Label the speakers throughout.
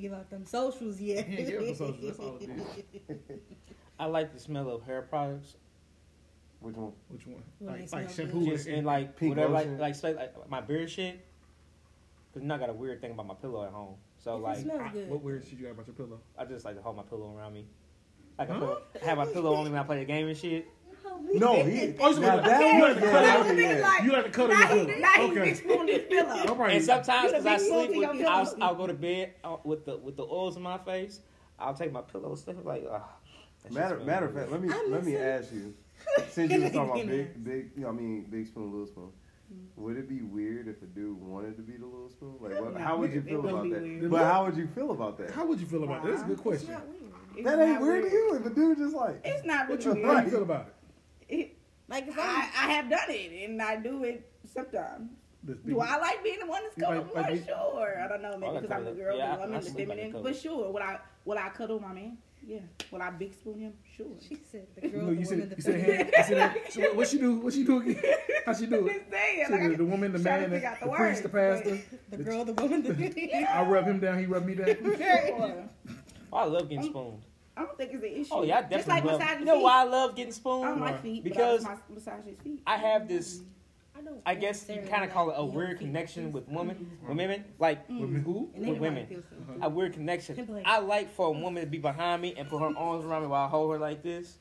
Speaker 1: give out them socials yet.
Speaker 2: He ain't give us some socials, that's all it
Speaker 3: I like the smell of hair products.
Speaker 4: Which one?
Speaker 2: Which one?
Speaker 1: When they
Speaker 2: Like, like
Speaker 1: smell
Speaker 2: shampoo
Speaker 1: good.
Speaker 3: Just
Speaker 2: and,
Speaker 3: in like
Speaker 4: Pink
Speaker 3: whatever,
Speaker 4: lotion.
Speaker 3: like like, say, like my beard shit. Cause now I got a weird thing about my pillow at home. So
Speaker 1: If it
Speaker 3: like,
Speaker 1: smells
Speaker 2: I-
Speaker 1: good.
Speaker 2: what weird shit you got about your pillow?
Speaker 3: I just like to hold my pillow around me. Like
Speaker 2: Huh?
Speaker 3: I put, have my pillow only when I play a game and shit.
Speaker 4: No, he.
Speaker 2: Oh, you
Speaker 4: now
Speaker 2: like-
Speaker 4: that
Speaker 2: you
Speaker 4: one,
Speaker 2: like the
Speaker 4: yeah,
Speaker 2: color
Speaker 4: I
Speaker 2: of
Speaker 4: would-
Speaker 2: your-
Speaker 1: yeah.
Speaker 2: You like the color of
Speaker 1: Now
Speaker 2: your
Speaker 1: he,
Speaker 2: pillow.
Speaker 1: now he
Speaker 2: Okay.
Speaker 1: bitch on his
Speaker 2: All
Speaker 1: pillow.
Speaker 2: right.
Speaker 3: And sometimes, cause I
Speaker 1: You done
Speaker 3: sleep
Speaker 1: been
Speaker 3: with,
Speaker 1: smoking your
Speaker 3: I'll,
Speaker 1: pillow.
Speaker 3: I'll go to bed uh, with the with the oils in my face. I'll take my pillow stuff like. ah, that shit
Speaker 4: Matter,
Speaker 3: smell
Speaker 4: matter of
Speaker 3: good.
Speaker 4: fact, let me
Speaker 1: I'm
Speaker 4: let me
Speaker 1: listening.
Speaker 4: ask you. Since you was talking about
Speaker 1: Getting
Speaker 4: big, big, you know, I mean, big spoon, little spoon. Would it be weird if a dude wanted to be the little spoon? Like, what, how would you
Speaker 1: It
Speaker 4: feel
Speaker 1: wouldn't
Speaker 4: about
Speaker 1: be
Speaker 4: that?
Speaker 1: weird.
Speaker 4: But how would you feel about that?
Speaker 2: How would you feel about that? That's a good
Speaker 1: Wow.
Speaker 2: question.
Speaker 1: It's not weird.
Speaker 4: that ain't weird to you if a dude just like.
Speaker 5: It's not
Speaker 2: What
Speaker 5: really
Speaker 2: you,
Speaker 5: weird.
Speaker 2: how you feel about it?
Speaker 5: It-
Speaker 1: Like if
Speaker 5: I,
Speaker 1: I,
Speaker 5: I have done it, and I do it sometimes.
Speaker 2: This
Speaker 5: Do
Speaker 2: big-
Speaker 5: I like being the one that's
Speaker 2: You
Speaker 5: cuddling
Speaker 2: like-
Speaker 5: more?
Speaker 2: like you-
Speaker 5: sure. I don't know,
Speaker 3: I
Speaker 5: maybe
Speaker 3: like
Speaker 5: because I'm the
Speaker 3: cuddling.
Speaker 5: girl,
Speaker 3: Yeah,
Speaker 5: but I'm
Speaker 3: I- I
Speaker 5: in the
Speaker 3: sleep like a
Speaker 5: feminine.
Speaker 3: cuddle.
Speaker 5: But sure, will I will I cuddle my man? Yeah. Will I big spoon him? Sure.
Speaker 1: she said the girl,
Speaker 2: No,
Speaker 1: the
Speaker 2: you
Speaker 1: woman,
Speaker 2: said
Speaker 1: the
Speaker 2: you said
Speaker 1: feminine.
Speaker 2: hand. You said hand. So what, what she do? What she do again? How she do it?
Speaker 5: Just saying,
Speaker 2: She
Speaker 5: like, I
Speaker 2: the, the
Speaker 5: can-
Speaker 2: woman, the
Speaker 5: trying to
Speaker 2: man, the,
Speaker 5: figure out the
Speaker 2: the priest, the
Speaker 5: words,
Speaker 2: pastor.
Speaker 1: The girl, the woman, the
Speaker 2: I rub him down. He rub me down.
Speaker 5: Sure.
Speaker 3: Oh, I love getting spooned.
Speaker 5: I don't think it's an issue.
Speaker 3: Oh yeah, I
Speaker 5: Just
Speaker 3: definitely
Speaker 5: like
Speaker 3: love.
Speaker 5: massaging
Speaker 3: You know
Speaker 5: feet. Uh-huh.
Speaker 3: why I love getting
Speaker 5: I don't
Speaker 3: spooned?
Speaker 5: like feet
Speaker 3: Because-
Speaker 5: because but I just mas- massage his feet.
Speaker 3: I have this.
Speaker 1: I, don't
Speaker 3: I guess you
Speaker 1: necessarily
Speaker 3: kind of call it
Speaker 1: like
Speaker 3: a
Speaker 1: being
Speaker 3: weird
Speaker 1: picky.
Speaker 3: connection with women. With women, like
Speaker 5: Mm.
Speaker 2: Women who?
Speaker 1: And they
Speaker 3: with
Speaker 1: don't like
Speaker 3: women.
Speaker 1: feels so good.
Speaker 3: a weird
Speaker 1: Simple
Speaker 3: connection.
Speaker 1: as-
Speaker 3: I like for a woman to be behind me and put her arms around me while I hold her like this.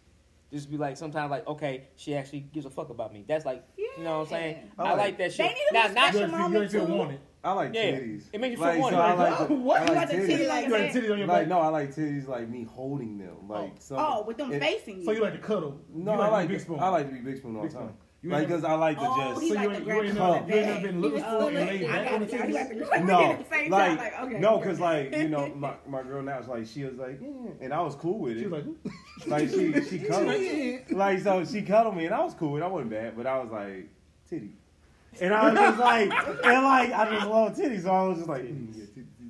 Speaker 3: Just be like sometimes like okay, she actually gives a fuck about me. That's like you know what I'm saying.
Speaker 4: Yeah.
Speaker 3: I like that
Speaker 5: They
Speaker 3: shit.
Speaker 5: need to
Speaker 3: Now
Speaker 5: be
Speaker 3: not
Speaker 2: You
Speaker 5: special.
Speaker 2: ain't feel- you ain't feel
Speaker 5: Moment, too.
Speaker 2: wanted.
Speaker 4: I like
Speaker 3: Yeah,
Speaker 4: titties.
Speaker 3: it makes you feel
Speaker 4: like,
Speaker 3: wanted.
Speaker 4: So I like,
Speaker 5: Oh, what?
Speaker 4: I
Speaker 5: You
Speaker 4: like
Speaker 5: got the titty
Speaker 4: titties.
Speaker 5: like
Speaker 2: You like
Speaker 5: that?
Speaker 2: titties on your
Speaker 4: Like,
Speaker 2: back.
Speaker 4: no, I like titties like me holding them. Like, something.
Speaker 5: Oh, with them
Speaker 4: It-
Speaker 5: facing you.
Speaker 2: So you like to cuddle?
Speaker 4: No,
Speaker 2: you
Speaker 4: I like
Speaker 2: big spoon.
Speaker 4: I like to be big spoon all the
Speaker 2: Big spoon.
Speaker 4: time.
Speaker 2: You
Speaker 4: Like,
Speaker 2: ain't
Speaker 4: cause I like to
Speaker 5: Oh,
Speaker 4: just.
Speaker 5: he
Speaker 2: So
Speaker 5: like
Speaker 2: you
Speaker 5: the
Speaker 2: ain't, you
Speaker 5: grand
Speaker 2: ain't, never,
Speaker 5: girl like
Speaker 2: you ain't never
Speaker 5: that.
Speaker 2: been looking
Speaker 1: He was
Speaker 2: for and
Speaker 1: feeling
Speaker 2: laid
Speaker 1: it. I
Speaker 2: back on the
Speaker 1: got it. I
Speaker 2: titties.
Speaker 1: got it.
Speaker 4: no,
Speaker 5: at the same
Speaker 4: like,
Speaker 5: time, like, okay.
Speaker 4: no, cause like you know my, my girl now is like she was like yeah, and I was cool with
Speaker 2: She
Speaker 4: it.
Speaker 2: was like, "Ooh."
Speaker 4: Like she she
Speaker 2: She like,
Speaker 4: cuddled,
Speaker 2: "Yeah."
Speaker 4: like so she cuddled me and I was cool with it. I wasn't bad, but I was like titty, and I was just like and like I just love titties, so I was just like mm, yeah,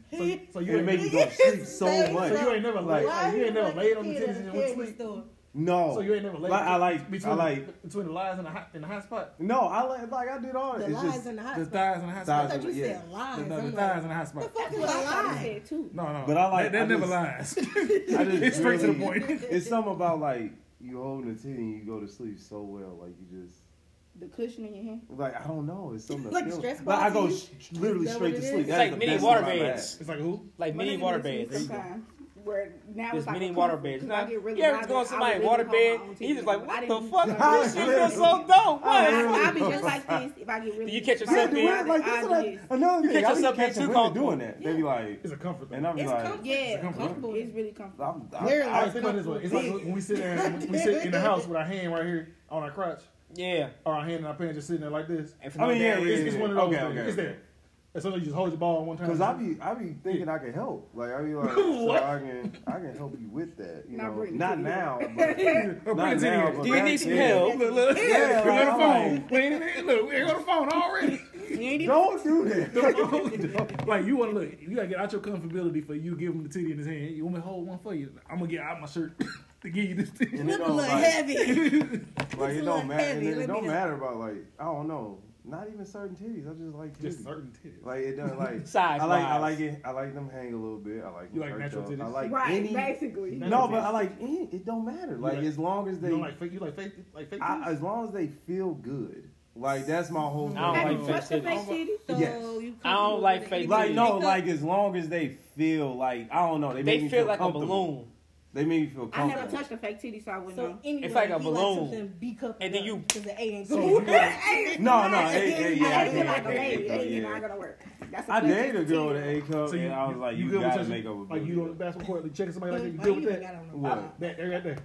Speaker 4: titty, titty.
Speaker 2: So, so you
Speaker 4: it
Speaker 2: ain't
Speaker 4: made me
Speaker 2: making.
Speaker 4: go to sleep so
Speaker 1: Say
Speaker 4: much.
Speaker 2: So you ain't never like,
Speaker 1: Why
Speaker 2: like you ain't never
Speaker 1: like
Speaker 2: laid on the
Speaker 1: kid at
Speaker 2: titties and
Speaker 1: a
Speaker 2: went to
Speaker 1: candy
Speaker 2: sleep.
Speaker 1: store?
Speaker 4: no,
Speaker 2: So you ain't never laid.
Speaker 4: Like, I like-
Speaker 2: between
Speaker 4: I like-
Speaker 2: the, between the lies and the hot and the hot spot.
Speaker 4: no, I like like I did all
Speaker 1: The
Speaker 4: that. It's
Speaker 1: lies
Speaker 4: just,
Speaker 1: in the
Speaker 2: The
Speaker 1: hospital.
Speaker 2: thighs and the hot
Speaker 1: I
Speaker 2: spot.
Speaker 4: thighs
Speaker 1: thought you
Speaker 4: yeah.
Speaker 1: said lies.
Speaker 2: The, the, the
Speaker 1: I'm
Speaker 2: thighs
Speaker 1: like,
Speaker 2: and the hot spot.
Speaker 1: the fuck is a
Speaker 5: That's what I thought he
Speaker 1: lie?
Speaker 5: said too.
Speaker 2: No, no.
Speaker 4: But I like-
Speaker 2: that, that
Speaker 4: I
Speaker 2: never lies.
Speaker 4: just- I just
Speaker 2: It's straight to the
Speaker 4: really-
Speaker 2: point.
Speaker 4: It's something about like you holding a titty and you go to sleep so well, like you just.
Speaker 5: The cushion in your hand.
Speaker 4: Like I don't know, it's something that
Speaker 1: Like
Speaker 4: feels-
Speaker 1: stress
Speaker 4: Like I go
Speaker 1: balls?
Speaker 4: sh- literally
Speaker 1: Is that
Speaker 4: straight
Speaker 1: what
Speaker 4: to
Speaker 1: it
Speaker 4: sleep.
Speaker 1: is?
Speaker 4: That's
Speaker 3: It's
Speaker 4: the
Speaker 3: like mini
Speaker 4: best
Speaker 3: water
Speaker 4: sleep I've had.
Speaker 3: beds.
Speaker 2: It's like who?
Speaker 3: Like mini
Speaker 5: Well,
Speaker 3: water
Speaker 5: that gives me
Speaker 3: beds.
Speaker 5: sometimes Where now
Speaker 3: Just
Speaker 5: it's like
Speaker 3: mini
Speaker 5: a
Speaker 3: water
Speaker 5: comfort,
Speaker 3: beds.
Speaker 5: 'cause
Speaker 3: Nah,
Speaker 5: I get really
Speaker 3: you ever
Speaker 5: bothered.
Speaker 3: go to
Speaker 5: I
Speaker 3: somebody's
Speaker 5: really
Speaker 3: water
Speaker 5: call
Speaker 3: bed
Speaker 5: my own
Speaker 3: and you just
Speaker 5: TV.
Speaker 3: like,
Speaker 5: I
Speaker 3: what the
Speaker 5: didn't-
Speaker 3: fuck?
Speaker 4: I
Speaker 3: This shit
Speaker 4: really-
Speaker 3: feels so dope.
Speaker 4: I
Speaker 3: What?
Speaker 5: I'll be just like this if I get really.
Speaker 3: you catch
Speaker 5: if I
Speaker 3: yourself
Speaker 5: get
Speaker 3: being-
Speaker 5: bothered,
Speaker 4: like
Speaker 5: I'll
Speaker 4: that's
Speaker 5: do
Speaker 4: what
Speaker 5: this.
Speaker 4: I, another
Speaker 3: You
Speaker 4: thing.
Speaker 3: catch
Speaker 4: I be
Speaker 3: yourself being
Speaker 4: catching
Speaker 3: too
Speaker 4: women
Speaker 3: comfortable.
Speaker 4: doing that. They be like,
Speaker 2: It's a comfort thing.
Speaker 4: and I'm
Speaker 1: It's
Speaker 4: like,
Speaker 1: comfortable.
Speaker 5: Yeah,
Speaker 2: It's comfortable.
Speaker 5: It's really comfortable.
Speaker 4: I'm, I'm,
Speaker 1: Clearly.
Speaker 2: I explain this way. It's like when we sit there, we sit in the house with our hand right here on our crotch,
Speaker 3: Yeah.
Speaker 2: or our hand in our pants, just sitting there like this.
Speaker 3: And for
Speaker 4: I
Speaker 3: no
Speaker 4: mean, yeah,
Speaker 3: damn
Speaker 4: yeah,
Speaker 2: It's,
Speaker 3: reason.
Speaker 2: it's one of those
Speaker 4: Okay,
Speaker 2: things.
Speaker 4: okay,
Speaker 2: it's
Speaker 4: okay.
Speaker 2: there. And sometimes you just hold your ball one time.
Speaker 4: Cause I be I be thinking I can help. Like I be like, so
Speaker 2: What?
Speaker 4: I can I can help you with that. You
Speaker 5: Not
Speaker 4: know,
Speaker 5: really.
Speaker 4: not now, but
Speaker 2: Oh, bring
Speaker 4: not
Speaker 2: it to
Speaker 4: now.
Speaker 2: you.
Speaker 4: but
Speaker 3: Do you
Speaker 4: back
Speaker 3: need some
Speaker 4: then.
Speaker 3: help?
Speaker 2: Look, look,
Speaker 4: Yeah,
Speaker 2: we
Speaker 4: like,
Speaker 2: on the
Speaker 4: I'm
Speaker 2: phone. We ain't even- Look, we ain't on the phone already.
Speaker 4: Don't do that.
Speaker 2: like you want to look, you gotta get out your comfortability for you give him the titty in his hand. You want me to hold one for you? I'm gonna get out my shirt to give you this titty.
Speaker 4: And it
Speaker 1: Look a
Speaker 4: don't,
Speaker 1: little
Speaker 4: like,
Speaker 1: heavy.
Speaker 4: like it
Speaker 1: It's a
Speaker 4: don't
Speaker 1: little
Speaker 4: matter. and
Speaker 1: heavy.
Speaker 4: It
Speaker 1: Let me
Speaker 4: don't
Speaker 1: just-
Speaker 4: matter about like I don't know. Not even certain titties. I just like
Speaker 2: Just
Speaker 4: titties.
Speaker 2: certain titties.
Speaker 4: Like it does like
Speaker 3: Size
Speaker 4: I like I
Speaker 3: wise.
Speaker 4: like it. I like them hang a little bit. I like
Speaker 2: You
Speaker 4: them
Speaker 2: like
Speaker 4: perked
Speaker 2: natural
Speaker 4: up.
Speaker 2: titties?
Speaker 4: I like
Speaker 5: right,
Speaker 4: any.
Speaker 5: basically.
Speaker 4: No, but I like any. It don't matter. Like,
Speaker 2: like-
Speaker 4: as long as
Speaker 2: You
Speaker 4: they,
Speaker 2: don't like fake. You like fake. Like fake.
Speaker 4: I,
Speaker 2: titties?
Speaker 4: as long as they feel good. Like that's my whole.
Speaker 3: I don't
Speaker 5: Have
Speaker 4: thing.
Speaker 3: like
Speaker 5: you touched the
Speaker 3: fake
Speaker 5: fake titty?
Speaker 1: So
Speaker 4: Yes.
Speaker 1: you
Speaker 3: I don't like fake
Speaker 1: comfortable
Speaker 4: Like
Speaker 1: with
Speaker 4: no,
Speaker 1: it.
Speaker 4: like as long as they feel like I don't know. They, make
Speaker 3: They
Speaker 4: me
Speaker 3: feel like a
Speaker 4: comfortable.
Speaker 3: balloon.
Speaker 4: They make me feel
Speaker 5: I
Speaker 4: comfortable.
Speaker 5: never touched a fake titty, so I wouldn't
Speaker 1: So
Speaker 5: know.
Speaker 1: anyway,
Speaker 3: It's like a
Speaker 1: he
Speaker 3: balloon.
Speaker 1: something B cup
Speaker 3: And then you-
Speaker 1: because the A ain't
Speaker 2: So
Speaker 1: good.
Speaker 2: you like-
Speaker 4: No, no, hey, hey, yeah, I
Speaker 5: I feel
Speaker 4: can, I
Speaker 5: like a
Speaker 4: can,
Speaker 5: lady.
Speaker 4: I
Speaker 5: It
Speaker 4: can,
Speaker 5: ain't
Speaker 4: yeah.
Speaker 5: not gonna work. That's a
Speaker 4: I
Speaker 5: fake
Speaker 4: dated a girl with an
Speaker 5: titty.
Speaker 4: A cup, and I was like, you,
Speaker 2: good with
Speaker 4: gotta
Speaker 2: touching-
Speaker 4: make up a
Speaker 2: Like you
Speaker 4: booty.
Speaker 2: don't basketball court, like checking somebody like that. You
Speaker 1: Why
Speaker 2: good
Speaker 1: you
Speaker 2: with
Speaker 1: even
Speaker 2: that?
Speaker 1: got on the-
Speaker 4: What?
Speaker 2: That there, right there.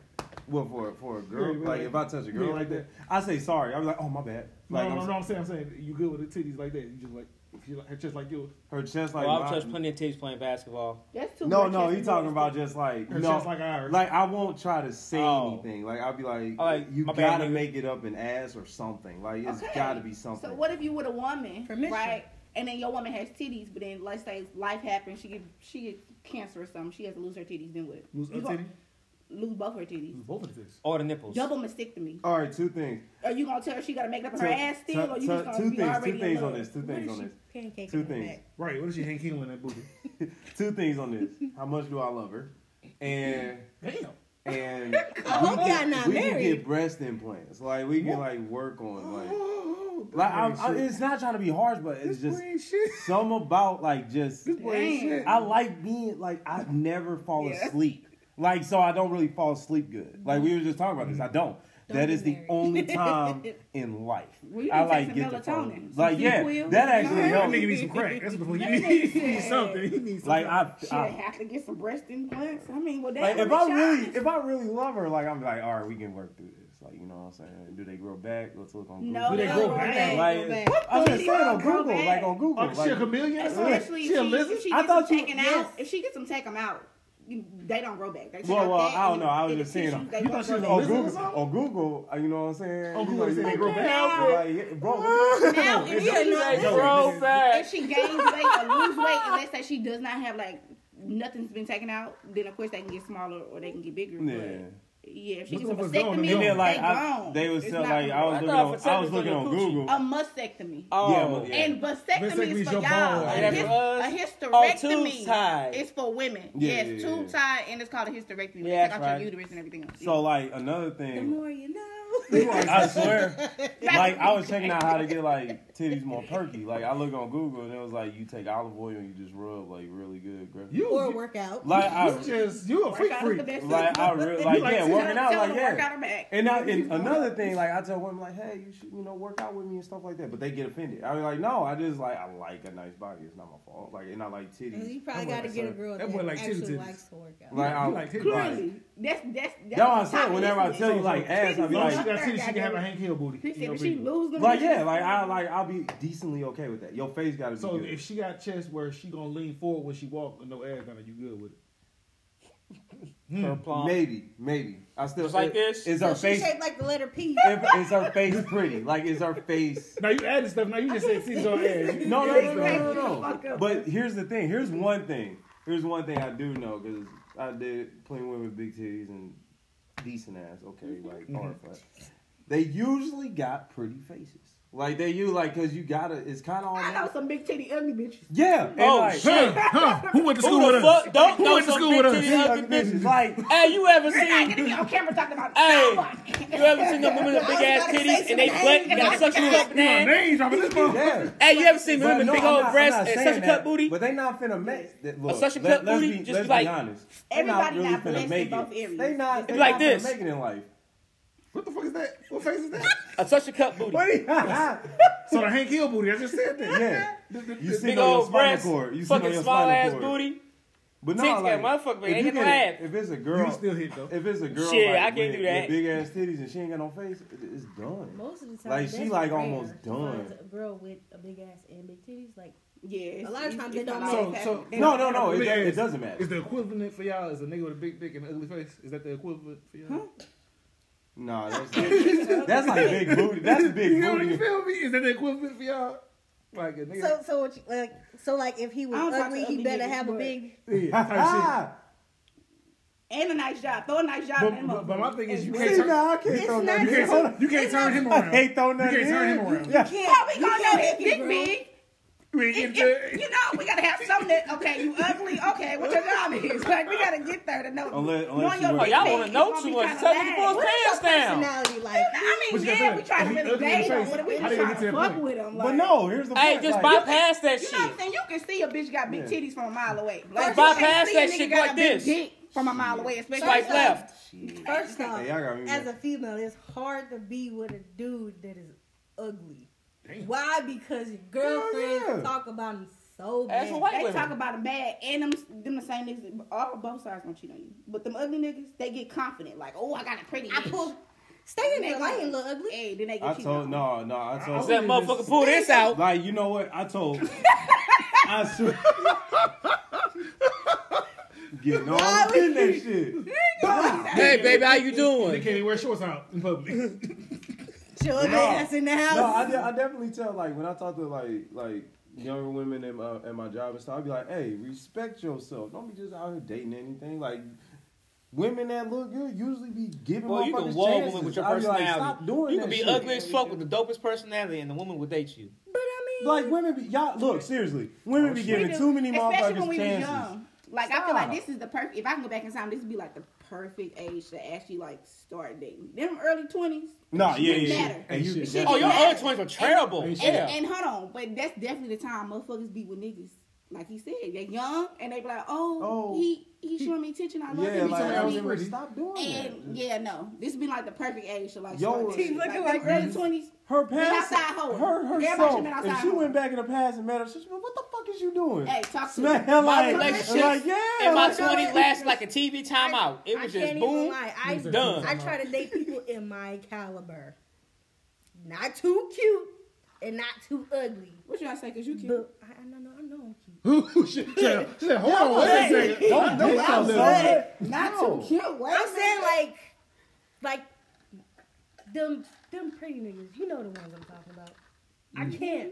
Speaker 4: What for? For a girl?
Speaker 2: Yeah, yeah,
Speaker 4: like
Speaker 2: yeah.
Speaker 4: if I touch a girl
Speaker 2: Yeah,
Speaker 4: like
Speaker 2: yeah.
Speaker 4: that, I say sorry. I was like, oh my bad.
Speaker 2: no,
Speaker 4: Like I'm
Speaker 2: no,
Speaker 4: so-
Speaker 2: no, I'm saying, I'm saying, you good with the titties like that. You just like, you like just like yours.
Speaker 4: her chest like
Speaker 3: well, Oh, I've
Speaker 4: mine-
Speaker 3: touched plenty of titties playing basketball.
Speaker 5: That's too
Speaker 4: No,
Speaker 5: much.
Speaker 4: no,
Speaker 5: That's
Speaker 4: he
Speaker 5: too
Speaker 4: talking
Speaker 5: much.
Speaker 4: about just like
Speaker 2: Her
Speaker 4: no,
Speaker 2: chest like ours.
Speaker 4: Like I won't try to say
Speaker 3: Oh.
Speaker 4: anything. Like I'll be like,
Speaker 3: Oh, like,
Speaker 4: you
Speaker 3: my
Speaker 4: gotta
Speaker 3: bad, nigga.
Speaker 4: make it up and ass or something. Like it's
Speaker 5: Okay.
Speaker 4: gotta be something.
Speaker 5: So what if you with a woman,
Speaker 1: Permission.
Speaker 5: right? And then your woman has titties, but then let's say life happens, she get she get cancer or something, she has to lose her titties. Then what?
Speaker 2: Lose
Speaker 5: You
Speaker 2: a
Speaker 5: gon-
Speaker 2: titty?
Speaker 5: lose both her titties.
Speaker 2: Both of this.
Speaker 3: Or the nipples.
Speaker 5: Double mastectomy.
Speaker 4: All right, two things.
Speaker 5: Are you gonna tell her she gotta make up her
Speaker 4: Two-
Speaker 5: ass still,
Speaker 4: two-
Speaker 5: or you just
Speaker 4: two-
Speaker 5: gonna
Speaker 4: two
Speaker 5: be
Speaker 4: things-
Speaker 5: already
Speaker 4: two
Speaker 5: in
Speaker 4: things
Speaker 5: love?
Speaker 4: on this, two
Speaker 1: What
Speaker 4: things
Speaker 1: is
Speaker 4: on
Speaker 1: she
Speaker 4: this,
Speaker 1: pancake
Speaker 4: Two
Speaker 1: on her
Speaker 4: things.
Speaker 1: back?
Speaker 2: Right. What if she hang Kim in that booty?
Speaker 4: two things on this. How much do I love her? And
Speaker 2: Damn.
Speaker 4: and we
Speaker 1: hope y'all
Speaker 4: can,
Speaker 1: not
Speaker 4: we can
Speaker 1: married.
Speaker 4: get breast implants. Like we can like work on like
Speaker 2: Oh,
Speaker 4: like I'm, I,
Speaker 2: shit.
Speaker 4: it's not trying to be harsh, but it's
Speaker 2: this
Speaker 4: just
Speaker 2: boy ain't shit.
Speaker 4: some about like just
Speaker 2: This boy ain't
Speaker 5: Damn.
Speaker 2: shit.
Speaker 4: I like being like I never fall
Speaker 5: Yeah.
Speaker 4: asleep. Like so I don't really fall asleep good. Like we were just talking about this. I don't. that
Speaker 1: be
Speaker 4: is the
Speaker 1: married.
Speaker 4: only time in life
Speaker 5: Well, you
Speaker 4: I like
Speaker 5: can take some
Speaker 4: get to fall
Speaker 5: melatonin,
Speaker 4: asleep.
Speaker 5: some
Speaker 4: Like yeah,
Speaker 5: Sequel.
Speaker 4: that actually
Speaker 5: Yeah.
Speaker 2: That
Speaker 4: helps.
Speaker 2: nigga needs some crack. That's what he
Speaker 5: That
Speaker 2: needs. He
Speaker 5: nigga
Speaker 2: needs
Speaker 5: said-
Speaker 2: something. He needs
Speaker 4: Like
Speaker 2: something.
Speaker 4: I,
Speaker 5: She'll
Speaker 4: I
Speaker 5: have to get some breast implants. I mean, well, that
Speaker 4: Ah. like
Speaker 5: would
Speaker 4: if
Speaker 5: be
Speaker 4: I really
Speaker 5: childish.
Speaker 4: if I really love her, like I'm like, all right, we can work through this. Like you know what I'm saying? Do they grow back? Let's look on Google.
Speaker 5: No,
Speaker 2: Do they
Speaker 5: no,
Speaker 2: grow
Speaker 5: no,
Speaker 2: back?
Speaker 5: no.
Speaker 4: Like,
Speaker 1: Go back.
Speaker 4: I'm just
Speaker 5: They
Speaker 4: saying on
Speaker 5: don't grow
Speaker 4: Google,
Speaker 5: back.
Speaker 4: like on Google,
Speaker 2: Oh, she a
Speaker 4: like,
Speaker 2: chameleon?
Speaker 5: Especially
Speaker 2: she a
Speaker 5: if she,
Speaker 2: lizard?
Speaker 5: if she
Speaker 4: I
Speaker 5: gets
Speaker 4: thought
Speaker 5: them
Speaker 4: you-
Speaker 5: taken
Speaker 4: yes.
Speaker 5: out. If she gets them taken out, you- they don't grow back. They
Speaker 4: Well,
Speaker 5: suck
Speaker 4: well,
Speaker 5: that
Speaker 4: I don't
Speaker 5: and-
Speaker 4: know. I was
Speaker 5: and the
Speaker 4: just saying,
Speaker 5: tissues, they
Speaker 2: you
Speaker 5: don't
Speaker 2: thought she
Speaker 5: grow
Speaker 2: was
Speaker 5: back.
Speaker 2: a
Speaker 4: on
Speaker 2: lizard or
Speaker 4: Google,
Speaker 2: something?
Speaker 4: on Google, uh, you know what I'm
Speaker 2: On
Speaker 4: saying? You
Speaker 2: Google,
Speaker 4: know,
Speaker 2: they say they
Speaker 4: you-
Speaker 2: grow back.
Speaker 5: Now-
Speaker 4: Like, yeah, bro, look-
Speaker 5: Now, if
Speaker 2: It's
Speaker 5: she,
Speaker 2: a
Speaker 3: Like,
Speaker 2: No,
Speaker 3: grow
Speaker 2: man.
Speaker 5: if
Speaker 3: back.
Speaker 5: she gains weight or lose weight, and let's say she does not have like nothing's been taken out, then of course they can get smaller or they can get bigger.
Speaker 4: yeah.
Speaker 5: But yeah, if she
Speaker 2: What's
Speaker 5: gets a
Speaker 2: up with going
Speaker 5: mastectomy,
Speaker 2: and
Speaker 4: And
Speaker 5: they
Speaker 4: then like I,
Speaker 5: gone.
Speaker 4: they was
Speaker 5: It's
Speaker 4: still
Speaker 5: not
Speaker 4: like I
Speaker 5: gonna
Speaker 3: I
Speaker 4: was looking
Speaker 3: thought
Speaker 4: on,
Speaker 3: for
Speaker 4: I was
Speaker 3: technically
Speaker 4: looking on
Speaker 3: coochie.
Speaker 4: Google.
Speaker 5: grow. a mastectomy.
Speaker 3: Oh,
Speaker 4: Yeah.
Speaker 5: And vasectomy
Speaker 2: Vasectomy's
Speaker 5: is for
Speaker 2: your
Speaker 5: y'all.
Speaker 2: balls.
Speaker 5: A,
Speaker 2: Yeah,
Speaker 5: hys-
Speaker 3: for us.
Speaker 5: a
Speaker 3: Oh, tube tie.
Speaker 5: hysterectomy is for women.
Speaker 4: Yeah,
Speaker 5: yes,
Speaker 4: yeah,
Speaker 5: tube
Speaker 4: yeah.
Speaker 5: tie, and it's called a hysterectomy.
Speaker 3: Yeah,
Speaker 5: when they take
Speaker 3: that's
Speaker 5: out
Speaker 3: right.
Speaker 5: your uterus and everything else.
Speaker 4: So like another
Speaker 1: The
Speaker 4: thing,
Speaker 1: more you know.
Speaker 4: I swear, like I was checking out how to get like titties more perky. Like I look on Google and it was like you take olive oil and you just rub like really good, girl.
Speaker 2: You,
Speaker 1: Or
Speaker 2: you,
Speaker 1: work out.
Speaker 4: Like
Speaker 2: you
Speaker 4: I
Speaker 2: just, you a
Speaker 5: Work
Speaker 2: freak
Speaker 5: out is the
Speaker 2: freak.
Speaker 5: best
Speaker 4: like I re- like
Speaker 2: like
Speaker 4: yeah,
Speaker 2: to-
Speaker 4: working out
Speaker 5: Tell
Speaker 4: like
Speaker 5: them to work out
Speaker 4: yeah.
Speaker 5: her back.
Speaker 4: And now and another thing, like I tell women like, hey, you should you know work out with me and stuff like that, but they get offended. I was like, no, I just like I like a nice body. It's not my fault. Like and I like titties.
Speaker 1: You probably got
Speaker 2: That boy
Speaker 1: to
Speaker 2: like
Speaker 1: get a
Speaker 2: some-
Speaker 1: girl
Speaker 2: that
Speaker 1: that,
Speaker 2: boy like titty
Speaker 1: actually
Speaker 2: titties.
Speaker 1: likes to work out.
Speaker 4: Like I
Speaker 2: You like titties.
Speaker 4: Right.
Speaker 5: Clearly, that's that's that's.
Speaker 4: That's what
Speaker 5: the
Speaker 4: I said.
Speaker 5: top
Speaker 4: Whenever I
Speaker 5: list.
Speaker 4: tell you like ass, I
Speaker 2: As
Speaker 4: be
Speaker 2: long as
Speaker 4: like,
Speaker 2: she got titties, she can have a Hank Hill booty.
Speaker 5: He said
Speaker 2: No
Speaker 5: if she
Speaker 2: big deal.
Speaker 5: lose them,
Speaker 4: Like yeah, like I like I'll be decently okay with that. Your face got to be
Speaker 2: So
Speaker 4: good.
Speaker 2: if she got chest where she gonna lean forward when she walk with no ass on her, you good with it?
Speaker 3: Her plump.
Speaker 4: maybe, maybe I still
Speaker 3: Just like
Speaker 4: it-
Speaker 3: this?
Speaker 4: Is
Speaker 1: So
Speaker 4: her
Speaker 1: she
Speaker 4: face?
Speaker 1: shaped like the letter P.
Speaker 4: if- Is her face pretty? Like is her face?
Speaker 2: Now you added stuff. Now you just said titties on ass. You-
Speaker 4: No, no, no, no,
Speaker 5: Shut the
Speaker 4: no,
Speaker 5: fuck
Speaker 4: no.
Speaker 5: up.
Speaker 4: But here's the thing. Here's one thing. Here's one thing I do know because I did plenty of women with big titties and decent ass. Okay, like
Speaker 5: Mm-hmm.
Speaker 4: hard flat. They usually got pretty faces. Like they you like because you gotta. It's kind of all.
Speaker 5: I know
Speaker 4: natural.
Speaker 5: some big titty ugly bitches.
Speaker 4: Yeah. and,
Speaker 3: Oh,
Speaker 4: like,
Speaker 3: shit.
Speaker 2: Huh? Who went to
Speaker 3: Who the fuck don't know
Speaker 2: went to
Speaker 3: some
Speaker 2: school
Speaker 3: big
Speaker 2: with us?
Speaker 3: titty
Speaker 4: these
Speaker 3: ugly
Speaker 4: ugly bitches,
Speaker 3: bitches?
Speaker 4: Like
Speaker 3: Hey, you ever
Speaker 5: We're not
Speaker 3: seen
Speaker 5: gonna be on camera talking about
Speaker 3: Hey,
Speaker 5: someone.
Speaker 3: you ever seen them women with big ass titties and they butt got suction cup
Speaker 2: You know,
Speaker 3: down?
Speaker 2: name dropping this motherfucker.
Speaker 4: yeah.
Speaker 3: Hey, you ever seen
Speaker 4: But
Speaker 3: women with
Speaker 4: no,
Speaker 3: big
Speaker 4: I'm
Speaker 3: old
Speaker 4: not- I'm not
Speaker 3: breasts and
Speaker 4: saying
Speaker 3: such a cut
Speaker 4: that,
Speaker 3: booty?
Speaker 4: But they not finna make that look.
Speaker 3: A such a
Speaker 4: let-
Speaker 3: cut
Speaker 4: let's
Speaker 3: booty,
Speaker 4: Be,
Speaker 3: just
Speaker 4: let's
Speaker 3: be like-
Speaker 4: be honest. They
Speaker 5: Everybody
Speaker 4: really
Speaker 5: not
Speaker 4: finna
Speaker 5: blessed
Speaker 4: make
Speaker 5: in both
Speaker 4: it.
Speaker 5: areas.
Speaker 4: They not.
Speaker 5: It's
Speaker 4: They
Speaker 3: like
Speaker 4: not
Speaker 3: this.
Speaker 4: Finna make it in life.
Speaker 2: What the fuck is that? What face is that?
Speaker 3: A such a cut
Speaker 2: so
Speaker 3: booty.
Speaker 2: the Hank Hill booty. I just said that.
Speaker 4: yeah. You
Speaker 3: Big
Speaker 4: sitting on your
Speaker 3: old
Speaker 4: spinal
Speaker 3: breasts,
Speaker 4: cord. You sitting on
Speaker 3: fucking
Speaker 4: your
Speaker 3: small
Speaker 4: spinal
Speaker 3: ass
Speaker 4: cord.
Speaker 3: booty.
Speaker 4: But no,
Speaker 3: Tits
Speaker 4: like,
Speaker 3: got motherfucker, but
Speaker 4: if
Speaker 3: ain't
Speaker 4: you
Speaker 3: got no
Speaker 4: get-
Speaker 3: ass.
Speaker 4: If it's a
Speaker 2: You
Speaker 4: girl,
Speaker 2: can still hit though.
Speaker 4: if it's a girl,
Speaker 3: Shit, I
Speaker 4: like,
Speaker 3: can't
Speaker 4: with,
Speaker 3: do that.
Speaker 4: Big ass titties and she ain't got no face. it- It's done.
Speaker 1: Most of the time,
Speaker 4: Like, she,
Speaker 1: that's
Speaker 4: like,
Speaker 1: rare
Speaker 4: almost
Speaker 1: to find
Speaker 4: done.
Speaker 1: A girl with a big ass and big titties, like
Speaker 5: Yeah,
Speaker 1: A lot of times
Speaker 5: it's
Speaker 1: they don't
Speaker 5: not
Speaker 1: make-
Speaker 5: like
Speaker 2: So-
Speaker 5: that.
Speaker 4: No, no, no. It,
Speaker 2: Big
Speaker 4: it
Speaker 2: ass.
Speaker 4: doesn't matter.
Speaker 2: Is the equivalent for y'all is a nigga with a big dick and an ugly face? Is that the equivalent for y'all?
Speaker 4: Hmm? Nah, that's like, that's like big booty. That's big
Speaker 2: You know what you
Speaker 4: booty.
Speaker 2: feel me? Is that the equivalent for y'all? Like a nigga.
Speaker 1: so. So what you, like so like if he was
Speaker 5: I don't talk to
Speaker 1: ugly, he
Speaker 5: ugly
Speaker 1: better
Speaker 5: niggas,
Speaker 1: have a
Speaker 5: but-
Speaker 1: big.
Speaker 2: yeah, type shit.
Speaker 5: and a nice job. Throw a nice job. in
Speaker 2: But, but,
Speaker 5: them
Speaker 2: but my thing is you
Speaker 5: motherfuckers.
Speaker 2: can't
Speaker 4: See,
Speaker 2: turn,
Speaker 4: nah, I can't
Speaker 1: It's
Speaker 4: throw
Speaker 1: not-
Speaker 4: nothing.
Speaker 1: you can't-
Speaker 4: Hold on.
Speaker 2: you can't turn him
Speaker 4: I
Speaker 2: around.
Speaker 4: can't throw nothing.
Speaker 2: can't turn
Speaker 4: in.
Speaker 2: him around.
Speaker 4: Yeah.
Speaker 5: How we gonna know his
Speaker 1: make it,
Speaker 5: dick
Speaker 1: bro.
Speaker 5: big?
Speaker 2: We ain't
Speaker 5: If,
Speaker 2: getting
Speaker 5: if, you know, we gotta have something that, okay, you ugly, okay, what your job is. Like, we gotta get there to know.
Speaker 4: Unless- unless
Speaker 5: knowing
Speaker 4: you
Speaker 5: your
Speaker 4: work-
Speaker 5: dick
Speaker 3: Oh, y'all
Speaker 5: big
Speaker 3: wanna
Speaker 5: is
Speaker 3: know
Speaker 5: gonna
Speaker 3: too
Speaker 5: be
Speaker 3: much.
Speaker 5: kinda
Speaker 3: Tell me to
Speaker 5: bad.
Speaker 3: pull
Speaker 5: What
Speaker 1: What's your
Speaker 3: pants down.
Speaker 1: personality like?
Speaker 5: I
Speaker 2: What
Speaker 5: mean,
Speaker 2: you gotta
Speaker 5: yeah,
Speaker 2: say?
Speaker 5: we try
Speaker 2: If he
Speaker 5: to really
Speaker 2: ugly in the
Speaker 5: date them,
Speaker 2: face,
Speaker 5: but
Speaker 2: how
Speaker 5: we
Speaker 2: they get
Speaker 5: just
Speaker 2: to
Speaker 5: try
Speaker 2: that
Speaker 5: to fuck
Speaker 2: point?
Speaker 5: with them.
Speaker 4: But
Speaker 5: Like,
Speaker 4: no, here's the
Speaker 3: Hey,
Speaker 4: point,
Speaker 3: just
Speaker 4: like-
Speaker 3: bypass that
Speaker 5: You know what I'm
Speaker 3: shit.
Speaker 5: saying? You can see a bitch got big
Speaker 4: Yeah.
Speaker 5: titties from a mile away.
Speaker 1: Like,
Speaker 5: you can't
Speaker 3: bypass
Speaker 5: see
Speaker 3: that
Speaker 5: a nigga
Speaker 3: shit
Speaker 5: got a
Speaker 3: like
Speaker 5: big
Speaker 3: this.
Speaker 5: dick from a mile away, especially
Speaker 3: Swipe left.
Speaker 4: Shit.
Speaker 1: First off,
Speaker 4: Hey, y'all got me
Speaker 1: as a
Speaker 4: messed.
Speaker 1: female, it's hard to be with a dude that is ugly.
Speaker 2: Damn.
Speaker 1: Why? Because your girlfriends
Speaker 4: yeah.
Speaker 1: talk about him so
Speaker 3: That's
Speaker 1: bad.
Speaker 3: what white
Speaker 5: They
Speaker 3: women.
Speaker 5: talk about a bad and them them the same niggas. All both sides gonna cheat on you, but them ugly niggas they get confident like, oh, I got a pretty.
Speaker 1: I
Speaker 5: bitch.
Speaker 1: pull. Stay in
Speaker 5: They
Speaker 1: there. I
Speaker 5: go-
Speaker 1: ain't look ugly.
Speaker 5: Hey, then they get
Speaker 4: I
Speaker 5: cheated
Speaker 4: told
Speaker 5: on.
Speaker 4: no, no. I
Speaker 2: I
Speaker 4: told
Speaker 3: That motherfucker pull this out.
Speaker 4: like you know what? I told. I swear. Get no, I'm getting that shit.
Speaker 3: Hey, baby, how you
Speaker 2: They
Speaker 3: doing?
Speaker 2: can't even wear shorts out in public.
Speaker 1: Your ugly ass in the house.
Speaker 4: No, I, de- I definitely tell like when I talk to like like younger women at my, at my job and stuff, I'll be like, hey, respect yourself. Don't be just out here dating anything. Like Women that look good usually be giving
Speaker 3: Well, you can
Speaker 4: motherfuckers
Speaker 3: wobble it
Speaker 4: chances.
Speaker 3: with your
Speaker 4: I be Like,
Speaker 3: personality.
Speaker 4: Stop doing
Speaker 3: You can
Speaker 4: that
Speaker 3: be
Speaker 4: shit.
Speaker 3: ugly as fuck with the dopest personality, and the woman will date you.
Speaker 1: But I mean,
Speaker 4: Like women be y'all look seriously. Women
Speaker 3: Oh,
Speaker 4: be
Speaker 5: We
Speaker 4: giving
Speaker 5: do,
Speaker 4: too many
Speaker 5: especially when
Speaker 4: motherfuckers
Speaker 5: we
Speaker 4: chances.
Speaker 5: was young. Like I feel like
Speaker 4: Stop.
Speaker 5: this is the perfect. If I can go back in time, this would be like the perfect age to actually like start dating. Them early twenties.
Speaker 4: No, yeah,
Speaker 5: Shit
Speaker 4: yeah, yeah.
Speaker 5: matter.
Speaker 4: And you-
Speaker 2: Shit
Speaker 5: matter.
Speaker 3: Oh, your
Speaker 5: Yeah.
Speaker 3: other twenties are terrible.
Speaker 2: And-
Speaker 3: yeah.
Speaker 5: And hold on, but that's definitely the time motherfuckers be with niggas. Like he said, they're yown and they be like, oh,
Speaker 4: Oh,
Speaker 5: he he showing me attention. I love
Speaker 4: Yeah,
Speaker 5: him. He
Speaker 4: like,
Speaker 5: showing
Speaker 4: I
Speaker 5: me
Speaker 4: was
Speaker 5: attention."
Speaker 4: like, stop doing that.
Speaker 5: And yeah, no, this would be like the perfect age to like.
Speaker 4: Yo,
Speaker 5: start dating.
Speaker 1: He's looking
Speaker 5: like,
Speaker 1: like
Speaker 5: them early
Speaker 1: this.
Speaker 5: twenties.
Speaker 4: Her
Speaker 5: Been
Speaker 4: past,
Speaker 5: outside hoeing.
Speaker 4: her
Speaker 5: Everybody
Speaker 4: herself.
Speaker 5: should've been
Speaker 4: If
Speaker 5: outside
Speaker 4: she
Speaker 5: hoeing.
Speaker 4: went back in the past and met her, she'd be like, "What the fuck is you doing?"
Speaker 5: Hey, talk to me.
Speaker 4: Smack
Speaker 3: My
Speaker 4: her like,
Speaker 3: relationships
Speaker 4: like, yeah,
Speaker 3: in my
Speaker 4: like,
Speaker 3: twenties lasted like a TV timeout. It was just boom.
Speaker 1: I,
Speaker 3: done.
Speaker 1: I try to date people in my caliber, not too cute and not too ugly.
Speaker 5: What you gonna say? Cause you cute.
Speaker 1: But I, I know, I know I'm cute.
Speaker 2: she said, she said, hold on, wait a second.
Speaker 4: Don't
Speaker 2: That's
Speaker 4: do that,
Speaker 2: something.
Speaker 4: son.
Speaker 5: Not
Speaker 4: No.
Speaker 5: too cute. Wait
Speaker 1: I'm
Speaker 5: a
Speaker 1: saying
Speaker 5: minute.
Speaker 1: like, like them them pretty niggas. You know the ones I'm talking about.
Speaker 2: Mm.
Speaker 1: I can't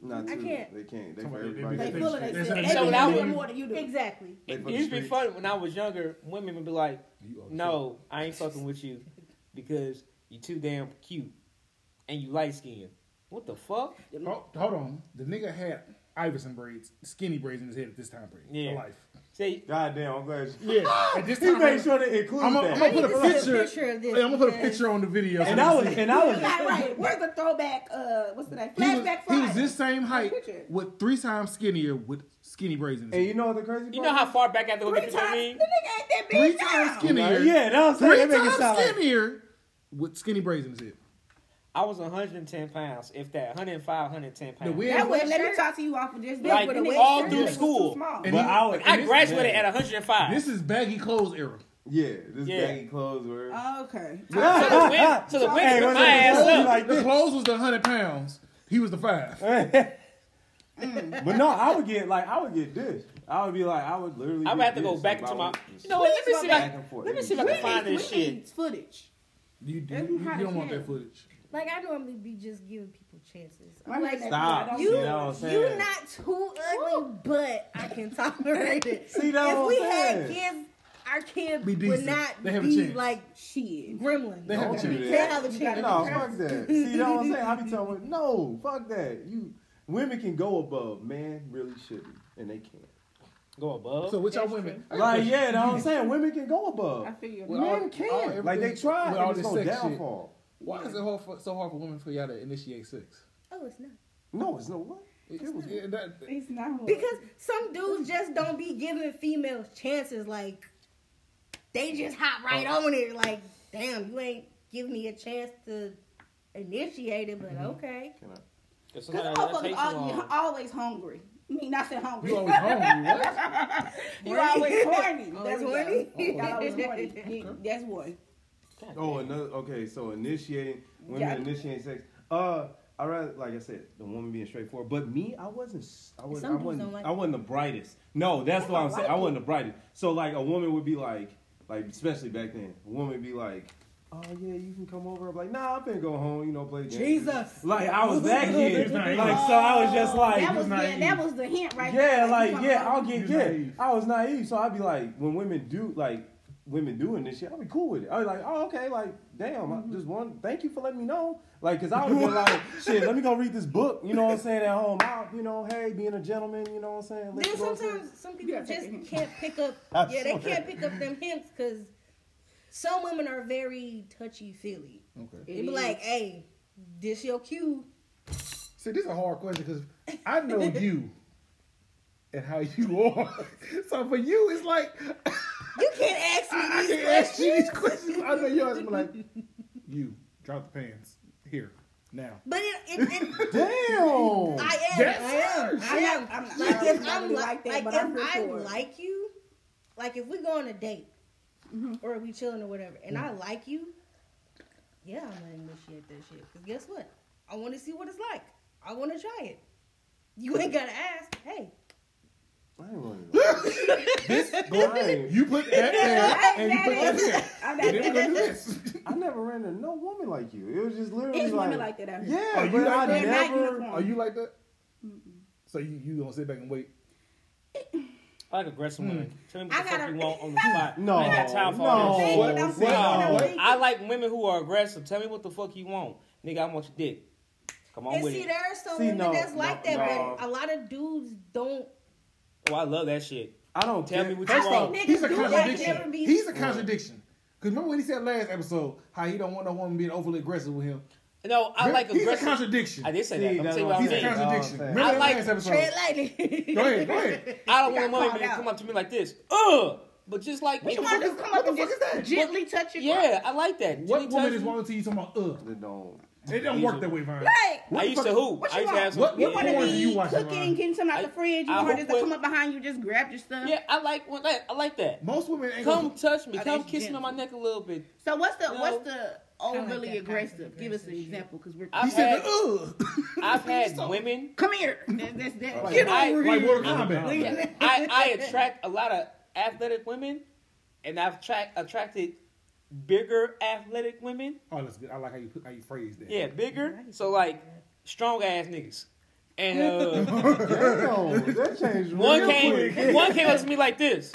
Speaker 4: Not
Speaker 1: I
Speaker 4: too.
Speaker 1: can't.
Speaker 4: They can't. They for
Speaker 2: Somebody- they-
Speaker 4: everybody.
Speaker 2: they-
Speaker 5: they full of
Speaker 2: That's
Speaker 5: themselves.
Speaker 2: how
Speaker 5: They
Speaker 2: you
Speaker 5: be
Speaker 3: feel.
Speaker 5: doing more than you do.
Speaker 1: exactly.
Speaker 4: They
Speaker 3: It
Speaker 4: fucking
Speaker 3: used to be
Speaker 4: street.
Speaker 3: funny when I was younger. Women would be like,
Speaker 2: You ugly.
Speaker 3: "No, I ain't fucking with you because you too damn cute and you light skinned." What the fuck?
Speaker 2: Hold, hold on. The nigga had Iverson braids, skinny braids in his head at this time period.
Speaker 3: Yeah.
Speaker 2: For life.
Speaker 3: Say,
Speaker 4: God damn, I'm glad you.
Speaker 2: Yeah. At this
Speaker 4: He
Speaker 2: time
Speaker 4: made sure to include
Speaker 2: I'm
Speaker 4: that.
Speaker 2: gonna put a
Speaker 1: I need to see
Speaker 2: picture.
Speaker 1: a picture of this
Speaker 2: Yeah, I'm gonna put a
Speaker 1: because-
Speaker 2: picture on the video.
Speaker 4: and I was, and I was.
Speaker 5: You got right. Where's the throwback? Uh, what's the name?
Speaker 2: He was,
Speaker 5: Flashback
Speaker 2: he was
Speaker 5: Friday.
Speaker 2: this same height,
Speaker 5: Picture.
Speaker 2: with three times skinnier, with skinny braids in his
Speaker 4: And you
Speaker 2: head.
Speaker 4: know what the crazy?
Speaker 3: you
Speaker 4: part
Speaker 3: know how far back I have to look
Speaker 5: Three
Speaker 3: at
Speaker 5: times.
Speaker 3: you know what I mean?
Speaker 5: The nigga ain't that big
Speaker 2: Three
Speaker 5: now.
Speaker 2: times
Speaker 4: is?
Speaker 2: skinnier.
Speaker 4: Yeah, that was
Speaker 2: Three
Speaker 4: saying. That make it sound
Speaker 2: times
Speaker 4: like.
Speaker 2: skinnier, with skinny braids in his head.
Speaker 3: I was 110 pounds, if that, 105, 110
Speaker 2: The
Speaker 3: pounds.
Speaker 2: wig.
Speaker 5: That wouldn't let me
Speaker 1: Shirt.
Speaker 5: talk to you off of just
Speaker 3: Like,
Speaker 5: that. The nigga
Speaker 3: all
Speaker 5: shirt
Speaker 3: through
Speaker 5: was too
Speaker 3: school.
Speaker 5: small.
Speaker 2: And
Speaker 4: But
Speaker 2: he-
Speaker 4: I, would,
Speaker 3: I
Speaker 4: and this-
Speaker 3: graduated
Speaker 4: yeah.
Speaker 3: at 105.
Speaker 2: This is baggy clothes era.
Speaker 4: Yeah, this
Speaker 3: Yeah.
Speaker 4: baggy clothes were.
Speaker 5: okay.
Speaker 3: so the wind, so the wind
Speaker 4: Hey,
Speaker 3: took
Speaker 4: when
Speaker 3: my ass
Speaker 4: clothes
Speaker 3: up.
Speaker 4: like
Speaker 2: The
Speaker 4: this.
Speaker 2: clothes was the hundred pounds. He was the five.
Speaker 4: but no, I would get like I would get this. I would be like I would literally.
Speaker 3: I would
Speaker 4: get
Speaker 3: have to go
Speaker 4: this
Speaker 3: back
Speaker 4: if
Speaker 3: to
Speaker 4: I
Speaker 3: my.
Speaker 4: was-
Speaker 3: You know what? Let me see if
Speaker 4: Back
Speaker 3: I,
Speaker 4: and forth.
Speaker 3: let me see if I
Speaker 5: We
Speaker 3: can find
Speaker 5: need,
Speaker 3: this
Speaker 5: we need
Speaker 3: shit.
Speaker 5: footage.
Speaker 2: You, you,
Speaker 5: That's
Speaker 2: you
Speaker 5: how
Speaker 2: don't
Speaker 5: it
Speaker 2: want
Speaker 5: can.
Speaker 2: that footage.
Speaker 1: Like I normally be just giving people chances.
Speaker 5: My
Speaker 1: I'm
Speaker 5: name
Speaker 1: like,
Speaker 5: is-
Speaker 4: Stop.
Speaker 5: I don't
Speaker 4: See,
Speaker 1: you,
Speaker 4: that what I'm
Speaker 1: you
Speaker 4: saying.
Speaker 1: not too ugly, but I can tolerate it.
Speaker 4: See, that
Speaker 1: if
Speaker 4: what
Speaker 1: we
Speaker 4: I'm
Speaker 1: had
Speaker 4: saying.
Speaker 1: kids, our kids
Speaker 2: Be
Speaker 1: would
Speaker 2: decent.
Speaker 1: not
Speaker 2: They have a
Speaker 1: be
Speaker 2: chance.
Speaker 1: like
Speaker 5: Shit.
Speaker 1: gremlins.
Speaker 2: They have
Speaker 4: Don't
Speaker 2: a
Speaker 4: do
Speaker 2: chance.
Speaker 4: that.
Speaker 1: They have a chance.
Speaker 4: No, fuck that. See, that's what I'm saying. I be telling women, no, fuck that. You women can go above, man. Really shouldn't, and they can't.
Speaker 3: Go above.
Speaker 2: So which y'all women? I got a
Speaker 4: Like,
Speaker 2: question.
Speaker 4: yeah, that's what I'm saying. Women can go
Speaker 5: I
Speaker 4: above.
Speaker 5: feel you.
Speaker 2: Well,
Speaker 4: Men
Speaker 2: all
Speaker 4: can.
Speaker 2: everything-
Speaker 4: Like they try,
Speaker 2: with all
Speaker 4: and it's
Speaker 2: this
Speaker 4: gonna
Speaker 2: sex shit.
Speaker 4: downfall.
Speaker 2: Why is it hard for, so hard for women for y'all to initiate sex?
Speaker 1: Oh, it's not.
Speaker 4: No, it's no what.
Speaker 2: It, was, yeah, that,
Speaker 5: It's not what-
Speaker 1: Because some dudes just don't be giving females chances. Like they just hop right on it. Like, damn, you ain't give me a chance to initiate it, but okay.
Speaker 4: Can I?
Speaker 3: Cause
Speaker 5: Cause
Speaker 3: sometimes that
Speaker 5: motherfuckers
Speaker 3: takes so
Speaker 5: all, you
Speaker 3: long.
Speaker 5: always hungry. I mean, not say hungry.
Speaker 2: you always hungry. What?
Speaker 5: You're
Speaker 3: Oh,
Speaker 5: always horny.
Speaker 1: That's
Speaker 5: There we
Speaker 1: horny.
Speaker 5: go. Y'all always horny. Yeah, That's one.
Speaker 3: God
Speaker 4: Oh,
Speaker 3: damn.
Speaker 4: another. Okay, so initiating women
Speaker 5: Yeah.
Speaker 4: initiating sex. Uh, I rather like I said, the woman being straightforward. But me, I wasn't. s- I wasn't.
Speaker 1: Some
Speaker 4: I
Speaker 1: dudes
Speaker 4: wasn't.
Speaker 1: don't like
Speaker 4: I wasn't the brightest. No, that's what I'm saying. I wasn't the brightest. So like a woman would be like, like especially back then, a woman would be like. Oh yeah, you can come over. I'm like, nah, I'm finna go home. You know, play games.
Speaker 1: Jesus.
Speaker 4: Like I was that kid.
Speaker 2: He's not
Speaker 4: Like
Speaker 2: even-
Speaker 4: so, I was just like,
Speaker 5: that was,
Speaker 2: not
Speaker 5: yeah,
Speaker 2: eating.
Speaker 5: that was the hint right
Speaker 4: yeah,
Speaker 5: there.
Speaker 4: like
Speaker 5: you
Speaker 4: yeah, I'll
Speaker 5: talking
Speaker 4: get
Speaker 2: You're
Speaker 4: yeah.
Speaker 2: naive.
Speaker 4: I was naive, so I'd be like, when women do like women doing this shit, I'd be cool with it. I'd be like, oh okay, like damn,
Speaker 5: Mm-hmm.
Speaker 4: I just one. Thank you for letting me know, like, cause I would be like, shit, let me go read this book. You know what I'm saying? At home, out, you know, hey, being a gentleman, you know what I'm saying. Let-
Speaker 1: Then
Speaker 4: you know what I'm saying?
Speaker 1: sometimes some people
Speaker 5: gotta take
Speaker 1: just
Speaker 5: a hint.
Speaker 1: can't pick up.
Speaker 4: I
Speaker 1: yeah, they
Speaker 4: swear.
Speaker 1: can't pick up them hints because some women are very touchy feely.
Speaker 2: Okay.
Speaker 1: They be like, "Hey, this your cue."
Speaker 2: See, this is a hard question because I know you and how you are. So for you, it's like
Speaker 1: You can't ask me.
Speaker 2: I
Speaker 1: these
Speaker 2: can ask you these
Speaker 1: questions.
Speaker 2: questions. I know yours. I'm like, you drop the pants here now.
Speaker 1: But it, it, it
Speaker 4: Damn.
Speaker 1: I am.
Speaker 2: That's
Speaker 1: I am.
Speaker 2: her.
Speaker 1: I am.
Speaker 5: I'm, I'm,
Speaker 1: Like if I'm
Speaker 5: really
Speaker 1: li-
Speaker 5: like
Speaker 1: like,
Speaker 5: that, but
Speaker 1: if
Speaker 5: I'm
Speaker 1: I
Speaker 5: sure.
Speaker 1: like you, like if we go on a date or we chilling or whatever, and I like you, yeah, I'm gonna initiate that shit. Cause guess what? I want to see what it's like. I want to try it. You ain't gotta ask. Hey,
Speaker 4: I ain't wanna know. this blind.
Speaker 2: You put that there and you put that there.
Speaker 5: I'm
Speaker 2: And then we're
Speaker 5: not
Speaker 2: gonna do this.
Speaker 4: I never ran into no woman like you. It was just literally
Speaker 5: It's
Speaker 4: like,
Speaker 5: women like that out here.
Speaker 4: yeah,
Speaker 2: Are you
Speaker 4: but
Speaker 2: like
Speaker 4: I
Speaker 2: that?
Speaker 5: They're not
Speaker 4: never.
Speaker 5: uniform.
Speaker 2: Are you like that? So you you gonna sit back and wait?
Speaker 3: I like
Speaker 2: Hmm.
Speaker 3: aggressive women. Tell me
Speaker 1: I
Speaker 3: what the fuck
Speaker 1: gotta-
Speaker 3: you want on the spot.
Speaker 4: No,
Speaker 3: I ain't got time for all
Speaker 4: no,
Speaker 1: That's
Speaker 3: this.
Speaker 1: what I'm saying.
Speaker 4: no.
Speaker 1: I'm thinking.
Speaker 3: I like women who are aggressive. Tell me what the fuck you want, nigga. I want your dick. Come on
Speaker 1: And
Speaker 3: with
Speaker 1: see,
Speaker 3: it.
Speaker 1: there are some
Speaker 4: See,
Speaker 1: women
Speaker 4: no,
Speaker 1: that's
Speaker 4: no,
Speaker 1: like that,
Speaker 4: no.
Speaker 1: but a lot of dudes don't.
Speaker 3: Oh, I love that shit.
Speaker 4: I don't
Speaker 3: Tell
Speaker 4: care.
Speaker 3: me what you
Speaker 2: First
Speaker 3: want.
Speaker 2: off, he's a
Speaker 1: Niggas do that
Speaker 2: contradiction.
Speaker 1: different beats.
Speaker 2: He's a contradiction. Because remember what he said last episode, how he don't want no woman being overly aggressive with him.
Speaker 3: No, I like
Speaker 2: he's a
Speaker 3: aggressive.
Speaker 2: contradiction.
Speaker 3: I did say
Speaker 4: See,
Speaker 3: that. I'm
Speaker 4: that's
Speaker 3: telling you what
Speaker 4: what
Speaker 3: I'm
Speaker 2: He's a
Speaker 4: saying.
Speaker 3: saying.
Speaker 2: contradiction.
Speaker 4: Oh,
Speaker 2: Remember
Speaker 3: I
Speaker 2: that
Speaker 3: like
Speaker 2: last episode.
Speaker 1: Tread lightly.
Speaker 2: Go ahead, go ahead.
Speaker 3: I don't want a
Speaker 5: You got
Speaker 3: woman to
Speaker 5: called
Speaker 3: come up to me like this. Ugh. But just like,
Speaker 5: What you
Speaker 3: maybe-
Speaker 5: want to come
Speaker 2: what
Speaker 5: up
Speaker 2: the
Speaker 5: and
Speaker 2: fuck
Speaker 5: just
Speaker 2: is that?
Speaker 5: gently touch your
Speaker 3: yeah, I like that.
Speaker 2: What
Speaker 3: Jimmy
Speaker 2: woman
Speaker 3: Touch-
Speaker 2: is walking to you talking about, uh? ugh?
Speaker 4: They don't.
Speaker 2: It don't work that way, Vine.
Speaker 5: Right.
Speaker 2: What
Speaker 3: I
Speaker 2: the
Speaker 3: used to
Speaker 2: fuck-
Speaker 3: hoop. I used to
Speaker 5: want?
Speaker 3: have some.
Speaker 2: What- what
Speaker 5: You want
Speaker 2: porn
Speaker 5: to
Speaker 2: do you
Speaker 5: be
Speaker 2: watch, Ron?
Speaker 5: cooking, getting something out
Speaker 3: I-
Speaker 5: the fridge. You
Speaker 3: I
Speaker 5: want
Speaker 3: hope
Speaker 5: her to come
Speaker 3: what-
Speaker 5: up behind you, just grab your stuff.
Speaker 3: Yeah, I like what that. I like that.
Speaker 2: Most women ain't
Speaker 3: Come
Speaker 2: gonna-
Speaker 3: touch me.
Speaker 5: I
Speaker 3: Come
Speaker 5: think
Speaker 3: kiss me
Speaker 5: she's
Speaker 3: on my neck a little bit.
Speaker 5: So what's the
Speaker 3: No.
Speaker 5: what's the
Speaker 1: like
Speaker 5: overly
Speaker 1: that
Speaker 5: aggressive?
Speaker 1: passive
Speaker 5: Give us an
Speaker 1: aggressive shit.
Speaker 5: example, because we're
Speaker 3: I've
Speaker 2: He said, uh."
Speaker 3: had,
Speaker 2: ugh.
Speaker 3: I've had women.
Speaker 5: come here. That- That's that.
Speaker 4: Like,
Speaker 5: Get
Speaker 3: I-
Speaker 5: over
Speaker 2: Like
Speaker 5: here.
Speaker 2: Mortal Kombat.
Speaker 3: I, I attract a lot of athletic women, and I've tra- attracted bigger athletic women.
Speaker 2: Oh, that's good. I like how you put, how you phrase that.
Speaker 3: Yeah, bigger. So like strong ass niggas. And uh,
Speaker 4: Damn, that changed
Speaker 3: one
Speaker 4: real
Speaker 3: came,
Speaker 4: quick.
Speaker 3: one came up to me like this.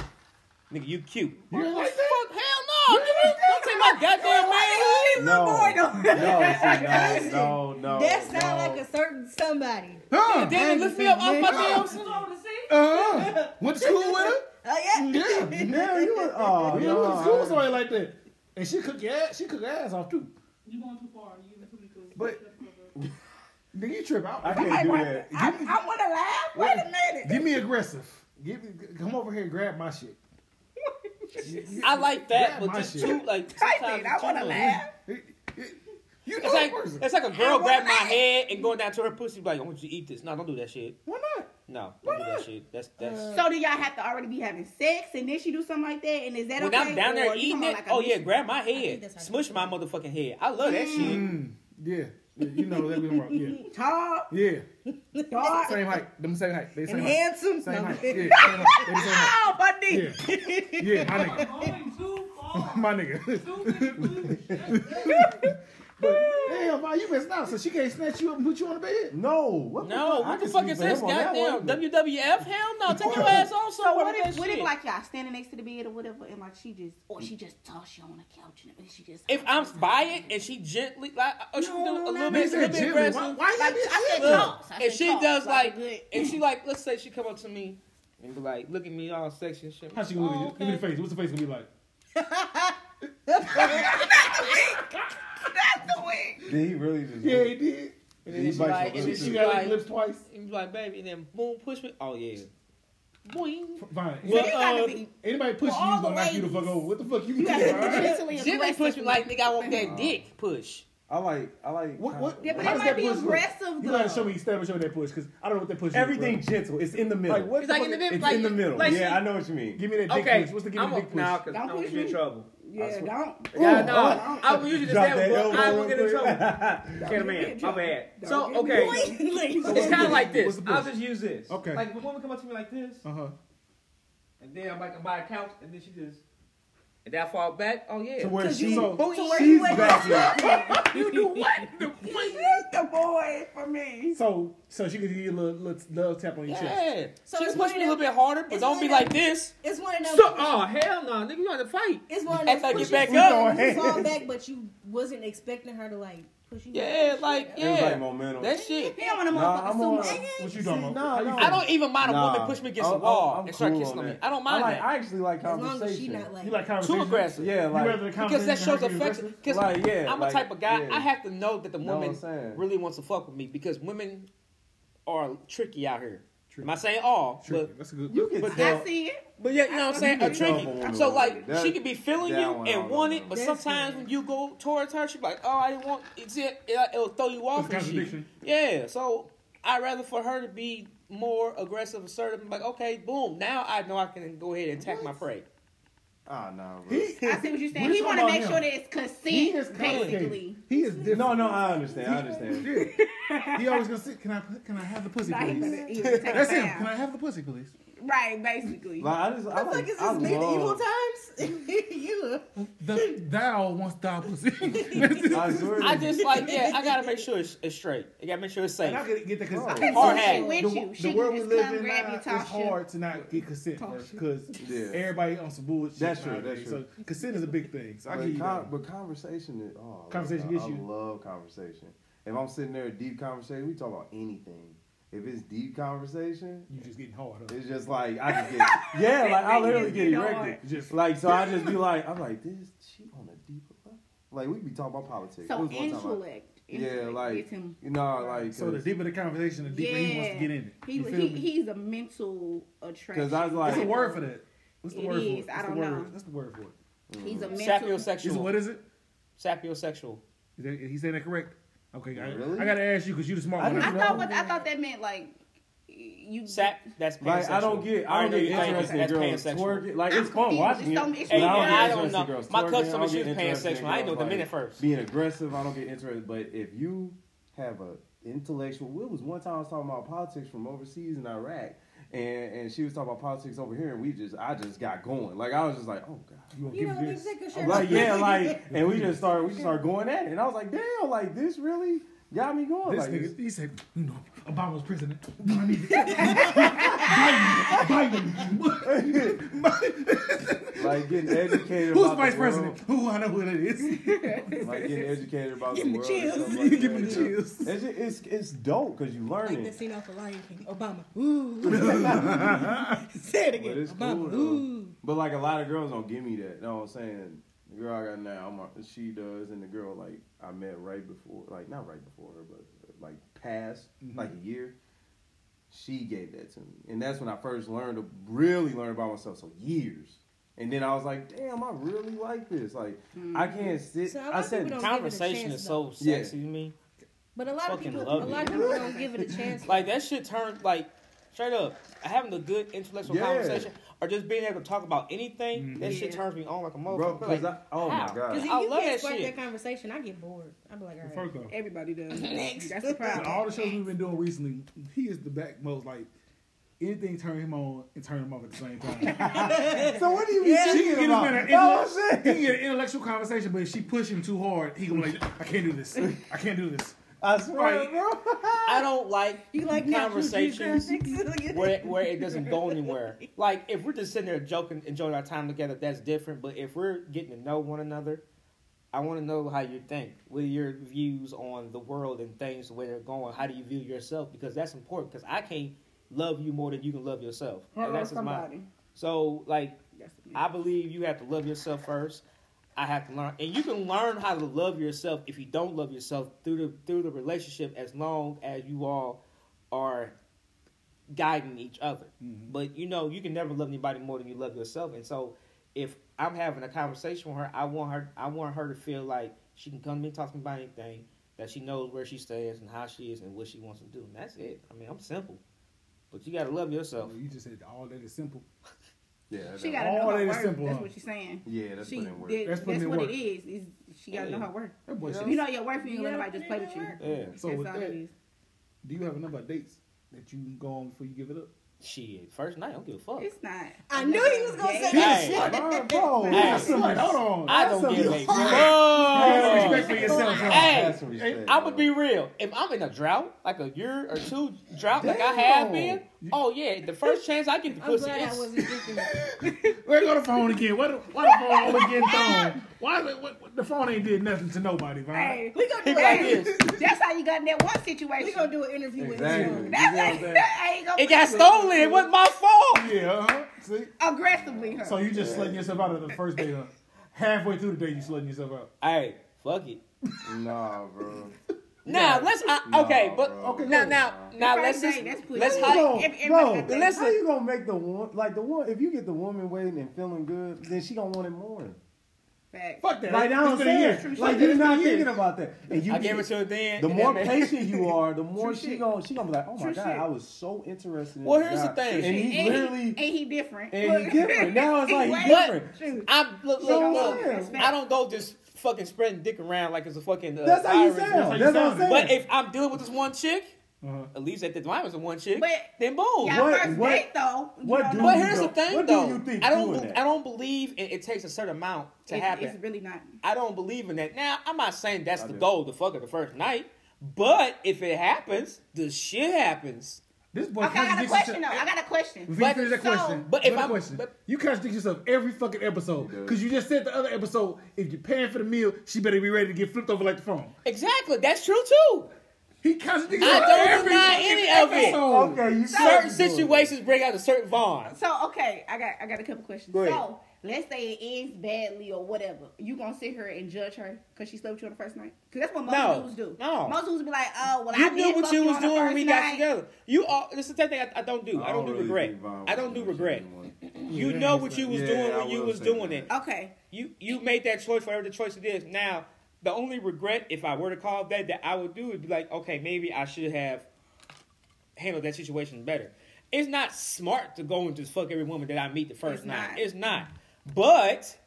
Speaker 3: Nigga, you cute.
Speaker 2: You don't like that?
Speaker 3: Fuck, hell no, nigga. Don't take my goddamn manhood.
Speaker 4: No, no, see, no, no, no.
Speaker 1: That
Speaker 4: no.
Speaker 1: sound like a certain somebody.
Speaker 2: Huh?
Speaker 3: Damn, lift me up off my damn
Speaker 2: Uh, went to school with her?
Speaker 1: Oh yeah.
Speaker 2: Yeah.
Speaker 4: No, you was. Oh,
Speaker 2: Yeah,
Speaker 4: no,
Speaker 2: went to school with
Speaker 4: I-
Speaker 2: somebody like that. And she cook your ass, she cook her ass off too.
Speaker 6: You going too far. You even too many cools.
Speaker 2: But- Nigga, you trip out.
Speaker 4: I can't do that.
Speaker 5: I, I want to laugh. Wait a minute.
Speaker 2: Give me aggressive. Give me, come over here and grab my shit.
Speaker 3: I like that,
Speaker 2: Grab
Speaker 3: but
Speaker 2: my
Speaker 3: just
Speaker 2: shit.
Speaker 3: too like.
Speaker 5: I did. I
Speaker 3: sometimes
Speaker 5: want
Speaker 3: it's
Speaker 5: to
Speaker 3: too
Speaker 5: laugh.
Speaker 2: You know
Speaker 3: It's like
Speaker 2: the person.
Speaker 3: it's like a girl grabbing my head and going down to her pussy like, I want you to eat this. No, don't do that shit.
Speaker 2: Why not?
Speaker 3: No, don't do that shit. That's that's.
Speaker 5: So do y'all have to already be having sex, and then she do something like that, and is that
Speaker 3: when
Speaker 5: okay?
Speaker 3: I'm down
Speaker 5: Or
Speaker 3: there
Speaker 5: you
Speaker 3: eating
Speaker 5: talking
Speaker 3: it,
Speaker 5: about like a
Speaker 3: oh yeah,
Speaker 5: mission?
Speaker 3: grab my
Speaker 1: think
Speaker 3: head,
Speaker 1: that's how
Speaker 3: smush
Speaker 1: you
Speaker 3: my motherfucking head. I love that shit.
Speaker 2: Mm, yeah. Yeah, You know that we don't rock. Yeah.
Speaker 5: Tall,
Speaker 2: Yeah.
Speaker 5: dark.
Speaker 2: Same height. Them same height. They same
Speaker 1: And
Speaker 2: height.
Speaker 1: handsome.
Speaker 2: Same
Speaker 1: No.
Speaker 2: height. Yeah. Same height. They the same height. Yeah.
Speaker 5: Oh, my knee.
Speaker 2: Yeah, my nigga.
Speaker 6: going too far.
Speaker 2: My nigga.
Speaker 6: Too many cools.
Speaker 2: But damn, Ma, you missed out. So she can't snatch you up and put you on the bed.
Speaker 4: No, what the
Speaker 3: No,
Speaker 4: fuck? I
Speaker 3: what the
Speaker 4: can
Speaker 3: fuck
Speaker 4: see
Speaker 3: is
Speaker 4: for
Speaker 3: this?
Speaker 4: him on that
Speaker 3: Goddamn
Speaker 4: one.
Speaker 3: WWF? Hell no, take your ass on
Speaker 5: So
Speaker 3: somewhere.
Speaker 5: what
Speaker 3: with
Speaker 5: if,
Speaker 3: that
Speaker 5: what if
Speaker 3: shit.
Speaker 5: like y'all standing next to the bed or whatever, and like she just, or she just toss you on the couch and she just.
Speaker 3: if I'm by it and she gently like, oh, she do a little
Speaker 2: They
Speaker 3: bit, a little
Speaker 2: said
Speaker 3: bit
Speaker 2: Jimmy. Why,
Speaker 3: aggressive.
Speaker 2: why
Speaker 5: Like,
Speaker 2: you
Speaker 5: I said
Speaker 2: being
Speaker 5: talk.
Speaker 3: Look,
Speaker 5: I
Speaker 3: if
Speaker 5: said
Speaker 3: she
Speaker 5: talk,
Speaker 3: does
Speaker 5: like
Speaker 3: like,
Speaker 5: a good-
Speaker 3: if she like, let's say she come up to me and be like, look at me all sexy and shit.
Speaker 2: How she gonna look at you? Look at the face. What's the face gonna be like?
Speaker 5: That's the way.
Speaker 4: Did he really just?
Speaker 2: Yeah, he did.
Speaker 3: And
Speaker 4: He
Speaker 3: then she
Speaker 4: bites
Speaker 3: like, and
Speaker 4: your
Speaker 3: then
Speaker 4: lips.
Speaker 2: She
Speaker 3: she
Speaker 2: got like,
Speaker 3: like,
Speaker 2: lips twice.
Speaker 3: and be like, baby, and then boom, push me. Oh yeah, boing.
Speaker 2: Fine.
Speaker 3: Well,
Speaker 5: you gotta
Speaker 3: uh,
Speaker 5: be
Speaker 2: Anybody push you, he's
Speaker 5: all the
Speaker 2: gonna knock you the
Speaker 5: ladies.
Speaker 2: fuck over. What the fuck you
Speaker 5: You gotta
Speaker 2: mean? all
Speaker 5: be
Speaker 2: right?
Speaker 5: mentally
Speaker 3: Jimmy
Speaker 5: aggressive.
Speaker 3: pushed me like, nigga, I want that dick push.
Speaker 4: I like, I like.
Speaker 2: What? What?
Speaker 5: Yeah, but
Speaker 2: how
Speaker 5: it
Speaker 2: does
Speaker 5: might be
Speaker 2: push look?
Speaker 5: aggressive
Speaker 2: You gotta
Speaker 5: though.
Speaker 2: show me. Establish show me that push, cause I don't know what that push. is,
Speaker 4: Everything
Speaker 2: bro.
Speaker 4: gentle. It's in the middle.
Speaker 2: Like what?
Speaker 3: It's
Speaker 2: the
Speaker 3: like
Speaker 2: fuck
Speaker 3: in the
Speaker 2: is-
Speaker 3: middle.
Speaker 4: It's
Speaker 3: like,
Speaker 4: in the middle.
Speaker 3: Like,
Speaker 4: yeah, I know what you mean.
Speaker 2: Give me that dick
Speaker 3: Okay,
Speaker 2: push. What's the give me
Speaker 3: I'm
Speaker 2: the
Speaker 3: a,
Speaker 2: dick push?
Speaker 3: Nah, cause
Speaker 5: Don't
Speaker 3: I don't
Speaker 5: push
Speaker 3: get in
Speaker 5: me.
Speaker 3: trouble.
Speaker 5: Yeah, don't.
Speaker 3: yeah,
Speaker 4: Ooh,
Speaker 3: no,
Speaker 4: oh.
Speaker 3: I would usually just
Speaker 4: Drop
Speaker 3: say,
Speaker 4: that
Speaker 3: well,
Speaker 4: elbow.
Speaker 3: I will
Speaker 4: real
Speaker 3: get in
Speaker 4: quick.
Speaker 3: trouble. Get a man, my bad. So,
Speaker 5: Don't
Speaker 3: okay,
Speaker 5: get Like,
Speaker 3: it's kind
Speaker 2: What's
Speaker 3: of
Speaker 2: the-
Speaker 3: like
Speaker 2: what's
Speaker 3: this.
Speaker 2: the push?
Speaker 3: I'll just use this.
Speaker 2: Okay.
Speaker 3: Like, if a woman come up to me like this,
Speaker 2: Uh huh.
Speaker 3: and then I'm like, I'm by a couch, and then she just, and then I fall back, oh yeah.
Speaker 4: To where she,
Speaker 2: so-
Speaker 1: To where
Speaker 4: she's
Speaker 1: you at?
Speaker 4: back here.
Speaker 2: You do what? The
Speaker 5: This is the boy for me.
Speaker 2: So, so she could give you a little, little love tap on your chest.
Speaker 3: Yeah.
Speaker 1: So
Speaker 3: she
Speaker 1: it's
Speaker 3: can push
Speaker 1: one
Speaker 3: me
Speaker 1: of
Speaker 3: a little
Speaker 1: them-
Speaker 3: bit harder, but
Speaker 1: it's
Speaker 3: don't
Speaker 1: one
Speaker 3: be
Speaker 1: of them-
Speaker 3: like this.
Speaker 1: It's one of them.
Speaker 3: So, oh, hell no, nigga, you got to fight.
Speaker 1: It's one of
Speaker 3: After I
Speaker 1: those pushes
Speaker 3: get back
Speaker 1: you
Speaker 3: up.
Speaker 1: you fall back, but you wasn't expecting her to like push you.
Speaker 3: Yeah, like,
Speaker 4: It was like
Speaker 3: yeah.
Speaker 4: momentum.
Speaker 3: That shit.
Speaker 5: He don't want a
Speaker 4: Nah,
Speaker 5: motherfucker
Speaker 4: I'm
Speaker 5: so
Speaker 4: on.
Speaker 5: much.
Speaker 2: What you talking about?
Speaker 4: Nah,
Speaker 2: How you
Speaker 4: nah.
Speaker 2: feel?
Speaker 3: I don't even mind a woman
Speaker 4: Nah.
Speaker 3: push me against
Speaker 4: I'm-
Speaker 3: the wall
Speaker 4: I'm
Speaker 3: and start
Speaker 4: cool
Speaker 3: kissing
Speaker 4: on
Speaker 3: on me.
Speaker 4: that.
Speaker 3: I don't mind
Speaker 4: like,
Speaker 3: that.
Speaker 4: I actually like
Speaker 1: As
Speaker 4: conversation.
Speaker 1: long as she not like.
Speaker 2: You like
Speaker 3: Too
Speaker 2: conversation?
Speaker 3: aggressive.
Speaker 4: yeah,
Speaker 2: You
Speaker 4: like
Speaker 2: rather the
Speaker 3: Because
Speaker 2: conversation
Speaker 3: that shows
Speaker 2: than her being
Speaker 3: affection.
Speaker 2: aggressive?
Speaker 3: Because
Speaker 4: Like, yeah,
Speaker 3: I'm
Speaker 4: like,
Speaker 3: a type of guy.
Speaker 4: yeah.
Speaker 3: I have to know that the
Speaker 4: Know what
Speaker 3: woman
Speaker 4: I'm saying?
Speaker 3: really wants to fuck with me because women are tricky out here.
Speaker 2: Tricky.
Speaker 3: I'm not saying all,
Speaker 2: Tricky. That's a good.
Speaker 4: You can
Speaker 3: But
Speaker 4: tell.
Speaker 5: I see it.
Speaker 3: but but yeah, you know what I'm saying.
Speaker 4: You
Speaker 3: A
Speaker 4: can tell if a
Speaker 3: tricky.
Speaker 4: woman
Speaker 3: So
Speaker 4: wants
Speaker 3: like
Speaker 4: it. That-
Speaker 3: she could be feeling
Speaker 4: that
Speaker 3: you
Speaker 4: one I
Speaker 3: and
Speaker 4: don't
Speaker 3: want
Speaker 4: know.
Speaker 3: it, but
Speaker 1: That's
Speaker 3: sometimes
Speaker 1: it.
Speaker 3: when you go towards her, she be like, "Oh, I didn't want it's it." It'll, it'll throw you off
Speaker 2: It's a
Speaker 3: and shit.
Speaker 2: contradiction.
Speaker 3: Yeah. So I'd rather for her to be more aggressive, assertive, and like, "Okay, boom, now I know I can go ahead and attack my prey."
Speaker 4: Oh, no, bro.
Speaker 2: He,
Speaker 5: I see what you're saying.
Speaker 2: We're
Speaker 5: He want to
Speaker 2: talking
Speaker 5: make
Speaker 2: about him.
Speaker 5: sure that it's
Speaker 2: he is
Speaker 5: consent,
Speaker 2: complicated.
Speaker 5: basically.
Speaker 2: He is different.
Speaker 4: No, no, I understand. I understand.
Speaker 2: Yeah. he always gonna sit. Can I? Can I have the pussy,
Speaker 5: Like,
Speaker 2: please?
Speaker 5: he better- he better take
Speaker 2: That's
Speaker 5: a
Speaker 2: him.
Speaker 5: bow.
Speaker 2: Can I have the pussy, please?
Speaker 5: Right, basically.
Speaker 4: Like I just, I
Speaker 1: What the
Speaker 4: like,
Speaker 1: fuck is
Speaker 4: I
Speaker 1: this mean? The evil
Speaker 4: love.
Speaker 1: times? you.
Speaker 2: The thou wants thou position.
Speaker 4: I swear.
Speaker 3: I
Speaker 4: to
Speaker 3: just like yeah. I gotta make sure it's, it's straight. I gotta make sure it's safe.
Speaker 2: And I get, get that because
Speaker 4: Hard
Speaker 3: Hard
Speaker 5: she
Speaker 3: hat.
Speaker 5: with
Speaker 2: the,
Speaker 5: you.
Speaker 2: the
Speaker 5: She
Speaker 2: world
Speaker 5: can
Speaker 2: we
Speaker 5: just
Speaker 2: live
Speaker 5: come
Speaker 2: in
Speaker 5: grab
Speaker 2: now,
Speaker 5: you,
Speaker 2: it's
Speaker 5: talk shit.
Speaker 2: hard to not get consent
Speaker 5: Talk shit.
Speaker 2: because
Speaker 4: Yeah.
Speaker 2: everybody on some bullshit.
Speaker 4: That's true,
Speaker 2: nowadays.
Speaker 4: that's true.
Speaker 2: So consent is a big thing. So I
Speaker 4: But,
Speaker 2: give you
Speaker 4: con-
Speaker 2: that.
Speaker 4: but conversation is oh,
Speaker 2: Conversation
Speaker 4: I,
Speaker 2: gets
Speaker 4: I
Speaker 2: you.
Speaker 4: love conversation. If I'm sitting there, deep conversation, we talk about anything. If it's deep conversation,
Speaker 2: You just getting hard. Huh?
Speaker 4: it's just like I just get yeah, like I literally get
Speaker 5: Get hard.
Speaker 4: erected. Just like so, I just be like, I'm like this. She on a deeper level. Like we be talking about politics. It
Speaker 5: So
Speaker 4: was one time I-
Speaker 5: intellect.
Speaker 4: yeah,
Speaker 5: Intellect
Speaker 4: like
Speaker 5: gets him.
Speaker 4: you know, like
Speaker 2: So the deeper the conversation, the deeper he wants to
Speaker 5: Yeah.
Speaker 2: get in it.
Speaker 5: He,
Speaker 2: You feel
Speaker 5: he
Speaker 2: me?
Speaker 5: he's a mental attraction.
Speaker 4: because I was like,
Speaker 2: What's the word for that? What's the
Speaker 5: It
Speaker 2: word for
Speaker 5: is,
Speaker 2: it?
Speaker 5: I
Speaker 2: What's the
Speaker 5: don't
Speaker 2: word?
Speaker 5: know.
Speaker 2: That's the word for it.
Speaker 5: He's a mental.
Speaker 2: Is it
Speaker 3: Sapiosexual.
Speaker 2: what is it?
Speaker 3: Sapiosexual.
Speaker 2: Is that, he saying that correct? Okay, I,
Speaker 4: Really?
Speaker 2: I gotta ask you because you the smart
Speaker 4: I
Speaker 2: one.
Speaker 5: I
Speaker 4: didn't-
Speaker 5: thought what I thought that meant like you.
Speaker 3: Sap. That's
Speaker 4: Like
Speaker 3: pansexual.
Speaker 4: I don't get, I
Speaker 3: already
Speaker 4: don't get
Speaker 3: know you think
Speaker 4: interested in girls
Speaker 3: that's pansexual.
Speaker 4: twerking. Like
Speaker 5: I'm
Speaker 4: it's fun
Speaker 5: confused.
Speaker 4: watching
Speaker 5: It's so-
Speaker 4: it.
Speaker 5: it's
Speaker 4: but
Speaker 5: so
Speaker 4: I don't, get
Speaker 5: weird. I
Speaker 3: don't
Speaker 4: interested in
Speaker 3: know.
Speaker 4: girls
Speaker 3: My
Speaker 4: twerking.
Speaker 3: cousin told me
Speaker 4: don't
Speaker 3: she
Speaker 4: get
Speaker 3: was
Speaker 4: interested in
Speaker 3: pansexual. I didn't know
Speaker 4: girls,
Speaker 3: the minute
Speaker 4: like,
Speaker 3: first.
Speaker 4: Being aggressive, I don't get interested. But if you have a intellectual, it was one time I was talking about politics from overseas in Iraq, and and she was talking about politics over here, and we just, I just got going. Like I was just like, oh god.
Speaker 2: You gonna
Speaker 1: You
Speaker 2: give
Speaker 1: don't
Speaker 2: me
Speaker 1: need to
Speaker 2: this?
Speaker 1: take a shirt
Speaker 4: Like
Speaker 1: off.
Speaker 4: yeah, like, and we just started, we just started going at it, and I was like, damn, like this really got me going.
Speaker 2: This
Speaker 4: like,
Speaker 2: nigga, he said, you know, Obama's president. I need to- Biden, Biden.
Speaker 4: like getting educated.
Speaker 2: Who's
Speaker 4: about the
Speaker 2: vice
Speaker 4: world.
Speaker 2: president? Who I know who that is.
Speaker 4: like getting educated about
Speaker 1: Give me
Speaker 4: the
Speaker 1: the
Speaker 4: world.
Speaker 1: chills.
Speaker 4: and stuff like
Speaker 2: Give me
Speaker 4: that,
Speaker 2: the
Speaker 4: you know.
Speaker 2: chills.
Speaker 4: It's, ju- it's it's dope because you learn
Speaker 1: Like the
Speaker 4: it.
Speaker 1: scene off of Lion King. Obama. Ooh. Say it
Speaker 4: But
Speaker 1: again.
Speaker 4: it's cool.
Speaker 1: Obama.
Speaker 4: though.
Speaker 1: Ooh.
Speaker 4: But like a lot of girls don't give me that. You know what I'm saying? The girl I got now, I'm a, she does, and the girl like I met right before, like not right before her, but like past, like a year. She gave that to me, and that's when I first learned to really learn about myself. So years, and then I was like, damn, I really like this. Like I can't sit.
Speaker 1: So a lot
Speaker 4: I
Speaker 1: of
Speaker 4: said,
Speaker 1: people don't-
Speaker 3: Conversation is so
Speaker 4: Yeah.
Speaker 3: sexy to me.
Speaker 1: But a lot of
Speaker 3: Fucking
Speaker 1: people,
Speaker 3: love
Speaker 1: a
Speaker 3: it.
Speaker 1: lot of people don't give it a chance.
Speaker 3: Like that shit turned like straight up. Having a good intellectual
Speaker 4: Yeah. Mm-hmm.
Speaker 3: conversation or just being able to talk about anything, that shit
Speaker 5: Yeah.
Speaker 3: turns me on like a
Speaker 4: bro,
Speaker 3: motherfucker.
Speaker 4: because
Speaker 3: Like,
Speaker 4: I, oh my
Speaker 3: how?
Speaker 1: Because
Speaker 4: god,
Speaker 1: if
Speaker 3: I
Speaker 1: you
Speaker 3: love
Speaker 1: can't
Speaker 3: that
Speaker 1: spark
Speaker 3: shit.
Speaker 1: that conversation, I get bored. I'd be like, all
Speaker 2: First
Speaker 1: right.
Speaker 2: off,
Speaker 5: Everybody does.
Speaker 1: Next.
Speaker 5: That's the
Speaker 2: out of all
Speaker 5: problem.
Speaker 2: the shows we've been doing recently, he is the back most like anything turn him on and turn him off at the same time.
Speaker 4: so what do you
Speaker 2: she
Speaker 4: be
Speaker 2: can
Speaker 4: cheating
Speaker 2: get
Speaker 4: about?
Speaker 2: him in an
Speaker 4: No,
Speaker 2: intellect-
Speaker 4: I'm
Speaker 2: he
Speaker 4: saying.
Speaker 2: can get an intellectual conversation, but if she push him too hard, he gonna be like, I can't do this. I can't do this.
Speaker 4: I swear,
Speaker 2: Like-
Speaker 4: bro.
Speaker 3: I don't like
Speaker 1: You like
Speaker 3: conversations
Speaker 1: Where,
Speaker 3: where where it doesn't go anywhere. Like if we're just sitting there joking, enjoying our time together, that's different. But if we're getting to know one another, I want to know how you think. What are your views on the world and things, the way they're going? How do you view yourself? Because that's important. Because I can't love you more than you can love yourself. And
Speaker 5: Hello,
Speaker 3: that's just my-
Speaker 5: somebody.
Speaker 3: so like
Speaker 5: That's the
Speaker 3: I believe you have to love yourself first. I have to learn, and you can learn how to love yourself if you don't love yourself through the through the relationship. As long as you all are guiding each other,
Speaker 4: Mm-hmm.
Speaker 3: but you know you can never love anybody more than you love yourself. And so, if I'm having a conversation with her, I want her I want her to feel like she can come to me and talk to me about anything that she knows where she stands and how she is and what she wants to do. And that's it. I mean, I'm simple, but you got to love yourself.
Speaker 2: You just said all that is simple.
Speaker 4: Yeah,
Speaker 5: She
Speaker 4: that-
Speaker 5: gotta
Speaker 2: All that
Speaker 5: know her
Speaker 2: is
Speaker 5: worth.
Speaker 2: simple,
Speaker 5: That's
Speaker 2: huh?
Speaker 5: what she's saying.
Speaker 4: yeah, that's
Speaker 5: she
Speaker 4: putting in work.
Speaker 5: did-
Speaker 2: That's
Speaker 5: that's,
Speaker 2: putting in
Speaker 5: what
Speaker 2: work.
Speaker 5: it is. is she gotta know
Speaker 3: Yeah.
Speaker 5: her worth.
Speaker 2: That boy
Speaker 4: Yeah.
Speaker 2: said,
Speaker 5: You know your worth, you
Speaker 1: You
Speaker 5: don't let
Speaker 1: gotta
Speaker 5: nobody just play with you.
Speaker 1: put
Speaker 3: Yeah.
Speaker 5: That's
Speaker 2: So
Speaker 5: all
Speaker 2: with that-
Speaker 5: it is.
Speaker 2: Do you have a number of dates that you can go on before you give it up?
Speaker 3: Shit, first night, I don't give a fuck.
Speaker 5: It's not.
Speaker 1: I knew he was gonna say that
Speaker 3: Hey.
Speaker 1: shit.
Speaker 4: Bro, bro,
Speaker 3: Hey.
Speaker 4: that's some-
Speaker 2: Like, hold on.
Speaker 3: I don't give a
Speaker 2: Have some
Speaker 3: fuck.
Speaker 2: respect for yourself. bro.
Speaker 3: Hey,
Speaker 4: that's some respect,
Speaker 3: I'm gonna be
Speaker 4: bro.
Speaker 3: real. If I'm in a drought, like a year or two drought, like I have been, oh yeah, the first chance I get the
Speaker 1: I'm
Speaker 3: pussy,
Speaker 1: glad I
Speaker 3: it's,
Speaker 1: wasn't drinking that.
Speaker 2: Where go the phone again? Why the, why the phone always getting thrown? Why the, what, what- the phone ain't did nothing to nobody, man?
Speaker 5: Hey,
Speaker 1: We gonna
Speaker 3: He
Speaker 1: do
Speaker 3: be like
Speaker 1: it.
Speaker 3: this.
Speaker 5: that's how you got in that one
Speaker 1: We
Speaker 5: situation.
Speaker 1: gonna do an interview with
Speaker 4: Exactly. You
Speaker 1: him.
Speaker 4: get what I'm
Speaker 5: That's
Speaker 4: saying?
Speaker 5: that ain't gonna
Speaker 3: It got stolen. It wasn't my fault.
Speaker 2: Yeah, uh-huh. See?
Speaker 5: aggressively. Her.
Speaker 2: So you just slutting yourself out of the first day, huh? Halfway through the day, you slutting yourself out.
Speaker 3: Hey, fuck it.
Speaker 4: Nah, bro.
Speaker 3: Now let's I,
Speaker 4: Nah,
Speaker 3: okay, but
Speaker 4: bro. Okay,
Speaker 3: now
Speaker 4: go.
Speaker 3: now now
Speaker 5: First
Speaker 3: let's just
Speaker 5: date, that's pussy.
Speaker 3: let's
Speaker 5: Let's
Speaker 3: hide.
Speaker 5: go. If- if- Bro, if- if-
Speaker 4: how you gonna make the one like the one? If you get the woman waiting and feeling good, then she gonna want it more.
Speaker 5: Fact.
Speaker 2: Fuck that.
Speaker 4: Like
Speaker 2: It's
Speaker 4: I'm
Speaker 2: been a year.
Speaker 4: saying, like
Speaker 2: Fuck
Speaker 4: you're
Speaker 2: that.
Speaker 4: not thinking about that. And you
Speaker 3: I gave it to her then.
Speaker 4: the
Speaker 3: and
Speaker 4: more
Speaker 3: that-
Speaker 4: patient you are, the more she
Speaker 5: shit.
Speaker 4: gonna she gonna be like, oh my
Speaker 5: True
Speaker 4: god,
Speaker 5: shit.
Speaker 4: I was so interested. in
Speaker 3: Well,
Speaker 4: this
Speaker 3: here's the
Speaker 4: guy."
Speaker 3: thing.
Speaker 4: and
Speaker 5: And
Speaker 4: he literally
Speaker 5: and he different.
Speaker 4: and he
Speaker 5: Look.
Speaker 4: different. Now it's like
Speaker 5: Wait.
Speaker 4: he different.
Speaker 3: I look,
Speaker 4: So
Speaker 3: look,
Speaker 4: what?
Speaker 3: look. I don't go just fucking spreading dick around like it's a fucking. Uh,
Speaker 4: That's how you
Speaker 3: virus.
Speaker 4: sound.
Speaker 2: That's
Speaker 4: That's
Speaker 2: how
Speaker 4: what
Speaker 2: you
Speaker 4: I'm saying.
Speaker 3: But if I'm dealing with this one chick,
Speaker 2: Uh-huh.
Speaker 3: At least at the time it was one chick.
Speaker 5: But
Speaker 3: then boom.
Speaker 5: y'all
Speaker 4: What-
Speaker 5: first
Speaker 4: what-
Speaker 5: date though. you
Speaker 4: what
Speaker 5: don't
Speaker 4: do
Speaker 5: know.
Speaker 3: But
Speaker 4: you
Speaker 3: here's the
Speaker 4: don't-
Speaker 3: thing,
Speaker 4: what do
Speaker 3: though.
Speaker 4: you think
Speaker 3: I don't.
Speaker 4: doing
Speaker 3: be-
Speaker 4: that?
Speaker 3: I don't believe it, it takes a certain amount to
Speaker 5: It's-
Speaker 3: happen.
Speaker 5: It's really not.
Speaker 3: I don't believe in that. Now, I'm not saying that's
Speaker 4: I
Speaker 3: the
Speaker 4: do.
Speaker 3: goal, the fuck of the first night. But if it happens, the shit happens.
Speaker 2: This boy
Speaker 5: Okay, I got a
Speaker 2: contradicts
Speaker 5: question though.
Speaker 2: himself-
Speaker 5: I got a question.
Speaker 2: Before you
Speaker 3: But-
Speaker 2: finish that
Speaker 5: so-
Speaker 2: question,
Speaker 3: but if
Speaker 2: another
Speaker 3: I'm-
Speaker 2: question.
Speaker 3: but-
Speaker 2: you contradict yourself every fucking episode
Speaker 4: Yeah.
Speaker 2: because you just said the other episode. If you're paying for the meal, she better be ready to get flipped over like the phone.
Speaker 3: Exactly. That's true, too.
Speaker 2: He contradicts
Speaker 3: I
Speaker 2: himself
Speaker 3: don't
Speaker 2: every
Speaker 3: deny
Speaker 2: fucking
Speaker 3: any of it.
Speaker 2: episode.
Speaker 4: Okay, you
Speaker 3: Certain
Speaker 4: can't do it.
Speaker 3: situations bring out a certain bond.
Speaker 5: So okay, I got I got a couple questions.
Speaker 4: Go ahead.
Speaker 5: So let's say it ends badly or whatever. You gonna sit here and judge her because she slept with you on the first night? Because that's what most
Speaker 3: No,
Speaker 5: dudes do.
Speaker 3: no.
Speaker 5: Most dudes be like, oh well, I
Speaker 3: You
Speaker 5: did
Speaker 3: knew what
Speaker 5: fuck
Speaker 3: you was
Speaker 5: on the
Speaker 3: doing when
Speaker 5: first
Speaker 3: we got
Speaker 5: night.
Speaker 3: together. You are. This is the thing I, I don't do. I don't, do
Speaker 4: really
Speaker 3: regret.
Speaker 4: think about
Speaker 3: I don't do
Speaker 4: that shit
Speaker 3: regret.
Speaker 4: anymore.
Speaker 3: You
Speaker 2: Yeah,
Speaker 3: know
Speaker 2: it's
Speaker 3: what you
Speaker 2: like-
Speaker 3: was
Speaker 4: Yeah,
Speaker 3: doing
Speaker 4: I
Speaker 3: when you
Speaker 4: will
Speaker 3: was
Speaker 4: say
Speaker 3: doing
Speaker 4: that.
Speaker 3: it.
Speaker 5: Okay.
Speaker 3: You you made that choice whatever the choice it is. Now, the only regret, if I were to call that, that I would do would be like, okay, maybe I should have handled that situation better. It's not smart to go and just fuck every woman that I meet the first
Speaker 5: It's
Speaker 3: night.
Speaker 5: not.
Speaker 3: It's not. But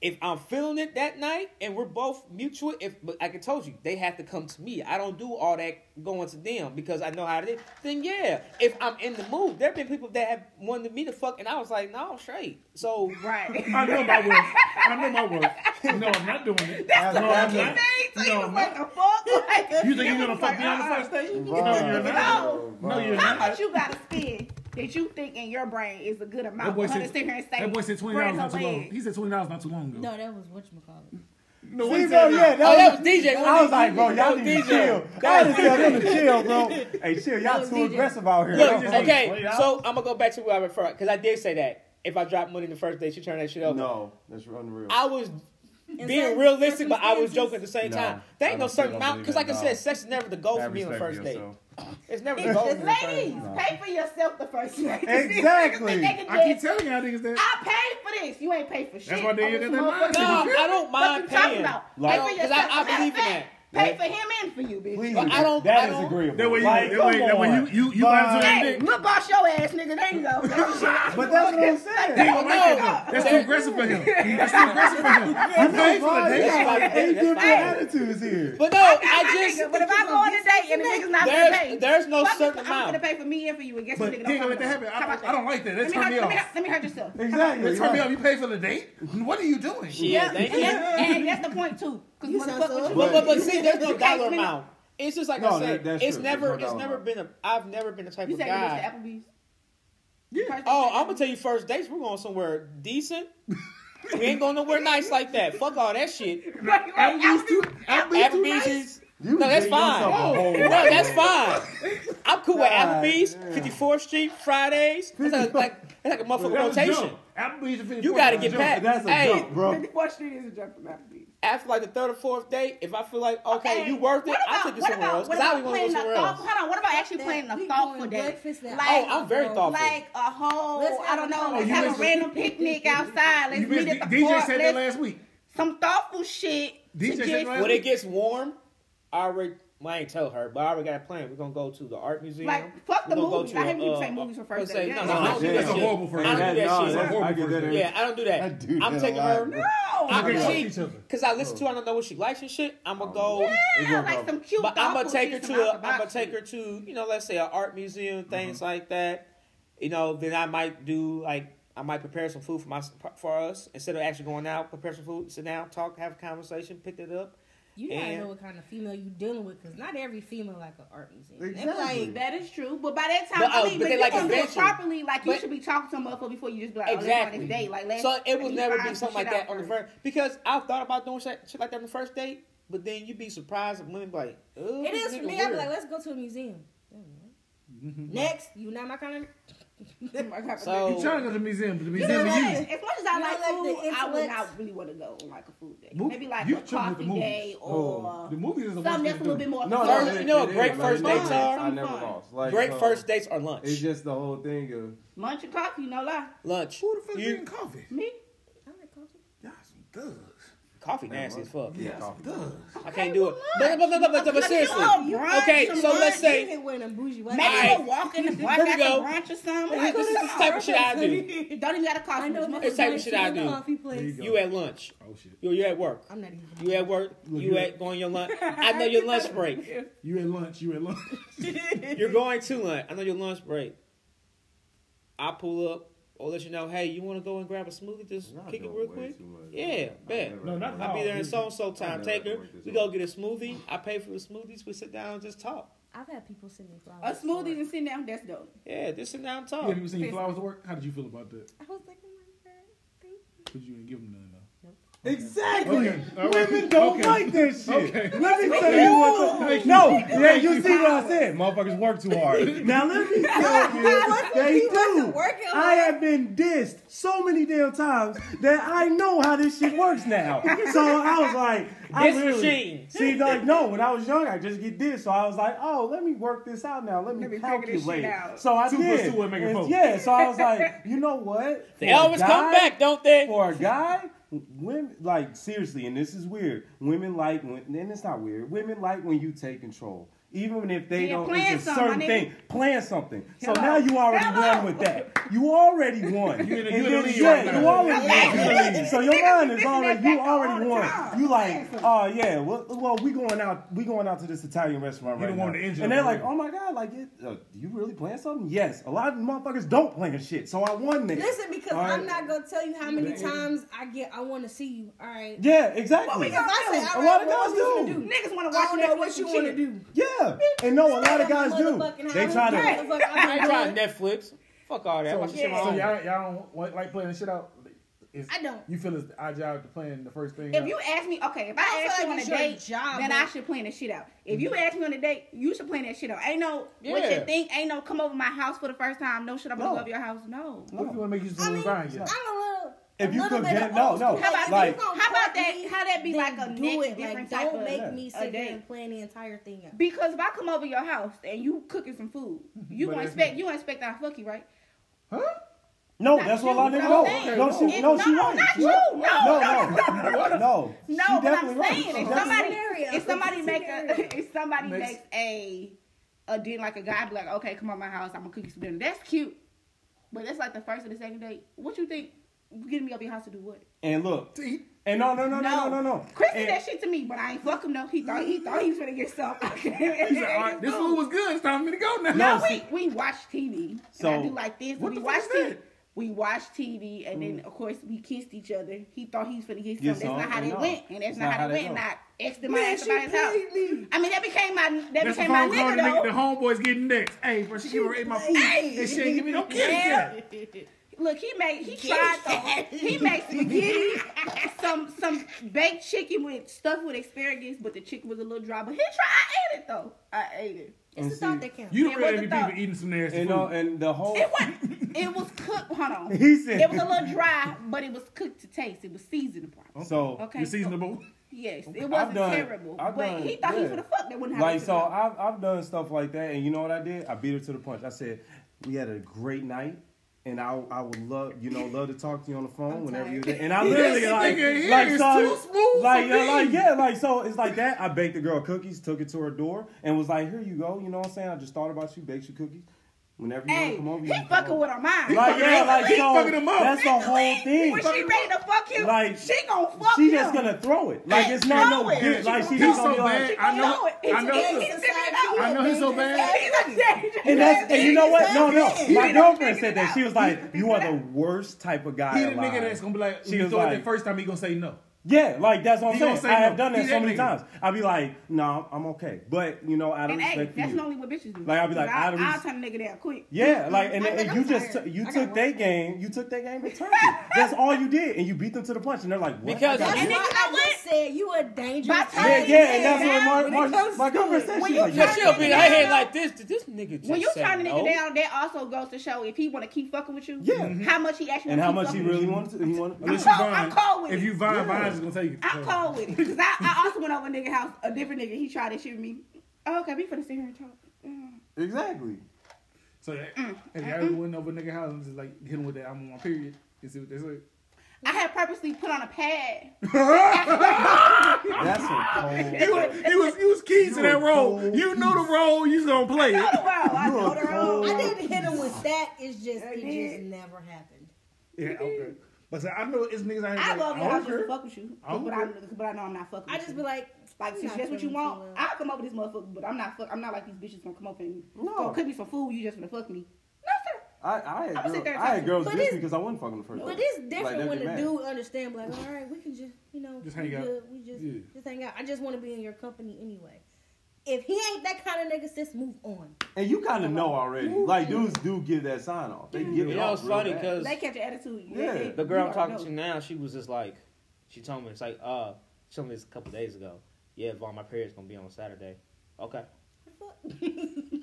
Speaker 3: if I'm feeling it that night and we're both mutual, if but like I told you, they have to come to me. I don't do all that going to them because I know how it is. Then yeah, if I'm in the mood, there have been people that have wanted me to fuck, and I was like, no, I'm straight. So
Speaker 5: Right.
Speaker 2: I know my worth. I know my worth. No, I'm not doing it.
Speaker 5: That's
Speaker 2: no,
Speaker 5: the
Speaker 2: I'm
Speaker 5: fucking
Speaker 2: not.
Speaker 5: thing. So you
Speaker 2: No,
Speaker 5: was
Speaker 2: I'm
Speaker 5: like a fuck. Like,
Speaker 2: You think you're gonna
Speaker 5: was
Speaker 2: fuck
Speaker 5: like,
Speaker 2: me on the
Speaker 5: uh-uh.
Speaker 2: first date?
Speaker 4: Right.
Speaker 2: No, you're not.
Speaker 5: No.
Speaker 2: No, you're
Speaker 5: How
Speaker 2: not.
Speaker 5: much you gotta spend that you think in your brain is a good amount?
Speaker 2: That boy
Speaker 5: for her to
Speaker 2: said,
Speaker 5: sit here and say,
Speaker 2: that boy said twenty
Speaker 5: "Spread
Speaker 2: dollars
Speaker 5: her
Speaker 2: not too long.
Speaker 5: legs."
Speaker 2: He said twenty dollars not too long ago.
Speaker 1: No, that was whatchamacallit.
Speaker 2: no
Speaker 4: See,
Speaker 2: he
Speaker 4: bro,
Speaker 2: said
Speaker 4: yeah,
Speaker 2: that.
Speaker 4: that
Speaker 3: Oh,
Speaker 4: was,
Speaker 3: that was DJ.
Speaker 4: I was like, bro, y'all
Speaker 3: That was
Speaker 4: need to
Speaker 3: DJ.
Speaker 4: chill.
Speaker 3: That
Speaker 4: Y'all
Speaker 3: was
Speaker 4: just tell them to chill, bro. Hey, chill.
Speaker 1: That
Speaker 4: Y'all
Speaker 1: was
Speaker 4: too
Speaker 1: DJ.
Speaker 4: aggressive out here.
Speaker 3: Look,
Speaker 2: Yeah,
Speaker 3: okay,
Speaker 2: yeah.
Speaker 3: so I'm gonna go back to where I refer because I did say that if I drop money the first day, she turned that shit over.
Speaker 4: No, that's unreal.
Speaker 3: I was being
Speaker 1: certain
Speaker 3: realistic, but I was joking at the same
Speaker 4: No,
Speaker 3: time. There ain't
Speaker 4: I
Speaker 3: no
Speaker 4: don't-
Speaker 3: certain
Speaker 4: I don't
Speaker 3: amount
Speaker 4: believe
Speaker 3: because,
Speaker 4: that,
Speaker 3: like I
Speaker 4: no.
Speaker 3: said, sex is never the goal for
Speaker 4: Have
Speaker 3: me on the
Speaker 4: respect
Speaker 3: first
Speaker 4: for
Speaker 3: date.
Speaker 4: yourself.
Speaker 3: It's never the
Speaker 5: It's
Speaker 3: goal. for me on
Speaker 5: just
Speaker 3: the first
Speaker 5: ladies,
Speaker 3: date.
Speaker 5: pay for yourself the first night.
Speaker 4: Exactly.
Speaker 5: They can
Speaker 2: I keep
Speaker 5: get-
Speaker 2: telling y'all niggas that.
Speaker 5: I paid for this. You ain't paid for shit.
Speaker 2: why they
Speaker 5: on
Speaker 2: did
Speaker 5: this
Speaker 2: that
Speaker 5: motherfucker.
Speaker 2: night.
Speaker 3: No, I don't
Speaker 5: What you
Speaker 3: mind
Speaker 5: talking
Speaker 3: paying.
Speaker 5: about?
Speaker 4: Like-
Speaker 5: pay for
Speaker 3: Because
Speaker 5: yourself.
Speaker 3: I, I believe in that.
Speaker 5: Pay for him and for you, bitch.
Speaker 4: Please,
Speaker 3: But I don't- I
Speaker 4: that
Speaker 3: don't-
Speaker 4: is agreeable.
Speaker 2: That way you,
Speaker 4: Like,
Speaker 2: that way,
Speaker 4: come
Speaker 2: that way you,
Speaker 4: on.
Speaker 2: you, you might as well
Speaker 5: Hey,
Speaker 2: dick.
Speaker 5: look boss your ass, nigga. There you go.
Speaker 4: But that's what I'm saying.
Speaker 2: He don't like that
Speaker 3: No.
Speaker 2: though. That's too aggressive for him. That's too aggressive for him. You paid for the date.
Speaker 3: That's fine. That's
Speaker 4: Eight different
Speaker 3: fine.
Speaker 4: attitudes here.
Speaker 3: But no, I just
Speaker 5: Nigga, but if I go on a date and the nigga's not gonna pay,
Speaker 3: there's there's no
Speaker 5: fuck
Speaker 3: certain
Speaker 5: it, I'm gonna
Speaker 3: amount.
Speaker 5: pay for me and for you, and guess
Speaker 2: But
Speaker 5: what, nigga?
Speaker 2: he ain't gonna let that happen.
Speaker 5: How about
Speaker 2: I, I don't like that. That
Speaker 5: Let me,
Speaker 2: turned
Speaker 5: hurt,
Speaker 2: me
Speaker 5: let, me
Speaker 2: off.
Speaker 5: hurt, let me hurt yourself.
Speaker 4: Exactly.
Speaker 2: That turned me off. You paid for the date? What are you doing?
Speaker 3: Yeah, thank you.
Speaker 5: And, and that's the point too. Cause
Speaker 1: You
Speaker 5: motherfucker,
Speaker 1: sound
Speaker 5: what
Speaker 1: so
Speaker 5: you-
Speaker 3: But, but but see, there's
Speaker 5: You
Speaker 3: no
Speaker 5: can't
Speaker 3: dollar
Speaker 5: spend it.
Speaker 3: amount. It's just like I
Speaker 4: No,
Speaker 3: said.
Speaker 4: that- that's
Speaker 3: it's
Speaker 4: true.
Speaker 3: never
Speaker 4: There's no
Speaker 3: it's
Speaker 4: dollar
Speaker 3: never
Speaker 4: amount.
Speaker 3: been a. I've never been the type
Speaker 5: You
Speaker 3: of
Speaker 5: said you
Speaker 3: guy.
Speaker 5: went to Applebee's. First
Speaker 3: Oh,
Speaker 5: thing-
Speaker 3: I'm gonna tell you, first dates we're going somewhere decent. we ain't going nowhere nice like that. Fuck all that shit.
Speaker 5: Right, right,
Speaker 2: Applebee's too. Applebee's too. nice?
Speaker 3: Applebee's is
Speaker 4: You
Speaker 3: no, that's
Speaker 4: gave yourself a
Speaker 3: fine.
Speaker 4: whole
Speaker 3: No, that's fine. I'm cool with
Speaker 4: God,
Speaker 3: Applebee's,
Speaker 4: yeah.
Speaker 3: 54th Street, Fridays. It's like, like, that's like a motherfucking
Speaker 2: That was a
Speaker 3: rotation.
Speaker 2: joke. Applebee's is a
Speaker 3: You gotta get
Speaker 2: joke.
Speaker 3: back.
Speaker 4: That's a
Speaker 3: Hey.
Speaker 4: joke, bro.
Speaker 5: 54th Street is a jump from Applebee's.
Speaker 3: After like the third or fourth date, if I feel like okay,
Speaker 5: Hey,
Speaker 3: you worth it,
Speaker 5: what
Speaker 3: I'll
Speaker 5: about-
Speaker 3: take you
Speaker 5: what
Speaker 3: somewhere
Speaker 5: about-
Speaker 3: else
Speaker 5: what
Speaker 3: because I
Speaker 5: about
Speaker 3: don't even want to
Speaker 5: planning
Speaker 3: go
Speaker 5: a
Speaker 3: somewhere
Speaker 5: thought-
Speaker 3: else.
Speaker 5: Hold on, what about actually planning a
Speaker 1: We
Speaker 5: thoughtful
Speaker 1: doing
Speaker 5: day?
Speaker 1: breakfast now.
Speaker 5: Like,
Speaker 3: Oh, I'm very
Speaker 1: bro,
Speaker 3: thoughtful.
Speaker 5: Like a whole,
Speaker 1: Let's
Speaker 5: I
Speaker 1: have
Speaker 5: don't
Speaker 1: a
Speaker 5: know,
Speaker 1: talk.
Speaker 5: let's
Speaker 2: You
Speaker 5: have
Speaker 2: missed-
Speaker 5: a random picnic outside. Let's
Speaker 2: You
Speaker 5: meet
Speaker 2: missed,
Speaker 5: at the
Speaker 2: DJ
Speaker 5: park.
Speaker 2: said that
Speaker 5: Let's-
Speaker 2: last week.
Speaker 5: Some thoughtful shit.
Speaker 2: DJ
Speaker 5: to
Speaker 2: said
Speaker 5: just-
Speaker 2: last
Speaker 3: When it gets warm, I already. Well, I ain't tell her, but I already got a plan. We're gonna go to the art museum.
Speaker 5: Like, fuck the
Speaker 3: We're gonna go
Speaker 5: movies.
Speaker 3: to
Speaker 5: I
Speaker 3: a,
Speaker 5: hate when people say
Speaker 3: uh,
Speaker 5: movies for
Speaker 3: uh,
Speaker 5: first
Speaker 3: say-
Speaker 5: date.
Speaker 3: No, no,
Speaker 5: Yeah.
Speaker 3: I don't do that
Speaker 2: That's a
Speaker 3: shit.
Speaker 2: horrible first
Speaker 3: I don't do
Speaker 4: date.
Speaker 3: that
Speaker 4: No,
Speaker 3: shit.
Speaker 4: that's- I get that.
Speaker 3: Yeah, I don't do that.
Speaker 4: I do
Speaker 3: I'm
Speaker 4: that a
Speaker 3: taking
Speaker 4: lot,
Speaker 3: her.
Speaker 4: bro.
Speaker 5: No.
Speaker 3: I
Speaker 2: They
Speaker 3: can
Speaker 2: fuck
Speaker 3: cheat
Speaker 2: each other.
Speaker 3: because I listen to her. and I know what she likes and shit. I'm gonna go,
Speaker 5: Yeah, like some cute
Speaker 3: but I'm gonna
Speaker 5: thoughtful
Speaker 3: take her
Speaker 5: shit,
Speaker 3: to.
Speaker 5: some
Speaker 3: A, I'm
Speaker 5: out-the-box
Speaker 3: gonna take
Speaker 5: shit.
Speaker 3: her to you know, let's say an art museum, things like that. You know, then I might do like I might prepare some food for my for us instead of actually going out. Prepare some food, sit down, talk, have a conversation, pick it up.
Speaker 1: You gotta
Speaker 3: And-
Speaker 1: know what kind of female you dealing with, cause not every female like an art museum. They be
Speaker 4: Exactly.
Speaker 1: Like,
Speaker 5: That is true, but by that time,
Speaker 3: But,
Speaker 5: I
Speaker 3: uh, but
Speaker 5: mean, but,
Speaker 3: they
Speaker 5: you
Speaker 3: like
Speaker 5: gonna do it
Speaker 3: adventure.
Speaker 5: properly. Like you
Speaker 3: But-
Speaker 5: should be talking to a motherfucker before you just be like, oh,
Speaker 3: Exactly.
Speaker 5: let's go on this date. Like, let's,
Speaker 3: So it will
Speaker 5: let's
Speaker 3: never be
Speaker 5: find
Speaker 3: something
Speaker 5: shit
Speaker 3: like that
Speaker 5: out
Speaker 3: on the
Speaker 5: first.
Speaker 3: first because I thought about doing shit, shit like that on the first date, but then you'd be surprised when women be like, "Ugh,
Speaker 1: it
Speaker 3: this
Speaker 1: is for
Speaker 3: nigga
Speaker 1: me. I'm
Speaker 3: weird."
Speaker 1: like, let's go to a museum.
Speaker 4: Mm-hmm.
Speaker 1: Next, you not my kind of.
Speaker 3: So-
Speaker 2: You trying to go to the museum, but the
Speaker 5: Oh. You
Speaker 2: museum
Speaker 5: know
Speaker 2: is
Speaker 5: what?
Speaker 2: you.
Speaker 5: As much as I
Speaker 1: You know,
Speaker 5: like
Speaker 1: like the
Speaker 5: food, I would
Speaker 1: intellect-
Speaker 5: not really want to go on like a food day.
Speaker 2: Move-
Speaker 5: Maybe like
Speaker 2: you
Speaker 5: a
Speaker 2: tripping with the
Speaker 5: coffee
Speaker 2: movies. Oh,
Speaker 5: day or
Speaker 2: The movies is the worst
Speaker 5: something
Speaker 2: thing
Speaker 5: that's
Speaker 2: to
Speaker 5: a little
Speaker 2: do.
Speaker 5: bit more.
Speaker 4: No,
Speaker 5: fun.
Speaker 4: no,
Speaker 3: you know what
Speaker 4: it
Speaker 3: great
Speaker 4: is,
Speaker 3: first
Speaker 4: like,
Speaker 3: dates are?
Speaker 4: I never
Speaker 5: Fun.
Speaker 4: lost. Like,
Speaker 3: Great
Speaker 4: uh,
Speaker 3: first dates are lunch.
Speaker 4: It's just the whole thing of
Speaker 5: Munch and coffee, no lie.
Speaker 3: lunch.
Speaker 2: Who the fuck
Speaker 3: You-
Speaker 2: drinking coffee?
Speaker 5: Me?
Speaker 1: I like coffee.
Speaker 2: Y'all some thugs.
Speaker 3: Coffee nasty as fuck.
Speaker 4: Yeah.
Speaker 3: I can't do it. But, but, but, but, but, but seriously.
Speaker 5: Oh, brunch,
Speaker 3: Okay,
Speaker 5: some
Speaker 3: so let's
Speaker 5: brunch.
Speaker 3: say-
Speaker 1: You hit one of them bougie white
Speaker 5: Maybe
Speaker 3: Alright.
Speaker 5: we'll walk in the block
Speaker 3: Here we
Speaker 5: after
Speaker 3: go.
Speaker 5: brunch or something.
Speaker 3: This is the type of shit I do.
Speaker 5: Don't even got a coffee.
Speaker 1: I know
Speaker 5: much.
Speaker 1: this
Speaker 3: type of
Speaker 1: nice
Speaker 3: shit I do.
Speaker 1: coffee place.
Speaker 2: There you go.
Speaker 3: You at lunch.
Speaker 2: Oh shit.
Speaker 3: You you at work.
Speaker 1: I'm not even.
Speaker 3: You at work.
Speaker 2: Look,
Speaker 3: You
Speaker 2: you-
Speaker 3: at going your lunch. I know your lunch break.
Speaker 2: You at lunch. You at lunch.
Speaker 3: You're going to lunch. I know your lunch break. I pull up. I'll let you know. Hey, you want to go and grab a smoothie? Just kick it real quick. Yeah, bet.
Speaker 2: No, not
Speaker 3: I'll be there in so and so time.
Speaker 4: Oh, never
Speaker 3: Take her.
Speaker 4: worked this
Speaker 3: We
Speaker 4: way.
Speaker 3: go get a smoothie. I pay for the smoothies. We sit down and just talk.
Speaker 1: I've had people send me flowers.
Speaker 5: A smoothie and sitting down. That's dope.
Speaker 3: Yeah, just sit down and
Speaker 5: Oh,
Speaker 3: talk.
Speaker 2: you ever seen flowers to work? How did you feel about that?
Speaker 1: I was like, oh my god, thank
Speaker 2: Because you didn't give them none though.
Speaker 4: Exactly.
Speaker 2: Okay. All right.
Speaker 4: Women don't
Speaker 2: Okay.
Speaker 4: like this shit.
Speaker 2: Okay.
Speaker 4: Let me tell you
Speaker 2: Oh,
Speaker 4: what.
Speaker 2: Thank you.
Speaker 4: No, yeah, you
Speaker 2: you.
Speaker 4: see what I said. Motherfuckers work too hard. now let me tell you, they do. I have been dissed so many damn times that I know how this shit works now. So I was like, I
Speaker 3: This machine.
Speaker 4: See, like, no, when I was young, I just get dissed. So I was like, oh, let me work this out now. Let me,
Speaker 5: Let me figure this shit
Speaker 4: calculate.
Speaker 5: out.
Speaker 4: So I
Speaker 2: Two plus
Speaker 4: did.
Speaker 2: two would make it
Speaker 4: And-
Speaker 2: four.
Speaker 4: Yeah. So I was like, you know what?
Speaker 3: They
Speaker 4: For a
Speaker 3: always come
Speaker 4: guy-
Speaker 3: back, don't they?
Speaker 4: for a guy, women like seriously, and this is weird. Women like when, and it's not weird. Women like when you take control, even if they
Speaker 5: Yeah,
Speaker 4: don't.
Speaker 5: plan
Speaker 4: It's a
Speaker 5: something,
Speaker 4: certain
Speaker 5: my nigga.
Speaker 4: thing. Plan something. So
Speaker 5: Hello.
Speaker 4: now you already
Speaker 5: Hello.
Speaker 4: won with that. You already won.
Speaker 2: You in the-
Speaker 4: And
Speaker 2: you in the
Speaker 4: then-
Speaker 2: lead
Speaker 4: yeah,
Speaker 2: right now.
Speaker 4: you already
Speaker 5: Yeah.
Speaker 4: won. so your mind is already. You
Speaker 5: Listen, all
Speaker 4: already
Speaker 5: the
Speaker 4: won.
Speaker 5: time.
Speaker 4: You like, oh yeah. Well, well, we going out. We going out to this Italian restaurant
Speaker 2: You
Speaker 4: right
Speaker 2: don't
Speaker 4: now.
Speaker 2: want to injure
Speaker 4: and they're
Speaker 2: them,
Speaker 4: like,
Speaker 2: right?
Speaker 4: oh my god, like, it, uh, do you really plan something? Yes. A lot of motherfuckers don't plan shit. So I won there.
Speaker 1: you. Listen, because
Speaker 4: All right.
Speaker 1: I'm not gonna tell you how many times I get. I want to see you. All right.
Speaker 4: Yeah, exactly.
Speaker 1: Because I say, all
Speaker 4: a lot
Speaker 1: right, what
Speaker 4: of guys
Speaker 1: else you gonna
Speaker 4: do.
Speaker 1: do?
Speaker 5: Niggas want to
Speaker 1: I
Speaker 5: watch
Speaker 1: don't
Speaker 5: Netflix
Speaker 1: know what you
Speaker 5: and
Speaker 1: want to
Speaker 5: shit.
Speaker 1: do.
Speaker 4: Yeah, and no, a lot of guys do. They try to.
Speaker 3: I ain't trying Netflix. Fuck all that.
Speaker 2: So,
Speaker 3: Watch this shit on my
Speaker 2: so
Speaker 3: own.
Speaker 2: y'all, y'all don't want- like playing the shit out. It's-
Speaker 1: I don't.
Speaker 2: You feel it's our job to plan the first thing.
Speaker 5: If
Speaker 2: out?
Speaker 5: you ask me, okay, if
Speaker 1: I
Speaker 5: I
Speaker 1: also
Speaker 5: ask
Speaker 1: like
Speaker 5: you on a
Speaker 1: it's your
Speaker 5: date,
Speaker 1: job,
Speaker 5: then
Speaker 1: but-
Speaker 5: I should plan the shit out. If you ask me on a date, you should plan that shit out. Ain't no what
Speaker 3: Yeah.
Speaker 5: you think. Ain't no come over my house for the first time. No shit, I'm gonna
Speaker 4: No.
Speaker 5: go over your house. No.
Speaker 2: what if you want to make use of
Speaker 1: I
Speaker 2: the
Speaker 1: mean,
Speaker 2: lasagna?
Speaker 1: I'm a little.
Speaker 4: If
Speaker 1: a
Speaker 4: you
Speaker 1: little
Speaker 4: could
Speaker 1: bit
Speaker 4: get-
Speaker 1: of
Speaker 4: no,
Speaker 1: old
Speaker 4: no,
Speaker 1: school.
Speaker 5: How
Speaker 1: Like,
Speaker 5: about,
Speaker 4: like-
Speaker 1: if you
Speaker 5: how
Speaker 1: gonna
Speaker 5: about
Speaker 1: fuck
Speaker 5: that?
Speaker 1: me,
Speaker 5: How that be like a
Speaker 1: then
Speaker 5: next
Speaker 1: do it.
Speaker 5: different
Speaker 1: Like,
Speaker 5: type
Speaker 1: don't
Speaker 5: of
Speaker 1: make
Speaker 4: a
Speaker 1: me sit
Speaker 5: date.
Speaker 1: there and plan the entire thing out.
Speaker 5: Because if I come over your house and you cooking some food, you
Speaker 2: But
Speaker 5: gonna
Speaker 2: that's
Speaker 5: expect you gonna expect I fuck you, right?
Speaker 2: Huh?
Speaker 4: No,
Speaker 5: Not
Speaker 4: that's what a
Speaker 5: you,
Speaker 4: lot of
Speaker 5: but
Speaker 4: niggas
Speaker 5: I'm
Speaker 4: don't.
Speaker 5: saying-
Speaker 4: No, she,
Speaker 5: It-
Speaker 4: no,
Speaker 5: no,
Speaker 4: she
Speaker 5: not
Speaker 4: right.
Speaker 5: you. No,
Speaker 4: no, no, no. She
Speaker 5: No, but I'm
Speaker 4: definitely right.
Speaker 5: saying
Speaker 4: She
Speaker 5: if
Speaker 4: definitely-
Speaker 5: somebody
Speaker 1: Scenario.
Speaker 5: if somebody make
Speaker 1: Scenario.
Speaker 5: a if somebody
Speaker 2: Makes-
Speaker 5: makes a a dinner like a guy be like, okay, come on my house, I'm gonna cook you some dinner. That's cute, but that's like the first or the second date. What you think? You Getting me up your house to do what?
Speaker 4: And look, and no, no, no, no, no, no, no.
Speaker 5: Chris did
Speaker 4: And-
Speaker 5: that shit to me, but I ain't fuck him though. He thought he thought he was gonna get some.
Speaker 2: He said, all right, this food was good. It's time for me to go now.
Speaker 5: No,
Speaker 4: No, see-
Speaker 5: we, we watch TV. And
Speaker 4: So,
Speaker 5: I do like this.
Speaker 2: what
Speaker 5: we
Speaker 2: the fuck
Speaker 5: watch
Speaker 2: is
Speaker 5: TV.
Speaker 2: that?
Speaker 5: We watched TV, and then of course we kissed each other. He thought he was gonna get some.
Speaker 4: Get
Speaker 5: That's
Speaker 4: some,
Speaker 5: not how
Speaker 4: I
Speaker 5: they
Speaker 4: know.
Speaker 5: went, and that's not, how they went. And
Speaker 4: go.
Speaker 5: I exed him out at somebody's house. I mean, that became my that
Speaker 2: That's the
Speaker 5: became my
Speaker 2: phone call.
Speaker 5: nigga
Speaker 2: The, nigga- the
Speaker 5: though.
Speaker 2: homeboy's getting next. Hey, bro, she, gave her ate my food.
Speaker 5: Hey.
Speaker 2: and she ain't give me no kiss.
Speaker 5: Yeah.
Speaker 2: yet.
Speaker 5: Look, he made he tried though. He made spaghetti, some some baked chicken with stuff with asparagus, but the chicken was a little dry. But he tried. I ate it though. I ate it.
Speaker 4: and
Speaker 1: It's the
Speaker 4: see-
Speaker 1: thought that counts.
Speaker 2: You don't
Speaker 5: Yeah, what
Speaker 2: really be
Speaker 5: the
Speaker 2: people
Speaker 5: fuck?
Speaker 2: eating some nasty
Speaker 4: And
Speaker 2: food.
Speaker 4: no, and the whole.
Speaker 5: It wasn't. It was cooked. Hold on.
Speaker 4: He said-
Speaker 5: it was a little dry, but it was cooked to taste. It was seasoned properly.
Speaker 4: So
Speaker 5: Okay.
Speaker 2: You're seasonable.
Speaker 5: Yes,
Speaker 4: I've
Speaker 5: it wasn't
Speaker 4: done-
Speaker 5: terrible.
Speaker 4: I've
Speaker 5: but
Speaker 4: done-
Speaker 5: he thought he
Speaker 4: yeah.
Speaker 5: was gonna fuck that wouldn't happen.
Speaker 4: Like
Speaker 5: to
Speaker 4: so,
Speaker 5: him.
Speaker 4: I've I've done stuff like that, and you know what I did? I beat her to the punch. I said, "We had a great night, and I I would love you know love to talk to you on the phone
Speaker 1: I'm
Speaker 4: whenever you
Speaker 1: tired.
Speaker 4: there." And I
Speaker 2: This
Speaker 4: literally
Speaker 2: nigga
Speaker 4: like
Speaker 2: here
Speaker 4: like
Speaker 2: is
Speaker 4: so
Speaker 2: too smooth
Speaker 4: like
Speaker 2: for
Speaker 4: yeah,
Speaker 2: me.
Speaker 4: like yeah like so it's like that. I baked the girl cookies, took it to her door, and was like, "Here you go." You know what I'm saying? I just thought about you, baked you cookies. Whenever you want
Speaker 5: hey,
Speaker 4: to come over, you
Speaker 5: he
Speaker 4: can come
Speaker 5: fucking
Speaker 4: over.
Speaker 5: with her mind.
Speaker 4: Like yeah, like
Speaker 2: He
Speaker 4: so
Speaker 2: fucking him up.
Speaker 4: that's the whole thing.
Speaker 5: when she ready to fuck him,
Speaker 4: Like,
Speaker 5: she gonna fuck
Speaker 4: She
Speaker 5: him.
Speaker 4: just gonna throw it. Like
Speaker 5: Hey,
Speaker 4: it's not
Speaker 5: throw
Speaker 4: no
Speaker 5: it.
Speaker 4: good. Like she's
Speaker 2: He's
Speaker 4: just
Speaker 2: so
Speaker 4: gonna be
Speaker 2: bad.
Speaker 4: like.
Speaker 2: I know.
Speaker 5: She
Speaker 2: I
Speaker 5: gonna
Speaker 2: know.
Speaker 5: know it.
Speaker 2: this-
Speaker 1: Society.
Speaker 2: I know he's so bad.
Speaker 5: He's a danger.
Speaker 4: And that's and you know what? No, no.
Speaker 1: He
Speaker 4: My
Speaker 5: didn't
Speaker 4: girlfriend
Speaker 5: figure
Speaker 4: said
Speaker 5: it
Speaker 4: that
Speaker 5: out.
Speaker 4: she was like, "You are the worst type of guy
Speaker 2: He the
Speaker 4: alive."
Speaker 2: nigga that's gonna be like,
Speaker 4: She
Speaker 2: you
Speaker 4: was
Speaker 2: throw it
Speaker 4: like-
Speaker 2: the first time he gonna say no.
Speaker 4: yeah, like that's what I'm
Speaker 2: He
Speaker 4: saying.
Speaker 2: don't say
Speaker 4: I have
Speaker 2: no.
Speaker 4: done
Speaker 2: He
Speaker 4: that so
Speaker 2: that
Speaker 4: many
Speaker 2: nigga.
Speaker 4: times. I'd be like, "No, I'm okay," but you know, out of
Speaker 5: And hey,
Speaker 4: respect for
Speaker 5: that's
Speaker 4: you.
Speaker 5: normally what bitches do.
Speaker 4: Like, I'll be like,
Speaker 5: 'Cause
Speaker 4: out of
Speaker 5: I'll, I'll
Speaker 4: res-
Speaker 5: turn a nigga down quick. Mm-hmm.
Speaker 4: Yeah, like and,
Speaker 1: I'm like,
Speaker 4: and
Speaker 1: I'm
Speaker 4: you just
Speaker 1: tired.
Speaker 4: you
Speaker 1: I
Speaker 4: took
Speaker 1: got
Speaker 4: that
Speaker 1: work.
Speaker 4: game, you took that game to Turkey. that's all you did, and you beat them to the punch, and they're like, "What?"
Speaker 3: Because-
Speaker 4: I got
Speaker 1: That's
Speaker 5: And
Speaker 4: you."
Speaker 5: then
Speaker 1: why
Speaker 5: you know
Speaker 1: I
Speaker 5: what?
Speaker 1: just said you a dangerous.
Speaker 5: By
Speaker 1: person.
Speaker 5: turning
Speaker 4: yeah,
Speaker 5: it
Speaker 4: yeah, and that's
Speaker 5: down,
Speaker 4: what
Speaker 1: when
Speaker 4: my
Speaker 1: it
Speaker 4: my,
Speaker 1: comes
Speaker 4: my
Speaker 1: to
Speaker 4: girlfriend
Speaker 1: it,
Speaker 4: said.
Speaker 5: when
Speaker 4: She's
Speaker 5: you
Speaker 4: like,
Speaker 5: turn
Speaker 4: "Yeah."
Speaker 5: it
Speaker 3: she'll be
Speaker 5: down.
Speaker 3: her head like this. Did this nigga just
Speaker 5: When you
Speaker 3: say
Speaker 5: turn a
Speaker 3: no?
Speaker 5: nigga down, that also goes to show if he want to keep fucking with you,
Speaker 4: Yeah. Mhm.
Speaker 5: how much he actually
Speaker 4: and how
Speaker 5: wanna
Speaker 4: much
Speaker 5: keep
Speaker 4: he
Speaker 5: fucking with
Speaker 4: really
Speaker 5: you.
Speaker 4: wanted to. He wanted.
Speaker 2: Unless
Speaker 5: cold-
Speaker 2: you vine.
Speaker 5: I'm cold with
Speaker 2: If
Speaker 5: it.
Speaker 2: you vine,
Speaker 4: Yeah.
Speaker 2: vine's gonna take it.
Speaker 5: I'm cold with it because I, I also went over a nigga house, a different nigga. He tried to shit with me. Oh, okay, we finna sit here and talk. Mm.
Speaker 4: Exactly.
Speaker 2: So if you ever went over a nigga house and just like hit him with that, I'm on my period. You see what they say?
Speaker 5: I had purposely put on a pad.
Speaker 4: That's a
Speaker 2: He
Speaker 4: cold.
Speaker 2: was, he was, he was keys to
Speaker 4: You
Speaker 2: that
Speaker 4: a
Speaker 2: role.
Speaker 4: cold
Speaker 2: You knew the role you was gonna play.
Speaker 5: I know the world. I know the world.
Speaker 1: I didn't hit him with that. It's just
Speaker 5: I
Speaker 1: it just
Speaker 5: did.
Speaker 1: never happened.
Speaker 2: Yeah, okay. But so I know it's niggas out here.
Speaker 5: I
Speaker 2: like,
Speaker 5: love you.
Speaker 2: I
Speaker 5: I
Speaker 2: don't
Speaker 5: just
Speaker 2: care.
Speaker 5: fuck with you,
Speaker 2: I don't
Speaker 5: but I
Speaker 2: care.
Speaker 5: but I know I'm not fucking.
Speaker 1: I
Speaker 5: with
Speaker 1: just
Speaker 5: you.
Speaker 1: be like,
Speaker 5: Like,
Speaker 1: I'm
Speaker 5: since
Speaker 1: not
Speaker 5: that's what you
Speaker 1: feeling
Speaker 5: want,
Speaker 1: too well.
Speaker 5: I'll come over this motherfucker, but I'm not fuck, I'm not like these bitches gonna come over and
Speaker 4: No.
Speaker 5: no. cook me some food. You just gonna fuck me? No, sir.
Speaker 4: I, I
Speaker 5: I'ma
Speaker 4: had,
Speaker 5: sit
Speaker 4: girl,
Speaker 5: there and
Speaker 4: I
Speaker 5: talk
Speaker 4: had
Speaker 5: to-
Speaker 4: girls
Speaker 1: But
Speaker 4: just
Speaker 1: it's-
Speaker 4: because I wasn't fucking the first
Speaker 1: but
Speaker 4: one.
Speaker 1: it's
Speaker 4: Like,
Speaker 1: different
Speaker 4: they'll
Speaker 1: when
Speaker 4: get
Speaker 1: a
Speaker 4: mad.
Speaker 1: dude understand, like, all right, we can just you know
Speaker 2: Just
Speaker 1: we
Speaker 2: hang out.
Speaker 1: good, we just
Speaker 2: Yeah.
Speaker 1: just hang out. I just want to be in your company anyway. If he ain't that kind of nigga, sis, move on.
Speaker 4: And you kind of know already. Like dudes do give that sign off. They give
Speaker 3: You
Speaker 4: it
Speaker 3: know,
Speaker 4: off.
Speaker 3: it's
Speaker 4: real
Speaker 3: funny
Speaker 4: bad.
Speaker 3: because
Speaker 5: They catch your attitude.
Speaker 4: Yeah.
Speaker 5: They, they,
Speaker 4: The
Speaker 3: the girl
Speaker 5: you
Speaker 3: I'm talking
Speaker 5: already
Speaker 3: to
Speaker 5: know.
Speaker 3: now, she was just like, she told me it's like, uh, she told me this a couple days ago. Yeah, Vaughn, my period's gonna be on Saturday. Okay.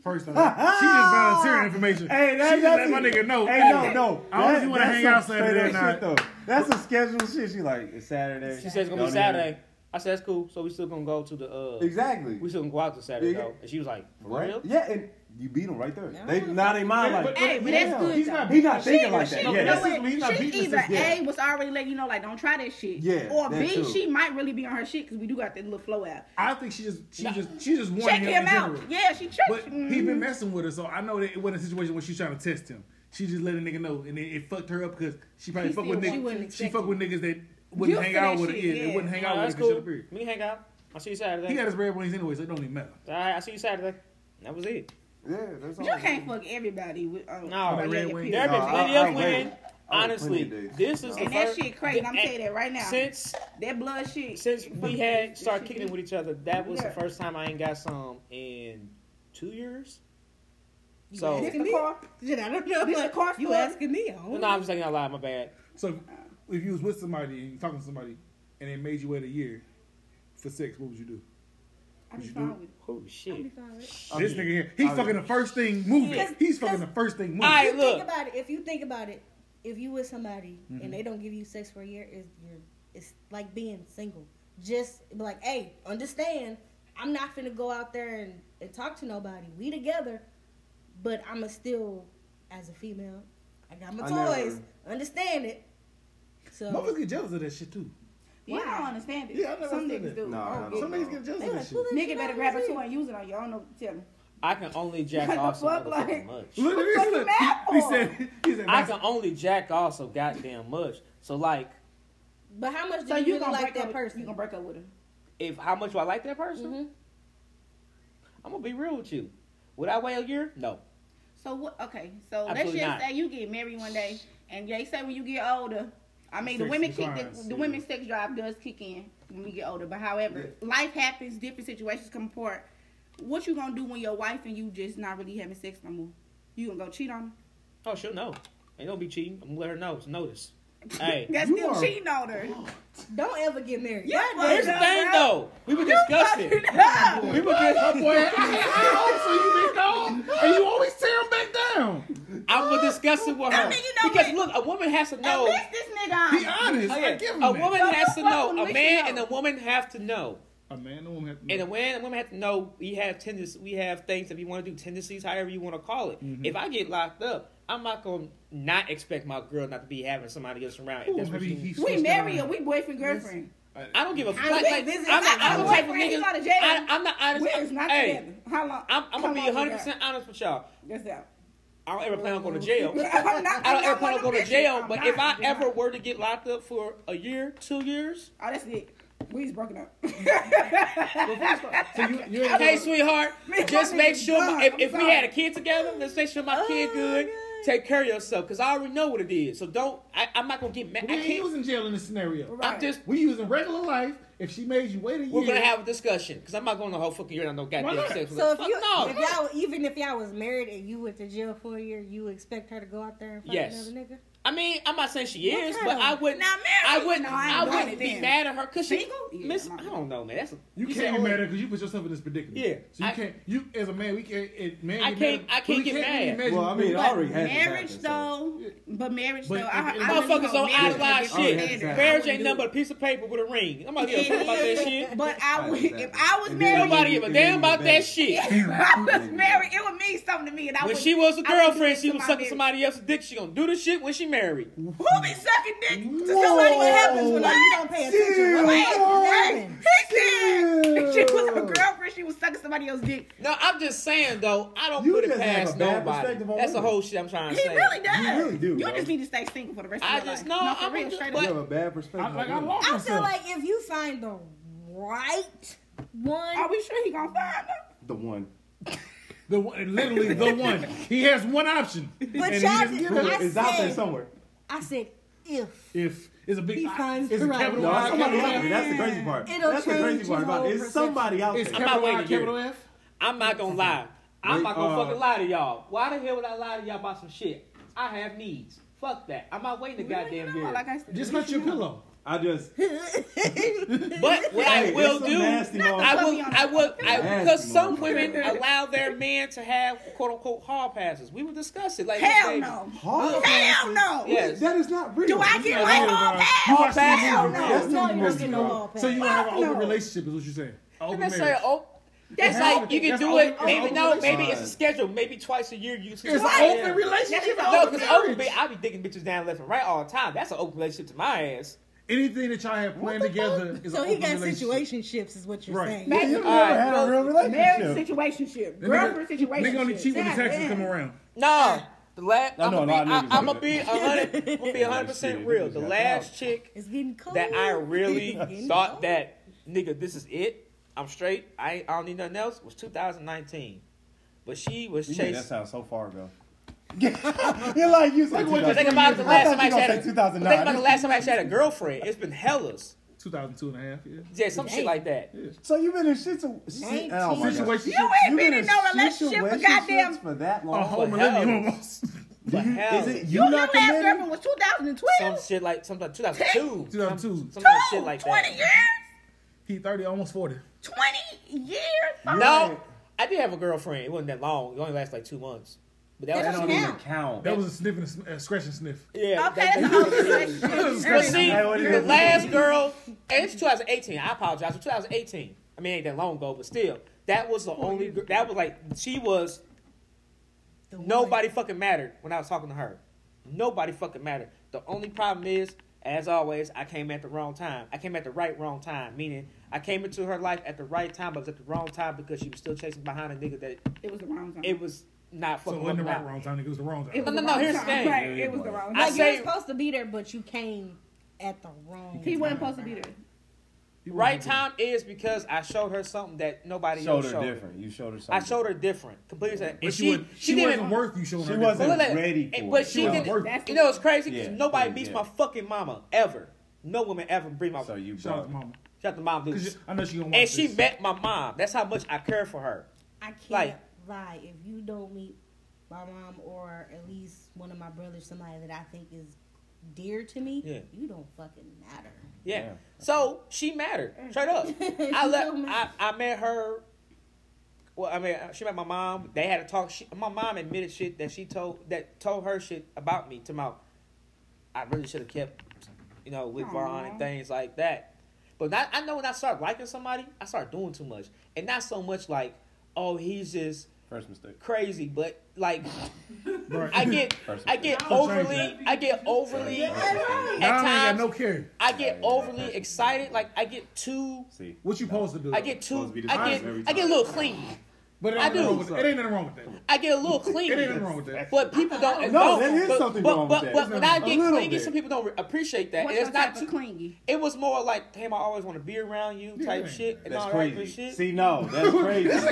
Speaker 2: First off, she just volunteering information.
Speaker 4: Hey, that-
Speaker 2: she just let
Speaker 4: that's
Speaker 2: my
Speaker 4: it.
Speaker 2: nigga know.
Speaker 4: Hey, no, no.
Speaker 2: I don't know if you wanna
Speaker 4: that's
Speaker 2: hang
Speaker 4: some
Speaker 2: out Saturday
Speaker 4: straight-up
Speaker 2: night.
Speaker 4: shit, though. That's a scheduled shit. She like, it's Saturday.
Speaker 3: She said it's gonna be
Speaker 4: Don't even-
Speaker 3: Saturday. I said that's cool. So we still gonna go to the uh,
Speaker 4: Exactly.
Speaker 3: we still gonna go out to Saturday
Speaker 4: Yeah.
Speaker 3: though. And she was like, for
Speaker 4: Right?
Speaker 3: real?
Speaker 4: Yeah, and you beat them right there.
Speaker 1: Yeah.
Speaker 4: They now they mind
Speaker 2: Yeah,
Speaker 4: like,
Speaker 5: Hey, but that's
Speaker 4: yeah.
Speaker 5: good.
Speaker 2: He's
Speaker 5: though.
Speaker 2: not
Speaker 4: He not
Speaker 5: She-
Speaker 4: thinking like
Speaker 5: she-
Speaker 4: that.
Speaker 5: you
Speaker 4: Yeah,
Speaker 5: know
Speaker 4: that's
Speaker 5: what?
Speaker 2: his- he's not
Speaker 5: she
Speaker 2: beating his
Speaker 5: either
Speaker 4: sister.
Speaker 5: A was already letting you know like don't try that shit.
Speaker 4: Yeah,
Speaker 5: Or
Speaker 4: that
Speaker 5: B
Speaker 4: too.
Speaker 5: she might really be on her shit because we do got that little flow out.
Speaker 2: I think she just, she just, she just warned
Speaker 5: Check
Speaker 2: him,
Speaker 5: him
Speaker 2: in
Speaker 5: out.
Speaker 2: general.
Speaker 5: Yeah, she Mm. checked.
Speaker 2: But he been messing with her, so I know that it wasn't a situation where she's trying to test him. She just let a nigga know, and it, it fucked her up because she probably
Speaker 5: He
Speaker 2: fucked
Speaker 5: still
Speaker 2: with
Speaker 5: wa- she
Speaker 2: niggas.
Speaker 5: wasn't
Speaker 2: She fucked
Speaker 5: expecting
Speaker 2: with niggas that wouldn't
Speaker 5: Used
Speaker 2: hang
Speaker 5: to
Speaker 2: out
Speaker 5: that
Speaker 2: with her.
Speaker 5: shit,
Speaker 2: Yeah, they
Speaker 5: yeah.
Speaker 2: wouldn't hang
Speaker 3: "Oh,
Speaker 2: out
Speaker 3: that's
Speaker 2: with her 'cause she
Speaker 3: cool.
Speaker 2: had a period.
Speaker 3: We can hang out. I'll see you Saturday.
Speaker 2: He got his red wings anyway, so it don't even matter.
Speaker 3: All right, I'll see you Saturday. That was it.
Speaker 4: Yeah, that's all.
Speaker 5: you can't fuck everybody with um,
Speaker 3: No,
Speaker 5: with
Speaker 2: Red
Speaker 5: your
Speaker 2: Wing.
Speaker 5: period.
Speaker 3: There have
Speaker 4: No,
Speaker 3: been
Speaker 4: I-
Speaker 3: plenty
Speaker 4: I
Speaker 3: of
Speaker 4: wait.
Speaker 3: women.
Speaker 4: I wait
Speaker 3: Honestly,
Speaker 4: plenty of days.
Speaker 3: this is the
Speaker 5: And that
Speaker 3: first
Speaker 5: shit crazy. I'm
Speaker 3: the-
Speaker 5: saying that right now.
Speaker 3: Since
Speaker 5: that blood shit.
Speaker 3: since we had started
Speaker 5: Shit.
Speaker 3: kicking it with each other, that was the
Speaker 5: Yeah.
Speaker 3: first time I ain't got some in two years.
Speaker 1: You
Speaker 3: So
Speaker 5: This
Speaker 1: asking
Speaker 5: the
Speaker 1: me?
Speaker 5: car.
Speaker 1: Shit, I don't know.
Speaker 5: This
Speaker 1: Like,
Speaker 5: a car
Speaker 1: you
Speaker 5: store?
Speaker 1: asking me? I
Speaker 3: no,
Speaker 1: don't
Speaker 3: no,
Speaker 1: know.
Speaker 3: I'm just not gonna lie, my bad.
Speaker 2: So if you was with somebody and you talking to somebody, and they made you wait a year for sex, what would you do?
Speaker 5: I'm
Speaker 2: you
Speaker 5: just
Speaker 2: do?
Speaker 5: fine with it.
Speaker 3: Oh shit!
Speaker 4: I
Speaker 2: this
Speaker 4: mean,
Speaker 2: nigga here, he's
Speaker 4: I mean-
Speaker 2: fucking the first thing moving.
Speaker 1: Yeah.
Speaker 2: He's fucking the first thing moving.
Speaker 3: All right,
Speaker 1: If you
Speaker 3: look.
Speaker 1: think about it. If you think about it, if you with somebody and
Speaker 3: Mm-hmm.
Speaker 1: they don't give you sex for a year, is you're it's like being single. Just be like, hey, understand, I'm not finna go out there and, and talk to nobody. We together, but I'ma still, as a female, I got my
Speaker 4: I
Speaker 1: toys.
Speaker 4: never-
Speaker 1: Understand it. So
Speaker 2: Motherfuckers get jealous of that shit too.
Speaker 5: You
Speaker 1: Why?
Speaker 5: don't understand it.
Speaker 2: Yeah, I never
Speaker 5: Some
Speaker 2: understood
Speaker 5: niggas
Speaker 2: it.
Speaker 5: do.
Speaker 4: No,
Speaker 5: I
Speaker 4: I
Speaker 5: don't
Speaker 4: don't.
Speaker 5: get
Speaker 2: Some
Speaker 5: it.
Speaker 2: niggas get jealous
Speaker 1: they
Speaker 2: of
Speaker 1: like,
Speaker 2: that shit.
Speaker 1: "Who the
Speaker 5: Nigga
Speaker 1: shit
Speaker 5: better
Speaker 1: I
Speaker 5: grab
Speaker 1: was
Speaker 5: a toy
Speaker 1: in?"
Speaker 5: and use it on you. I don't know. Tell me.
Speaker 3: I can only jack
Speaker 5: What the
Speaker 3: off so
Speaker 5: fuck,
Speaker 3: motherfucking
Speaker 5: like-
Speaker 3: much.
Speaker 2: Look at this.
Speaker 5: What the
Speaker 2: Look,
Speaker 5: mad
Speaker 2: he
Speaker 5: for?
Speaker 2: said, he said,
Speaker 3: I can only jack off so goddamn much. So like,
Speaker 1: But how much do
Speaker 5: So
Speaker 1: you,
Speaker 5: you
Speaker 1: really
Speaker 5: gonna
Speaker 1: like
Speaker 5: break
Speaker 1: that
Speaker 5: up,
Speaker 1: person?
Speaker 5: You gonna break up with her?
Speaker 3: if how much do I like that person?
Speaker 1: Mhm.
Speaker 5: Mm-hmm.
Speaker 3: I'm gonna be real with you. Would I wait a year? No.
Speaker 5: So what? Okay. So
Speaker 3: Absolutely
Speaker 5: let's
Speaker 3: not.
Speaker 5: just say you get married one day, and they say when you get older, I mean the
Speaker 2: Sex
Speaker 5: women kick the,
Speaker 2: declines,
Speaker 5: the
Speaker 2: yeah.
Speaker 5: women's sex drive does kick in when we get older. But however, life happens. Different situations come apart. What you gonna do when your wife and you just not really having sex no more? You gonna go cheat on her?
Speaker 3: Oh, she'll know. Ain't gonna be cheating. I'm gonna let her know. It's notice. Hey.
Speaker 5: That's
Speaker 2: You
Speaker 5: still
Speaker 2: are-
Speaker 5: cheating on her.
Speaker 1: Don't ever get married.
Speaker 5: Yeah,
Speaker 1: God
Speaker 3: Here's the
Speaker 1: damn.
Speaker 3: thing though. We were discussing.
Speaker 5: Yeah.
Speaker 3: We were dis-
Speaker 2: and you always tear him back down.
Speaker 3: I was discussing with her.
Speaker 5: mean, you know
Speaker 3: because
Speaker 5: what?
Speaker 3: look, a woman has to
Speaker 5: At
Speaker 3: know.
Speaker 5: least this nigga.
Speaker 2: Be
Speaker 5: honest.
Speaker 2: honest.
Speaker 3: Oh,
Speaker 2: I
Speaker 3: yeah.
Speaker 2: give him
Speaker 3: A
Speaker 2: that.
Speaker 3: woman
Speaker 5: Don't
Speaker 3: has to
Speaker 5: fuck
Speaker 3: know.
Speaker 5: with
Speaker 3: A
Speaker 5: me, Mm-hmm.
Speaker 3: man
Speaker 5: she
Speaker 3: and a
Speaker 5: know.
Speaker 3: woman have to know.
Speaker 2: A man, no woman have to
Speaker 3: And a
Speaker 2: know.
Speaker 3: man and woman have to know we have tendencies. We have things that we want to do, tendencies, however you want to call it.
Speaker 5: Mm-hmm.
Speaker 3: If I get locked up, I'm not gonna not expect my girl not to be having somebody else around. If
Speaker 2: Ooh,
Speaker 3: that's what
Speaker 2: maybe
Speaker 3: she-
Speaker 2: he
Speaker 5: We
Speaker 2: switched
Speaker 5: marry or
Speaker 2: around.
Speaker 5: we boyfriend girlfriend.
Speaker 3: I don't give a fuck.
Speaker 1: think
Speaker 3: Like,
Speaker 1: this is
Speaker 3: I'm not.
Speaker 1: how
Speaker 3: I'm the
Speaker 1: my
Speaker 3: type of
Speaker 5: boyfriend,
Speaker 3: nigga.
Speaker 5: he's out of jail.
Speaker 3: I, I'm not honest.
Speaker 5: We're not
Speaker 3: hey,
Speaker 5: together. How long?
Speaker 3: I'm, I'm
Speaker 5: how
Speaker 3: gonna be
Speaker 5: long we
Speaker 3: 100
Speaker 5: got?
Speaker 3: percent honest with y'all.
Speaker 5: That's out.
Speaker 3: I don't ever plan on going to jail.
Speaker 5: I'm
Speaker 3: I
Speaker 5: not-
Speaker 3: don't
Speaker 5: I'm
Speaker 3: ever
Speaker 5: Mm-hmm. not
Speaker 3: plan on
Speaker 5: one of
Speaker 3: going to
Speaker 5: them
Speaker 3: jail.
Speaker 5: bitches.
Speaker 3: But
Speaker 5: I'm
Speaker 3: if I
Speaker 5: not.
Speaker 3: ever were to get locked up for a year, two years,
Speaker 5: Oh, that's it. We was broken up.
Speaker 2: So you, you ain't
Speaker 3: hey,
Speaker 2: never-
Speaker 3: sweetheart,
Speaker 5: Man,
Speaker 3: just
Speaker 5: my
Speaker 3: make
Speaker 5: nigga's
Speaker 3: sure my,
Speaker 5: done.
Speaker 3: if,
Speaker 5: I'm
Speaker 3: if we
Speaker 5: sorry. Oh,
Speaker 3: had a kid together, let's make sure my kid good. Take care of yourself, cause I already know what it is. So don't. I, I'm not gonna get mad.
Speaker 2: we
Speaker 3: I
Speaker 2: ain't
Speaker 3: can't.
Speaker 2: using jail in this scenario.
Speaker 3: I'm just.
Speaker 2: We using regular life. If she made you wait a year,
Speaker 3: We're gonna have a discussion, cause I'm not going to whole fucking year and I no goddamn
Speaker 2: not?
Speaker 3: sex with
Speaker 1: So
Speaker 3: her.
Speaker 1: if
Speaker 3: Fuck
Speaker 1: you,
Speaker 3: no.
Speaker 1: if y'all, even if y'all was married and you went to jail for a year, you expect her to go out there and fuck
Speaker 3: Yes.
Speaker 1: another nigga?
Speaker 3: I mean, I'm not saying she
Speaker 1: What
Speaker 3: is,
Speaker 1: kind
Speaker 3: but
Speaker 1: of-
Speaker 3: I wouldn't.
Speaker 5: Now, married?
Speaker 3: I wouldn't.
Speaker 5: No, I
Speaker 3: I,
Speaker 5: ain't doing
Speaker 3: wouldn't
Speaker 5: it
Speaker 3: be
Speaker 5: then.
Speaker 3: mad at her because she.
Speaker 5: Single? Yeah,
Speaker 3: miss,
Speaker 5: I'm
Speaker 3: I
Speaker 5: not.
Speaker 3: don't know, man. That's a,
Speaker 2: You,
Speaker 3: said
Speaker 2: can't be
Speaker 3: only-
Speaker 2: mad at because you put yourself in this predicament.
Speaker 3: Yeah.
Speaker 2: So you
Speaker 3: I-
Speaker 2: can't. You as a man, we can't. It, man,
Speaker 3: I
Speaker 2: get
Speaker 3: can't-
Speaker 2: mad at-
Speaker 3: I can't
Speaker 2: we
Speaker 3: get
Speaker 2: can't
Speaker 3: mad.
Speaker 2: imagine-
Speaker 4: Well, I mean, it
Speaker 5: But
Speaker 4: already has
Speaker 5: marriage though, But marriage,
Speaker 2: But
Speaker 5: though, I, I
Speaker 2: if- if-
Speaker 5: really
Speaker 3: Motherfuckers
Speaker 5: hope
Speaker 3: on
Speaker 5: marriage
Speaker 3: idolized
Speaker 5: is a different
Speaker 3: shit.
Speaker 5: standard. I
Speaker 3: Marriage
Speaker 5: really
Speaker 3: ain't
Speaker 5: do.
Speaker 3: nothing but a piece of paper with a ring. I'm not give a fuck about that shit.
Speaker 5: But I would, if I was
Speaker 4: And then-
Speaker 5: married,
Speaker 3: Nobody give a damn about that shit.
Speaker 5: if I was married, it would mean something to me. And I
Speaker 3: When
Speaker 5: would,
Speaker 3: she was a
Speaker 5: I would
Speaker 3: girlfriend,
Speaker 5: do
Speaker 3: she was
Speaker 5: this to my
Speaker 3: sucking
Speaker 5: marriage.
Speaker 3: somebody else's dick. She gonna do this shit when she married.
Speaker 5: Who be sucking dick
Speaker 1: Somebody
Speaker 5: to somebody
Speaker 1: what happens
Speaker 5: else's
Speaker 1: when
Speaker 5: when
Speaker 1: like, you
Speaker 5: I
Speaker 1: don't pay attention. What
Speaker 5: Wait,
Speaker 1: happens?
Speaker 5: wait. He said she was a girlfriend. She was sucking somebody else's dick.
Speaker 3: No, I'm just saying though, I don't
Speaker 4: You
Speaker 3: put it
Speaker 4: just have
Speaker 3: past
Speaker 4: a bad
Speaker 3: nobody.
Speaker 4: perspective on
Speaker 3: That's the
Speaker 4: women.
Speaker 3: whole shit I'm trying to
Speaker 5: He
Speaker 3: say.
Speaker 5: really does.
Speaker 4: You really do,
Speaker 5: You
Speaker 4: bro.
Speaker 5: just need to stay single for the rest
Speaker 3: I
Speaker 5: of your
Speaker 3: just
Speaker 5: life.
Speaker 3: know,
Speaker 5: No, for
Speaker 3: I'm
Speaker 5: real,
Speaker 3: just-
Speaker 5: straight
Speaker 4: You
Speaker 5: up.
Speaker 4: have a bad
Speaker 2: I,
Speaker 4: perspective.
Speaker 2: like, I
Speaker 4: on women.
Speaker 2: lost
Speaker 1: I
Speaker 2: myself.
Speaker 1: feel like if you find the right one,
Speaker 5: Are we sure he gonna find her?
Speaker 4: the one.
Speaker 2: the one, literally the one. He has one option.
Speaker 1: but
Speaker 2: he
Speaker 1: y'all,
Speaker 2: just
Speaker 1: did-
Speaker 2: give it
Speaker 1: I
Speaker 4: It's out there
Speaker 1: said,
Speaker 4: somewhere.
Speaker 1: I said if.
Speaker 2: if it's a big,
Speaker 1: He finds
Speaker 2: it's
Speaker 1: the
Speaker 2: a
Speaker 1: right
Speaker 2: capital
Speaker 4: No,
Speaker 1: one.
Speaker 2: I,
Speaker 4: somebody
Speaker 2: capital
Speaker 4: out there.
Speaker 2: F.
Speaker 4: That's the crazy part.
Speaker 1: It'll
Speaker 4: That's the
Speaker 1: change
Speaker 4: crazy
Speaker 1: your
Speaker 4: part about
Speaker 1: whole
Speaker 4: it. It's somebody out
Speaker 2: It's
Speaker 4: there.
Speaker 3: not
Speaker 2: capital
Speaker 3: waiting
Speaker 2: I,
Speaker 3: to hear
Speaker 2: capital F.
Speaker 3: I'm not gonna lie. I'm
Speaker 4: Wait,
Speaker 3: not gonna
Speaker 4: uh,
Speaker 3: fucking lie to y'all. Why the hell would I lie to y'all about some shit? I have needs. Fuck that. I'm not waiting to goddamn
Speaker 5: You know,
Speaker 3: hear.
Speaker 5: like
Speaker 3: it.
Speaker 5: I said,
Speaker 2: Just not your pillow.
Speaker 4: I just.
Speaker 3: But what I
Speaker 4: Hey,
Speaker 3: will
Speaker 4: it's some
Speaker 3: do,
Speaker 4: nasty
Speaker 3: Oh, I will,
Speaker 5: motherfucker.
Speaker 3: I will, I
Speaker 4: Nasty
Speaker 3: because some
Speaker 4: motherfucker.
Speaker 3: women allow their men to have quote unquote hall passes. We will discuss it. Like
Speaker 5: hell
Speaker 3: baby,
Speaker 5: no.
Speaker 4: Hard
Speaker 5: Hell no.
Speaker 3: Yes.
Speaker 4: That is not real.
Speaker 5: Do I get white hall
Speaker 2: You
Speaker 5: pass?
Speaker 2: watch
Speaker 3: pass.
Speaker 2: the
Speaker 5: Hell
Speaker 2: movie.
Speaker 5: no.
Speaker 4: That's
Speaker 1: No,
Speaker 4: not
Speaker 1: you're
Speaker 4: even
Speaker 1: not getting
Speaker 4: bro.
Speaker 1: no hall pass.
Speaker 2: So you don't have an
Speaker 5: Fuck
Speaker 2: open
Speaker 5: no.
Speaker 2: relationship, is what you're saying?
Speaker 3: I'm
Speaker 2: Open
Speaker 3: not
Speaker 2: marriage.
Speaker 3: saying oh. That's
Speaker 2: It's
Speaker 3: like
Speaker 2: open-
Speaker 3: you can
Speaker 2: it's
Speaker 3: do
Speaker 2: open-
Speaker 3: it.
Speaker 2: it's
Speaker 3: Maybe
Speaker 2: open
Speaker 3: no. Maybe it's a
Speaker 4: relationship.
Speaker 3: schedule. Maybe twice a year you.
Speaker 2: It's an
Speaker 5: What?
Speaker 2: open
Speaker 5: That's
Speaker 2: relationship.
Speaker 5: just
Speaker 2: though.
Speaker 3: No,
Speaker 5: open
Speaker 3: because open,
Speaker 2: marriage.
Speaker 3: I be digging bitches down left and right all the time. That's an open relationship to my ass.
Speaker 2: Anything that y'all have planned together is
Speaker 1: so
Speaker 2: an
Speaker 1: he
Speaker 2: open
Speaker 1: got
Speaker 2: relationship.
Speaker 1: situationships, is what you're
Speaker 2: Right.
Speaker 1: saying.
Speaker 5: Back-
Speaker 4: You never
Speaker 3: Alright,
Speaker 4: had a
Speaker 5: well,
Speaker 4: real
Speaker 5: Marriage
Speaker 4: relationship.
Speaker 5: situationship,
Speaker 2: Then nigga-
Speaker 5: girlfriend situationship.
Speaker 2: Nigga only cheat when the
Speaker 1: Yeah,
Speaker 2: taxes
Speaker 1: yeah.
Speaker 2: come around.
Speaker 3: No, the last.
Speaker 4: I
Speaker 3: I'm
Speaker 4: know
Speaker 3: gonna
Speaker 4: a
Speaker 3: be.
Speaker 4: lot of
Speaker 3: I,
Speaker 4: niggas
Speaker 3: I'm
Speaker 4: like
Speaker 3: gonna be
Speaker 4: that.
Speaker 3: hundred. I'm gonna be
Speaker 4: Yeah,
Speaker 3: hundred
Speaker 4: shit,
Speaker 3: percent real.
Speaker 4: niggas
Speaker 3: The
Speaker 4: got
Speaker 3: last
Speaker 4: out.
Speaker 3: chick
Speaker 1: It's getting cold.
Speaker 3: that I really
Speaker 1: It's getting
Speaker 3: thought
Speaker 1: cold.
Speaker 3: that nigga, this is it. I'm straight. I ain't- I don't need nothing else. Was 2019, but she was
Speaker 4: You made
Speaker 3: chasing.
Speaker 4: that sounds so far ago. You're like you said.
Speaker 2: what you
Speaker 4: 2000.
Speaker 3: Think about the last time I
Speaker 4: I
Speaker 3: actually
Speaker 4: thought you gonna
Speaker 3: had.
Speaker 4: say
Speaker 3: a- Think about the
Speaker 4: 2009.
Speaker 3: last time I actually had a girlfriend. It's been hellas.
Speaker 2: 2002 and a half, yeah.
Speaker 3: Yeah, some shit
Speaker 1: Damn.
Speaker 3: like that.
Speaker 4: So you've been in shit. Oh my God.
Speaker 2: Situation.
Speaker 5: You ain't
Speaker 4: You've
Speaker 5: been in no relationship for
Speaker 4: situationships
Speaker 5: goddamn.
Speaker 4: for that
Speaker 2: A
Speaker 4: long.
Speaker 2: whole
Speaker 3: but Oh, hell.
Speaker 2: millennium almost.
Speaker 4: Do you,
Speaker 3: hell.
Speaker 4: is it you,
Speaker 5: You, your
Speaker 4: not
Speaker 5: last
Speaker 4: committed?
Speaker 5: girlfriend was 2012.
Speaker 3: Some shit like some like 2002.
Speaker 2: 2002.
Speaker 3: Some
Speaker 5: Two,
Speaker 3: shit like
Speaker 5: 20
Speaker 3: that.
Speaker 5: years?
Speaker 2: He 30, almost 40.
Speaker 5: 20 years?
Speaker 3: No, I did have a girlfriend. It wasn't that long. It only lasted like two months. But that
Speaker 1: That
Speaker 3: was
Speaker 4: That
Speaker 1: don't
Speaker 4: don't even
Speaker 1: count.
Speaker 4: count.
Speaker 2: That was a sniff and a sn- a scratch and sniff.
Speaker 3: yeah.
Speaker 5: Okay,
Speaker 3: that-
Speaker 5: that's a whole relationship.
Speaker 3: But see,
Speaker 4: Hey, what is
Speaker 3: the
Speaker 4: it?
Speaker 3: last girl, and it's 2018. I apologize. It's 2018. I mean, it ain't that long ago, but still, that was the only. gir- That was like she was.
Speaker 1: The one.
Speaker 3: Nobody fucking mattered when I was talking to her. Nobody fucking mattered. The only problem is, as always, I came at the wrong time. I came at the right wrong time, meaning I came into her life at the right time, but it was at the wrong time because she was still chasing behind a nigga that
Speaker 5: It was the wrong time.
Speaker 3: it was not
Speaker 2: So it
Speaker 3: fucking.
Speaker 2: wasn't the
Speaker 3: working
Speaker 2: right
Speaker 3: out.
Speaker 2: wrong time. It was the wrong
Speaker 5: It
Speaker 2: time.
Speaker 5: was
Speaker 3: No, no,
Speaker 5: wrong
Speaker 3: no, here's the
Speaker 5: time.
Speaker 3: thing.
Speaker 5: Right, it was the wrong
Speaker 3: I
Speaker 5: time.
Speaker 1: Like you
Speaker 3: say-
Speaker 1: were supposed to be there, but you came at the wrong.
Speaker 5: He wasn't
Speaker 1: time.
Speaker 5: supposed to be there.
Speaker 3: Right time is because I showed her something that nobody
Speaker 4: showed
Speaker 3: else
Speaker 4: her
Speaker 3: showed.
Speaker 4: different. You showed her something.
Speaker 3: I showed her different, completely. different.
Speaker 2: But
Speaker 3: And
Speaker 2: she,
Speaker 3: she,
Speaker 2: wasn't, she,
Speaker 3: didn't-
Speaker 2: wasn't worth you showing
Speaker 4: She
Speaker 2: her.
Speaker 4: wasn't-
Speaker 2: that.
Speaker 3: Well, look,
Speaker 4: ready
Speaker 3: and-
Speaker 4: for
Speaker 3: but
Speaker 4: it.
Speaker 3: she
Speaker 4: She
Speaker 3: didn't.
Speaker 2: wasn't
Speaker 5: worth it.
Speaker 3: You know, it's crazy 'cause
Speaker 4: Yeah,
Speaker 3: nobody
Speaker 4: yeah,
Speaker 3: beats
Speaker 4: yeah.
Speaker 3: my fucking mama ever. No woman ever beat my.
Speaker 4: So you
Speaker 2: Shout out
Speaker 4: brought.
Speaker 2: to mama.
Speaker 3: Shut the mom
Speaker 2: 'Cause
Speaker 3: loose.
Speaker 2: she- I know she gonna watch
Speaker 3: And she
Speaker 2: this.
Speaker 3: met my mom. That's how much I care for her.
Speaker 1: I can't
Speaker 3: Like-
Speaker 1: lie. If you don't meet my mom or at least one of my brothers, somebody that I think is dear to me,
Speaker 3: Yeah.
Speaker 1: you don't fucking matter.
Speaker 3: Yeah.
Speaker 4: Yeah.
Speaker 3: So she mattered. Straight up. I
Speaker 1: She
Speaker 3: let
Speaker 1: don't
Speaker 3: I,
Speaker 1: matter.
Speaker 3: I met her. Well, I mean, she met my mom. They had a talk. She, my mom admitted shit that she told that told her shit about me to my. I really should have kept, you know, with Vaughn
Speaker 5: Aw.
Speaker 3: and things like that. But not, I know when I start liking somebody, I start doing too much, and not so much like, oh, he's just
Speaker 4: First mistake.
Speaker 3: crazy, but like
Speaker 2: Right.
Speaker 3: I get, I get
Speaker 2: I'll change
Speaker 3: overly,
Speaker 6: that.
Speaker 3: I get overly,
Speaker 4: First
Speaker 2: Now
Speaker 4: mistake.
Speaker 2: I
Speaker 3: at
Speaker 2: ain't got
Speaker 3: times
Speaker 2: no care.
Speaker 3: I get overly excited. Like I get too.
Speaker 4: See.
Speaker 2: What you supposed to do?
Speaker 3: I get
Speaker 4: Supposed
Speaker 3: too.
Speaker 4: to be the
Speaker 3: I
Speaker 4: same every
Speaker 3: get. I get a
Speaker 4: time.
Speaker 3: little clean.
Speaker 2: But it
Speaker 3: I
Speaker 2: ain't, nothing
Speaker 3: do.
Speaker 2: wrong with that. it ain't nothing wrong with that.
Speaker 3: I get a little
Speaker 2: It ain't nothing
Speaker 3: clean.
Speaker 2: wrong with that.
Speaker 3: But people don't.
Speaker 4: No,
Speaker 3: don't-
Speaker 4: there is
Speaker 3: but,
Speaker 4: something
Speaker 3: but,
Speaker 4: wrong
Speaker 3: but,
Speaker 4: with
Speaker 3: But
Speaker 4: that.
Speaker 3: when I
Speaker 4: A
Speaker 3: get
Speaker 4: little
Speaker 3: clingy,
Speaker 4: bit.
Speaker 3: some people don't appreciate that.
Speaker 5: What's
Speaker 3: and
Speaker 5: your
Speaker 3: it's not
Speaker 5: type
Speaker 3: too.
Speaker 5: of clingy?
Speaker 3: It was more like, damn, I always want to be around you
Speaker 2: Yeah,
Speaker 3: type
Speaker 2: that ain't-
Speaker 3: shit and
Speaker 4: That's
Speaker 3: all that good
Speaker 4: crazy.
Speaker 3: shit.
Speaker 4: See, no, that's crazy. that's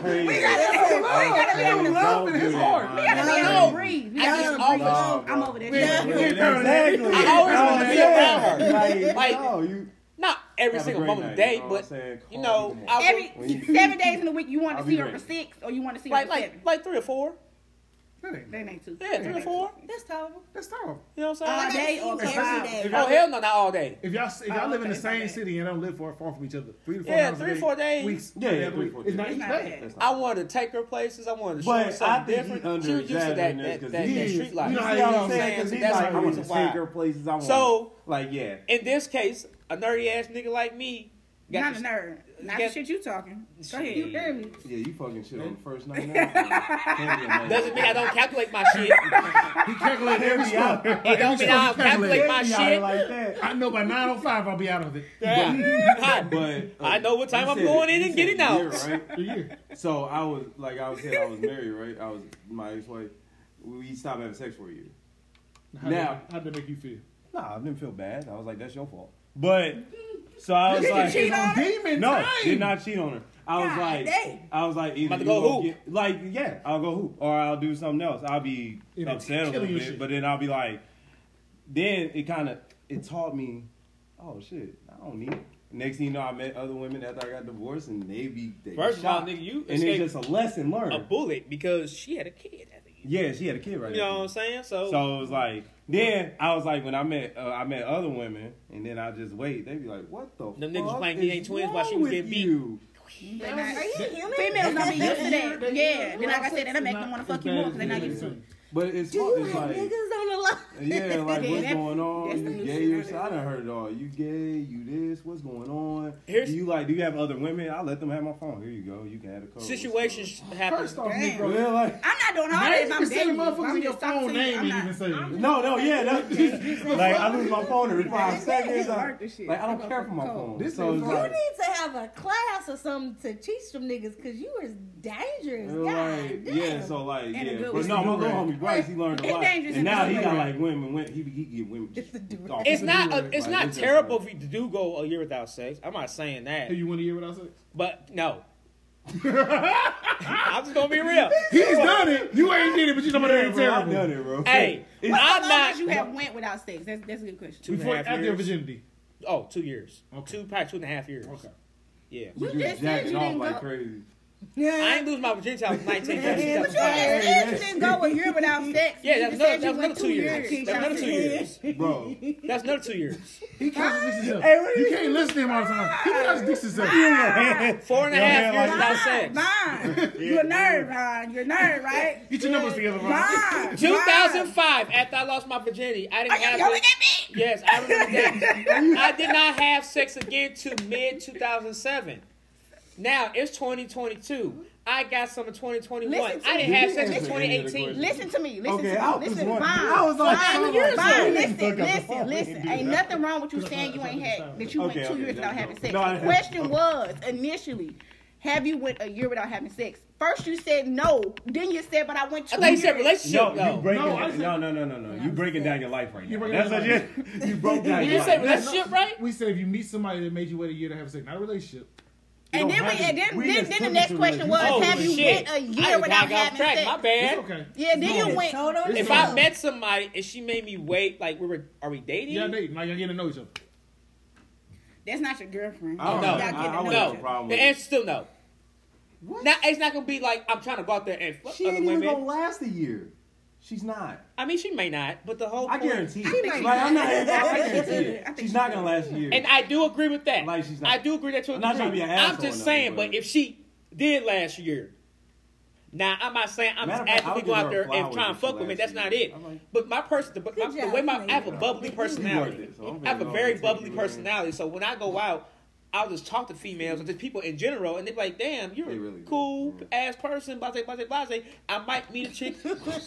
Speaker 4: crazy. We gotta
Speaker 2: Oh, be in love in his heart.
Speaker 5: We gotta be able
Speaker 3: No.
Speaker 5: to breathe. We
Speaker 3: I
Speaker 5: gotta be
Speaker 3: just
Speaker 5: able to breathe.
Speaker 4: always-
Speaker 5: I'm over that.
Speaker 2: Yeah.
Speaker 5: shit.
Speaker 2: Yeah.
Speaker 4: Exactly.
Speaker 3: I always wanna be
Speaker 4: her.
Speaker 3: around her.
Speaker 4: Like,
Speaker 3: Like,
Speaker 4: no, you
Speaker 3: Not every
Speaker 4: Have a
Speaker 3: single
Speaker 4: great
Speaker 3: moment of the
Speaker 4: night,
Speaker 3: day,
Speaker 4: you know what I'm
Speaker 3: but
Speaker 4: saying?
Speaker 3: you
Speaker 4: Call
Speaker 3: know,
Speaker 4: me tomorrow.
Speaker 3: I
Speaker 5: Every seven days in the week, you want
Speaker 4: I'll
Speaker 5: to
Speaker 4: be
Speaker 5: see her
Speaker 4: ready.
Speaker 5: for six, or you want to see
Speaker 3: like
Speaker 5: her for
Speaker 3: like
Speaker 5: seven.
Speaker 3: like three or four.
Speaker 2: That ain't
Speaker 5: They ain't too.
Speaker 3: Yeah, three or four.
Speaker 1: That's tolerable.
Speaker 2: That's tough.
Speaker 3: You know what I'm saying?
Speaker 5: All
Speaker 1: Like, I
Speaker 5: day
Speaker 1: eat
Speaker 5: or
Speaker 1: every
Speaker 5: five.
Speaker 1: day.
Speaker 2: If
Speaker 3: Oh hell no, not all day.
Speaker 2: If y'all if y'all
Speaker 5: Oh,
Speaker 2: live in the
Speaker 5: okay,
Speaker 2: same
Speaker 5: okay.
Speaker 2: city and don't live far far from each other, three to four
Speaker 3: Yeah,
Speaker 2: hours a
Speaker 3: three,
Speaker 2: day,
Speaker 3: four days.
Speaker 2: weeks,
Speaker 4: Yeah, yeah, three,
Speaker 2: week.
Speaker 4: four
Speaker 2: It's
Speaker 4: days.
Speaker 2: not
Speaker 5: It's
Speaker 2: each
Speaker 5: not
Speaker 2: day.
Speaker 5: bad.
Speaker 4: That's
Speaker 3: I wanted to take her places. I wanted to show her
Speaker 4: But I
Speaker 3: something
Speaker 4: think
Speaker 3: different.
Speaker 4: he
Speaker 3: She was used to that
Speaker 4: underexaggerating
Speaker 3: that, that,
Speaker 4: this
Speaker 3: that
Speaker 4: 'cause he-
Speaker 3: street life.
Speaker 2: you know how
Speaker 3: You
Speaker 2: he
Speaker 3: know what
Speaker 2: is.
Speaker 3: I'm
Speaker 2: He's
Speaker 3: saying?
Speaker 4: Because
Speaker 3: So
Speaker 4: he's
Speaker 3: that's
Speaker 4: like,
Speaker 3: the
Speaker 4: I want to
Speaker 3: reason why.
Speaker 4: take her places. I want
Speaker 3: So
Speaker 4: like, yeah.
Speaker 3: in this case, a nerdy ass nigga like me got
Speaker 5: Not
Speaker 3: to
Speaker 5: a nerd. Not
Speaker 3: got-
Speaker 5: the shit you talking. Go ahead.
Speaker 1: You hear me?
Speaker 4: Yeah, you fucking shit on the first night. now.
Speaker 3: Doesn't mean I don't calculate my shit.
Speaker 2: He calculated every step.
Speaker 3: It don't mean I don't calculate my shit.
Speaker 4: like that.
Speaker 2: I know by nine oh five I'll be out of it.
Speaker 3: Yeah.
Speaker 4: But
Speaker 3: Hi.
Speaker 4: uh,
Speaker 3: I know what time
Speaker 4: you
Speaker 3: I'm
Speaker 4: said-
Speaker 3: going in
Speaker 4: you
Speaker 3: and
Speaker 4: said
Speaker 3: getting out.
Speaker 4: year, right?
Speaker 2: A year.
Speaker 4: So I was like I was said I was married, right? I was my ex-wife. We stopped having sex for a year.
Speaker 2: How
Speaker 4: Now-
Speaker 2: did, how did that make you feel?
Speaker 4: Nah, I didn't feel bad. I was like, that's your fault. But so I was
Speaker 5: Did you
Speaker 4: like,
Speaker 5: cheat on her?
Speaker 2: Demon
Speaker 4: no,
Speaker 2: time.
Speaker 4: did not cheat on her. I was
Speaker 5: God
Speaker 4: like,
Speaker 5: dang.
Speaker 4: I was like, either
Speaker 3: About to
Speaker 4: you
Speaker 3: go
Speaker 4: gonna
Speaker 3: hoop.
Speaker 4: get- like, yeah, I'll go hoop, or I'll do something else. I'll be
Speaker 2: It'll
Speaker 4: upset a
Speaker 2: kill
Speaker 4: little
Speaker 2: you
Speaker 4: bit,
Speaker 2: shit.
Speaker 4: but then I'll be like, then it kind of it taught me, oh shit, I don't need. it. Next thing you know, I met other women after I got divorced, and they be they
Speaker 3: First of all,
Speaker 4: shot.
Speaker 3: nigga, you
Speaker 4: and it's
Speaker 3: escaped
Speaker 4: just a lesson learned.
Speaker 3: a bullet because she had a kid at the end.
Speaker 4: yeah, she had a kid right
Speaker 3: You know
Speaker 4: after.
Speaker 3: what I'm saying? So,
Speaker 4: So it
Speaker 5: Oh.
Speaker 4: was like, then I was like, when I met, uh, I met other women, and then I just wait. They be like, what the?
Speaker 3: Them niggas
Speaker 4: fuck
Speaker 3: playing He
Speaker 4: is
Speaker 3: Ain't Twins while she
Speaker 4: wrong
Speaker 3: was
Speaker 4: with
Speaker 3: getting beat.
Speaker 4: you?
Speaker 5: They not-
Speaker 1: Are you human?
Speaker 5: Females don't be used to that. Yeah.
Speaker 2: Real
Speaker 5: Then like I
Speaker 2: sex
Speaker 5: said, that
Speaker 2: is
Speaker 5: make
Speaker 2: not
Speaker 5: them want
Speaker 2: as
Speaker 5: to fuck you
Speaker 2: bad
Speaker 5: more
Speaker 2: as
Speaker 5: because they
Speaker 2: we
Speaker 5: not
Speaker 2: think.
Speaker 5: used to it.
Speaker 4: But it's
Speaker 1: Do
Speaker 4: fu-
Speaker 1: you
Speaker 4: it's
Speaker 1: have
Speaker 4: like,
Speaker 1: niggas on the line?
Speaker 4: yeah, like
Speaker 5: Yeah,
Speaker 4: what's
Speaker 5: that-
Speaker 4: going on?
Speaker 5: that's the
Speaker 4: You
Speaker 5: new
Speaker 4: gay? Or
Speaker 5: scenario.
Speaker 4: so I done heard it all. You gay? You this? What's going on?
Speaker 3: Here's-
Speaker 4: do you like? Do you have other women? I let them have my phone. Here you go. You can have the code.
Speaker 3: situations happen.
Speaker 2: First off,
Speaker 5: Damn.
Speaker 2: Negro,
Speaker 4: Yeah, like,
Speaker 5: I'm not doing all that. if
Speaker 2: ninety
Speaker 5: I'm
Speaker 2: percent
Speaker 5: dating
Speaker 2: of
Speaker 5: you. If
Speaker 2: motherfuckers
Speaker 5: I'm
Speaker 2: in your
Speaker 5: just talking
Speaker 2: phone
Speaker 5: to you,
Speaker 2: name
Speaker 5: I'm
Speaker 2: ain't
Speaker 5: not.
Speaker 2: even saying it.
Speaker 4: no, no, yeah, no. like I lose my phone every five seconds. I,
Speaker 5: Worth the shit.
Speaker 4: like I don't care for my phone.
Speaker 2: This
Speaker 4: so
Speaker 2: is
Speaker 4: it's
Speaker 2: right.
Speaker 1: You
Speaker 4: like,
Speaker 1: need to have a class or something to teach them niggas because you is dangerous. God
Speaker 4: Like,
Speaker 1: damn.
Speaker 4: yeah, so like,
Speaker 5: And a
Speaker 4: yeah.
Speaker 5: good
Speaker 4: But
Speaker 5: one.
Speaker 4: no, my little homie Bryce, he learned a
Speaker 5: It's
Speaker 4: lot,
Speaker 5: dangerous
Speaker 4: and
Speaker 5: in a
Speaker 4: now
Speaker 5: good
Speaker 4: he
Speaker 5: way.
Speaker 4: got like women. women he, he get women.
Speaker 1: It's the dude.
Speaker 4: off.
Speaker 3: It's not
Speaker 2: Like,
Speaker 3: a, it's
Speaker 4: it's
Speaker 3: not
Speaker 4: just
Speaker 3: terrible
Speaker 4: like-
Speaker 3: if you do go a year without sex. I'm not saying that,
Speaker 2: Hey, you want a year without sex?
Speaker 3: but no. I'm just gonna be real.
Speaker 2: He's done it. You ain't did it, but you know
Speaker 4: Yeah,
Speaker 2: what? Ain't
Speaker 4: bro, I've
Speaker 2: terrible.
Speaker 4: done it, bro.
Speaker 3: Hey, I'm
Speaker 5: Well, how long did you
Speaker 3: not.
Speaker 5: have went without sex? That's that's a good question.
Speaker 3: Two and a
Speaker 2: Before
Speaker 3: half
Speaker 2: after your
Speaker 3: years.
Speaker 2: virginity.
Speaker 3: Oh, two years.
Speaker 2: Okay.
Speaker 3: Two, probably two and a half years.
Speaker 2: Okay.
Speaker 3: Yeah.
Speaker 4: you
Speaker 5: You
Speaker 4: just
Speaker 5: just said
Speaker 4: jacking
Speaker 5: you
Speaker 4: off
Speaker 5: didn't
Speaker 4: like
Speaker 5: go-
Speaker 4: crazy.
Speaker 3: I ain't lose my virginity. till I was 19. That shit was
Speaker 5: But
Speaker 3: fire.
Speaker 5: your
Speaker 4: Hey,
Speaker 5: ex didn't go a year without sex.
Speaker 3: Yeah,
Speaker 5: You
Speaker 3: that's
Speaker 5: just
Speaker 3: another,
Speaker 5: said
Speaker 3: that's
Speaker 5: you went
Speaker 3: another two years. That's another two years.
Speaker 4: bro.
Speaker 3: That's another two years.
Speaker 2: He contradicts himself.
Speaker 4: Hey, what
Speaker 2: you
Speaker 4: is-
Speaker 2: can't listen to him all the time. He contradicts himself.
Speaker 3: Four and a
Speaker 4: Your
Speaker 3: half
Speaker 4: hand
Speaker 3: years
Speaker 4: like-
Speaker 3: without sex.
Speaker 5: Vine, you're a nerd, Vine. You're a nerd, right?
Speaker 2: Get your numbers together, bro.
Speaker 5: Vine.
Speaker 3: 2005, after I lost my virginity, I didn't
Speaker 5: Are you
Speaker 3: have
Speaker 5: yelling
Speaker 3: it.
Speaker 5: at me?
Speaker 3: Yes, I remember that. I did not have sex again to mid 2007. Now it's 2022. I got some in 2021.
Speaker 5: Listen to
Speaker 3: I didn't
Speaker 5: me.
Speaker 3: have sex in
Speaker 4: Listen to me.
Speaker 3: 2018.
Speaker 5: Listen to me. Listen
Speaker 4: Okay,
Speaker 5: to
Speaker 4: I
Speaker 5: me.
Speaker 4: was
Speaker 5: Listen, Vine.
Speaker 4: wondering. I was like,
Speaker 5: Vine,
Speaker 4: two years
Speaker 5: Vine,
Speaker 4: old.
Speaker 5: listen,
Speaker 4: Fuck up.
Speaker 5: listen, listen. Ain't nothing wrong with you saying you ain't had that you went
Speaker 4: Okay,
Speaker 5: two
Speaker 4: okay,
Speaker 5: years without
Speaker 4: that's
Speaker 5: having
Speaker 4: dope.
Speaker 5: sex.
Speaker 4: No, I-
Speaker 5: The question was initially, have you went a year without having sex? First you said no. Then you said, but I went two
Speaker 3: I thought you
Speaker 5: years.
Speaker 3: said relationship,
Speaker 4: No,
Speaker 3: though.
Speaker 4: you breaking
Speaker 2: No, I said-
Speaker 4: no, no, no, no, no. You breaking down your life right
Speaker 2: You
Speaker 4: now.
Speaker 2: breaking
Speaker 4: That's
Speaker 2: down
Speaker 4: what
Speaker 2: your
Speaker 4: you you broke down.
Speaker 3: you didn't
Speaker 4: your
Speaker 3: say
Speaker 4: life.
Speaker 3: relationship, right?
Speaker 2: We say if you meet somebody that made you wait a year to have sex, not a relationship.
Speaker 5: And
Speaker 4: You
Speaker 5: then
Speaker 4: don't
Speaker 5: we,
Speaker 4: have
Speaker 5: and
Speaker 4: to-
Speaker 5: then,
Speaker 4: we
Speaker 5: then,
Speaker 4: just
Speaker 5: then the
Speaker 4: took it
Speaker 5: next
Speaker 4: to
Speaker 5: question
Speaker 4: the-
Speaker 5: was,
Speaker 4: Oh,
Speaker 5: have you
Speaker 3: shit.
Speaker 5: went a
Speaker 3: I
Speaker 5: year
Speaker 3: done
Speaker 5: without
Speaker 3: got off
Speaker 5: having
Speaker 3: track.
Speaker 5: sex?
Speaker 3: My
Speaker 2: It's
Speaker 3: bad.
Speaker 2: okay.
Speaker 5: Yeah, then you
Speaker 1: Told
Speaker 5: went.
Speaker 1: on
Speaker 2: If
Speaker 3: If
Speaker 1: yourself.
Speaker 3: I met somebody and she made me wait, like we were, are we dating?
Speaker 2: Y'all dating, like y'all getting to know each other.
Speaker 5: That's not your girlfriend.
Speaker 4: I don't
Speaker 3: No,
Speaker 4: know.
Speaker 5: Y'all
Speaker 4: I, I
Speaker 5: getting
Speaker 4: would
Speaker 5: to
Speaker 4: have
Speaker 5: know
Speaker 4: a
Speaker 3: no.
Speaker 5: each
Speaker 4: problem.
Speaker 3: The
Speaker 4: with
Speaker 3: answer's still no.
Speaker 4: What?
Speaker 3: Now it's not gonna be like I'm trying to go out there and fuck
Speaker 4: She
Speaker 3: other
Speaker 4: ain't even gonna
Speaker 3: women.
Speaker 4: last a year. She's not.
Speaker 3: I mean, she may not, but the whole
Speaker 4: I
Speaker 3: point,
Speaker 4: guarantee
Speaker 5: I think
Speaker 4: it.
Speaker 5: she-
Speaker 4: Like I'm not. I guarantee
Speaker 5: I
Speaker 4: it.
Speaker 5: think
Speaker 4: She's
Speaker 5: she-
Speaker 4: not gonna last a year.
Speaker 3: And I do agree with that.
Speaker 4: Like, she's not-
Speaker 3: I do agree that you're
Speaker 4: I'm not trying to be an
Speaker 3: I'm
Speaker 4: asshole
Speaker 3: just
Speaker 4: or
Speaker 3: saying,
Speaker 4: nothing,
Speaker 3: but
Speaker 4: but-
Speaker 3: if she did last year, now I'm not saying I'm
Speaker 4: Matter of
Speaker 3: just
Speaker 4: fact, I
Speaker 3: actively
Speaker 4: would
Speaker 3: going out
Speaker 4: give her
Speaker 3: there and
Speaker 4: flowers
Speaker 3: trying
Speaker 4: if
Speaker 3: to
Speaker 4: she
Speaker 3: fuck with me.
Speaker 4: lasted
Speaker 3: That's
Speaker 4: a
Speaker 3: not
Speaker 4: year.
Speaker 3: it.
Speaker 4: I'm like-
Speaker 3: But my person, the, my, the
Speaker 1: job,
Speaker 3: way my, I
Speaker 1: lady.
Speaker 3: have a bubbly personality.
Speaker 4: this, so I'm
Speaker 3: I have a
Speaker 4: finna
Speaker 3: very
Speaker 4: go
Speaker 3: bubbly
Speaker 4: take you
Speaker 3: personality. So when I go out, I'll just talk to females or just people in general, and they're like, "Damn, you're
Speaker 4: They
Speaker 3: a
Speaker 4: really do.
Speaker 3: cool
Speaker 4: Mhm.
Speaker 3: ass person." Blase, blase, blase. I might meet a chick,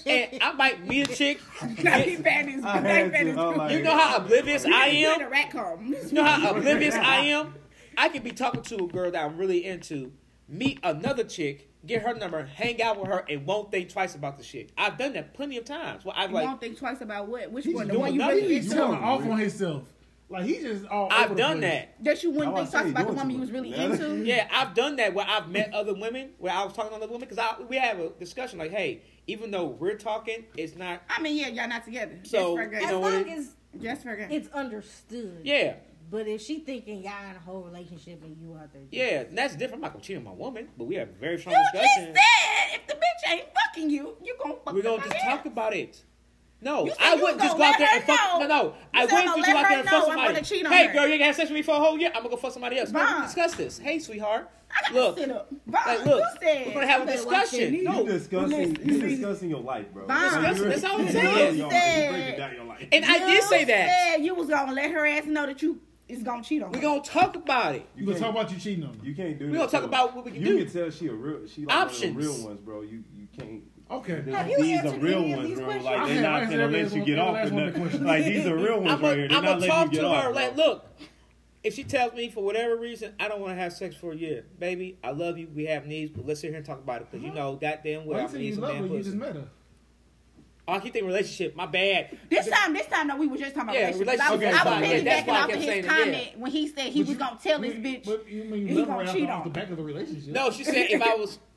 Speaker 3: and I might meet a chick. get-
Speaker 4: I had to, I'm like-
Speaker 3: you know how oblivious I am.
Speaker 5: In a rat car.
Speaker 3: You know how oblivious I am? I could be talking to a girl that I'm really into, meet another chick, get her number, hang out with her, and won't think twice about the shit. I've done that plenty of times. Well, I've
Speaker 5: You
Speaker 3: like,
Speaker 5: won't think twice about what? Which
Speaker 2: He's
Speaker 5: one? The
Speaker 2: doing
Speaker 5: one you
Speaker 3: nothing.
Speaker 5: really
Speaker 2: He's
Speaker 5: into?
Speaker 2: going
Speaker 4: Tell
Speaker 2: off
Speaker 4: him,
Speaker 2: on himself. Like he just all. over
Speaker 3: I've
Speaker 2: the
Speaker 3: done
Speaker 2: place.
Speaker 3: that.
Speaker 5: That you wouldn't
Speaker 4: I
Speaker 5: think
Speaker 4: was saying,
Speaker 5: twice about the
Speaker 4: you
Speaker 5: woman you
Speaker 4: doing
Speaker 5: was
Speaker 4: too
Speaker 5: really
Speaker 4: much.
Speaker 5: into?
Speaker 3: Yeah, I've done that where I've met other women, where I was talking to another woman, because I we have a discussion like, hey, even though we're talking, it's not.
Speaker 5: I mean, yeah, y'all not together.
Speaker 3: So,
Speaker 5: just for
Speaker 3: you
Speaker 5: good.
Speaker 1: As
Speaker 3: know what
Speaker 1: long
Speaker 3: it-
Speaker 1: as
Speaker 5: Just for good.
Speaker 1: it's understood.
Speaker 3: Yeah,
Speaker 1: But if she thinking y'all in a whole relationship and you out there,
Speaker 3: yeah, and that's different. I'm not gonna cheat on my woman, but we have a very strong
Speaker 5: You just
Speaker 3: discussion.
Speaker 5: said if the bitch ain't fucking you, you gonna fuck
Speaker 3: We're gonna
Speaker 5: my
Speaker 3: just
Speaker 5: head.
Speaker 3: talk about it. No,
Speaker 5: You said
Speaker 3: I
Speaker 5: you
Speaker 3: wouldn't
Speaker 5: was
Speaker 3: just go
Speaker 5: gonna
Speaker 3: out there
Speaker 5: let
Speaker 3: and
Speaker 5: her
Speaker 3: fuck. No,
Speaker 5: know.
Speaker 3: no, I
Speaker 5: You said
Speaker 3: wouldn't
Speaker 5: I'm
Speaker 3: just
Speaker 5: gonna
Speaker 3: go out
Speaker 5: let
Speaker 3: there and fuck
Speaker 5: her know I'm
Speaker 3: somebody.
Speaker 5: gonna cheat on
Speaker 3: Hey,
Speaker 5: her.
Speaker 3: girl, you ain't had sex with me for a whole year. I'm gonna go fuck somebody else. We're
Speaker 5: Bruh.
Speaker 3: gonna discuss this. Hey, sweetheart.
Speaker 5: I gotta
Speaker 3: Look,
Speaker 5: sit up. Vaughn,
Speaker 3: like, look,
Speaker 5: you said
Speaker 3: we're gonna have a
Speaker 5: you better watch your
Speaker 3: discussion.
Speaker 5: knees.
Speaker 4: You
Speaker 3: No,
Speaker 4: discussing,
Speaker 5: listen,
Speaker 4: you
Speaker 5: listen.
Speaker 4: discussing your life, bro.
Speaker 5: Fine.
Speaker 4: Like, you're-
Speaker 3: That's all I'm
Speaker 4: you're
Speaker 3: saying.
Speaker 4: breaking down your- You're breaking
Speaker 5: Said-
Speaker 4: down your life.
Speaker 3: and I did say that.
Speaker 5: Said you was gonna let her ass know that you is gonna cheat on
Speaker 3: We're
Speaker 5: her.
Speaker 3: gonna talk about it.
Speaker 2: You
Speaker 4: You
Speaker 2: gonna
Speaker 4: can't,
Speaker 2: talk about you cheating on me?
Speaker 4: you can't do
Speaker 3: We gonna talk
Speaker 4: this to her.
Speaker 3: about what we can
Speaker 4: you
Speaker 3: do.
Speaker 4: can tell she a real, she like
Speaker 3: Options.
Speaker 4: One of the real ones, bro. You you can't.
Speaker 2: Okay.
Speaker 4: These-
Speaker 1: Have you
Speaker 4: these are
Speaker 1: answered
Speaker 4: real
Speaker 1: any of
Speaker 4: ones,
Speaker 1: these
Speaker 4: bro.
Speaker 1: questions?
Speaker 4: Like
Speaker 2: Okay,
Speaker 4: they're
Speaker 2: I
Speaker 4: not
Speaker 2: answered
Speaker 4: gonna
Speaker 2: every
Speaker 4: let you
Speaker 2: one-
Speaker 4: get
Speaker 2: every
Speaker 4: off.
Speaker 2: last
Speaker 4: and
Speaker 2: one of the
Speaker 4: nothing.
Speaker 2: questions.
Speaker 4: Like these are real ones
Speaker 3: I'm
Speaker 4: right here. They're not
Speaker 3: gonna
Speaker 4: letting
Speaker 3: talk
Speaker 4: you get
Speaker 3: to
Speaker 4: off.
Speaker 3: her.
Speaker 4: bro.
Speaker 3: Like, look, if she tells me for whatever reason I don't want to have sex for a year, baby, I love you. We have needs, but let's sit here and talk about it because you know, goddamn well,
Speaker 2: Well, you
Speaker 3: I'm gonna
Speaker 2: said
Speaker 3: need
Speaker 2: you
Speaker 3: some
Speaker 2: love her.
Speaker 3: damn
Speaker 2: You just
Speaker 3: pussy.
Speaker 2: met her.
Speaker 3: Oh, I keep thinking relationship. My bad.
Speaker 5: This time, this time, no, we were just talking about
Speaker 3: Yeah,
Speaker 5: relationships. I was,
Speaker 4: relationship- okay,
Speaker 5: I was
Speaker 4: fine, yeah,
Speaker 5: piggybacking
Speaker 3: that's why I
Speaker 5: off of
Speaker 3: kept saying
Speaker 5: his
Speaker 3: it, yeah.
Speaker 5: comment when he said he
Speaker 2: But
Speaker 5: was
Speaker 2: you-
Speaker 5: gonna tell this
Speaker 2: you-
Speaker 5: bitch.
Speaker 2: But you mean
Speaker 5: he
Speaker 2: you love
Speaker 5: gonna
Speaker 2: her
Speaker 5: cheat
Speaker 2: after-
Speaker 5: on
Speaker 2: off the
Speaker 5: her.
Speaker 2: back of the relationship?
Speaker 3: No, she said if I was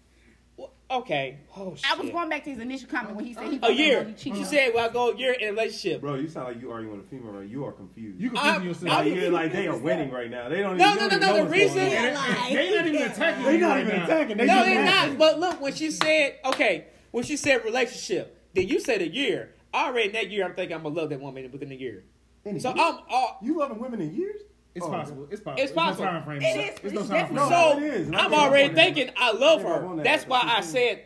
Speaker 3: Well, okay. Oh shit.
Speaker 5: I was going back to his initial comment when he said he
Speaker 3: a
Speaker 5: wasn't
Speaker 3: year.
Speaker 5: really cheating.
Speaker 3: She said, "Well, I go a year in a relationship."
Speaker 4: Bro, you sound like you arguing with a female. Right? You are confused.
Speaker 2: You
Speaker 3: I-
Speaker 2: confusing yourself.
Speaker 4: like,
Speaker 3: I-
Speaker 4: you're like they are winning right now. They don't.
Speaker 3: No,
Speaker 4: even,
Speaker 3: no,
Speaker 4: they
Speaker 3: no,
Speaker 4: don't
Speaker 3: no. The
Speaker 4: even know what's
Speaker 3: reason.
Speaker 4: going on.
Speaker 2: they not even attacking.
Speaker 4: They
Speaker 2: you
Speaker 4: not
Speaker 2: right
Speaker 4: even
Speaker 2: now.
Speaker 4: attacking. They
Speaker 3: No,
Speaker 4: just
Speaker 3: they're
Speaker 4: laughing.
Speaker 3: not. But look, when she said, okay, when she said relationship, then you said a year. Already in that year, I'm thinking I'm gonna love that woman within a year.
Speaker 4: In a
Speaker 3: So
Speaker 4: year?
Speaker 3: I'm all.
Speaker 4: You loving women in years?
Speaker 2: It's
Speaker 4: Oh,
Speaker 2: possible. It's possible.
Speaker 3: It's possible.
Speaker 2: No time frame.
Speaker 5: It is.
Speaker 2: It's no
Speaker 5: It's
Speaker 2: time frame.
Speaker 5: definitely-
Speaker 4: No,
Speaker 3: So
Speaker 4: it is, and I
Speaker 3: I'm
Speaker 4: think I'm
Speaker 3: already
Speaker 4: on that.
Speaker 3: thinking I love
Speaker 4: I think I'm
Speaker 3: her.
Speaker 4: on that.
Speaker 3: That's why I said.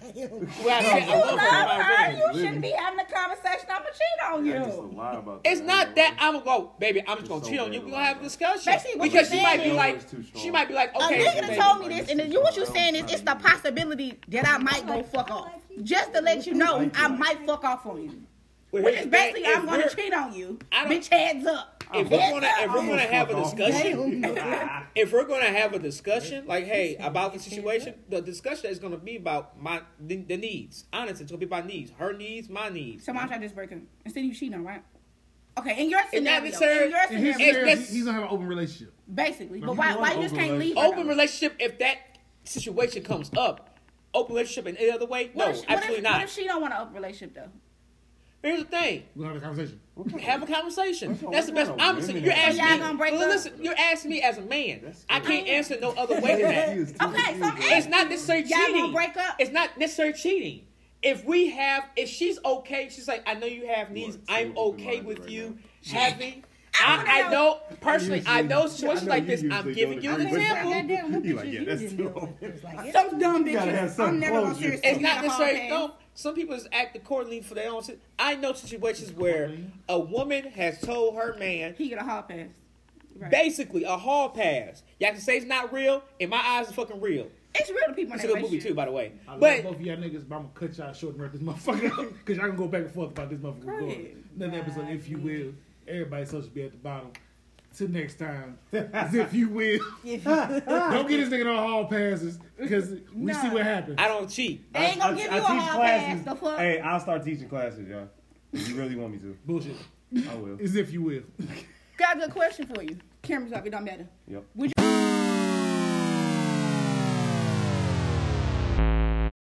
Speaker 3: Why I said
Speaker 5: If
Speaker 3: I
Speaker 5: you
Speaker 3: love
Speaker 5: love
Speaker 3: her. I'm
Speaker 5: her,
Speaker 3: already-
Speaker 5: you shouldn't be having a conversation. I'ma cheat on
Speaker 4: I just
Speaker 5: you.
Speaker 4: lie about
Speaker 3: It's
Speaker 4: that.
Speaker 3: not that I'm gonna go, baby. I'm just
Speaker 4: It's
Speaker 3: gonna
Speaker 4: so
Speaker 3: cheat on
Speaker 4: bad
Speaker 3: you. We're
Speaker 4: to
Speaker 3: gonna
Speaker 4: lie
Speaker 3: have a
Speaker 4: about.
Speaker 3: discussion
Speaker 5: Basically, what
Speaker 3: because
Speaker 5: you're
Speaker 3: she might be
Speaker 5: saying
Speaker 3: like,
Speaker 4: is- It's too strong.
Speaker 3: she might be like,
Speaker 5: A
Speaker 3: okay,
Speaker 5: nigga
Speaker 3: baby.
Speaker 5: done told me this, and you what you saying is it's the possibility that I might go fuck off. Just to let you know, I might fuck off on you.
Speaker 3: Well,
Speaker 5: Which
Speaker 3: here's
Speaker 5: is
Speaker 3: the thing.
Speaker 5: basically
Speaker 3: If
Speaker 5: I'm gonna
Speaker 3: we're-
Speaker 5: cheat on you.
Speaker 3: I don't-
Speaker 5: Bitch, heads up.
Speaker 3: If we're
Speaker 5: Heads
Speaker 3: gonna,
Speaker 5: up.
Speaker 3: if we're gonna have a discussion, if we're gonna have a discussion, like, hey, about the situation, the discussion is gonna be about my the, the needs. Honestly, it's gonna be about needs, her needs, my needs.
Speaker 5: So why don't I just break him instead of you cheating on right? Okay, in your
Speaker 3: It's not
Speaker 5: scenario,
Speaker 3: necessary-
Speaker 5: in
Speaker 2: In
Speaker 5: your
Speaker 2: his
Speaker 5: scenario,
Speaker 3: It's-
Speaker 2: scenario,
Speaker 3: that's-
Speaker 2: he's gonna have an open relationship.
Speaker 5: basically.
Speaker 2: You
Speaker 5: But why,
Speaker 4: want
Speaker 5: why you just
Speaker 4: open
Speaker 5: can't leave? her,
Speaker 3: Open
Speaker 5: though?
Speaker 3: relationship, if that situation comes up, open relationship in any other way, no,
Speaker 5: What if she- what if-
Speaker 3: absolutely
Speaker 5: What
Speaker 3: not.
Speaker 5: if she don't want an open relationship though?
Speaker 3: Here's the thing.
Speaker 2: We're gonna have a conversation.
Speaker 3: Have a conversation.
Speaker 4: That's all-
Speaker 3: That's the
Speaker 4: that's
Speaker 3: best.
Speaker 4: all
Speaker 3: Obviously,
Speaker 4: women
Speaker 3: you're
Speaker 4: have.
Speaker 5: So
Speaker 3: asking
Speaker 5: y'all
Speaker 3: me.
Speaker 5: gonna break
Speaker 3: well,
Speaker 5: up?
Speaker 3: listen, you're asking me as a man.
Speaker 4: That's
Speaker 3: I can't answer no other way than that.
Speaker 4: Confused, too
Speaker 5: Okay, so
Speaker 4: confused.
Speaker 3: It's not necessarily
Speaker 5: Y'all gonna
Speaker 3: cheating.
Speaker 5: break up?
Speaker 3: It's not necessarily cheating. If we have, if she's okay, she's like, I know you have needs.
Speaker 4: What, so
Speaker 3: I'm
Speaker 4: open-minded
Speaker 3: okay with
Speaker 4: right
Speaker 3: you.
Speaker 4: now.
Speaker 3: Happy.
Speaker 5: I
Speaker 3: I,
Speaker 5: wanna
Speaker 3: I
Speaker 5: know-
Speaker 3: know personally. I know
Speaker 4: I
Speaker 3: situations
Speaker 4: know
Speaker 3: like
Speaker 4: you
Speaker 3: this. I'm
Speaker 4: usually
Speaker 3: giving
Speaker 4: don't
Speaker 3: you an
Speaker 4: agree with
Speaker 3: example.
Speaker 1: Goddamn, look
Speaker 4: You
Speaker 1: at
Speaker 4: like,
Speaker 1: you.
Speaker 4: yeah,
Speaker 1: You
Speaker 4: that's
Speaker 1: didn't
Speaker 4: too
Speaker 1: know
Speaker 4: old.
Speaker 1: it was like,
Speaker 5: Some dumb
Speaker 4: You gotta have
Speaker 5: bitches. I'm
Speaker 4: some
Speaker 5: never gonna
Speaker 4: closure.
Speaker 5: seriously.
Speaker 3: It's not
Speaker 5: get the whole
Speaker 3: necessarily.
Speaker 5: thing.
Speaker 3: No, some people just act accordingly for their own. si- I know situations where a woman has told her man,
Speaker 5: He get a hard pass. Right.
Speaker 3: basically a hall pass. Y'all can say it's not real. In my eyes, it's fucking real.
Speaker 5: it's real to people in
Speaker 3: It's a
Speaker 5: that
Speaker 3: good movie too,
Speaker 5: relationship.
Speaker 3: by the way.
Speaker 2: I
Speaker 3: But
Speaker 2: love both of y'all niggas, but I'm gonna cut y'all short and wrap this motherfucker up because y'all can go back and forth about this motherfucker.
Speaker 5: Great.
Speaker 2: going. Another episode, if you will. Everybody's supposed to be at the bottom. Till next time, as if you will. Don't get this nigga no hall passes because we see what happens.
Speaker 3: I don't cheat.
Speaker 5: They ain't gonna give you
Speaker 4: I
Speaker 5: a
Speaker 4: teach
Speaker 5: hard pass.
Speaker 4: classes.
Speaker 5: The fuck?
Speaker 4: Hey, I'll start teaching classes, y'all. If you really want me to,
Speaker 2: Bullshit.
Speaker 4: I will.
Speaker 2: As if you will.
Speaker 5: Got a good question for you. Cameras off. It don't matter.
Speaker 4: Yep.
Speaker 5: Would you?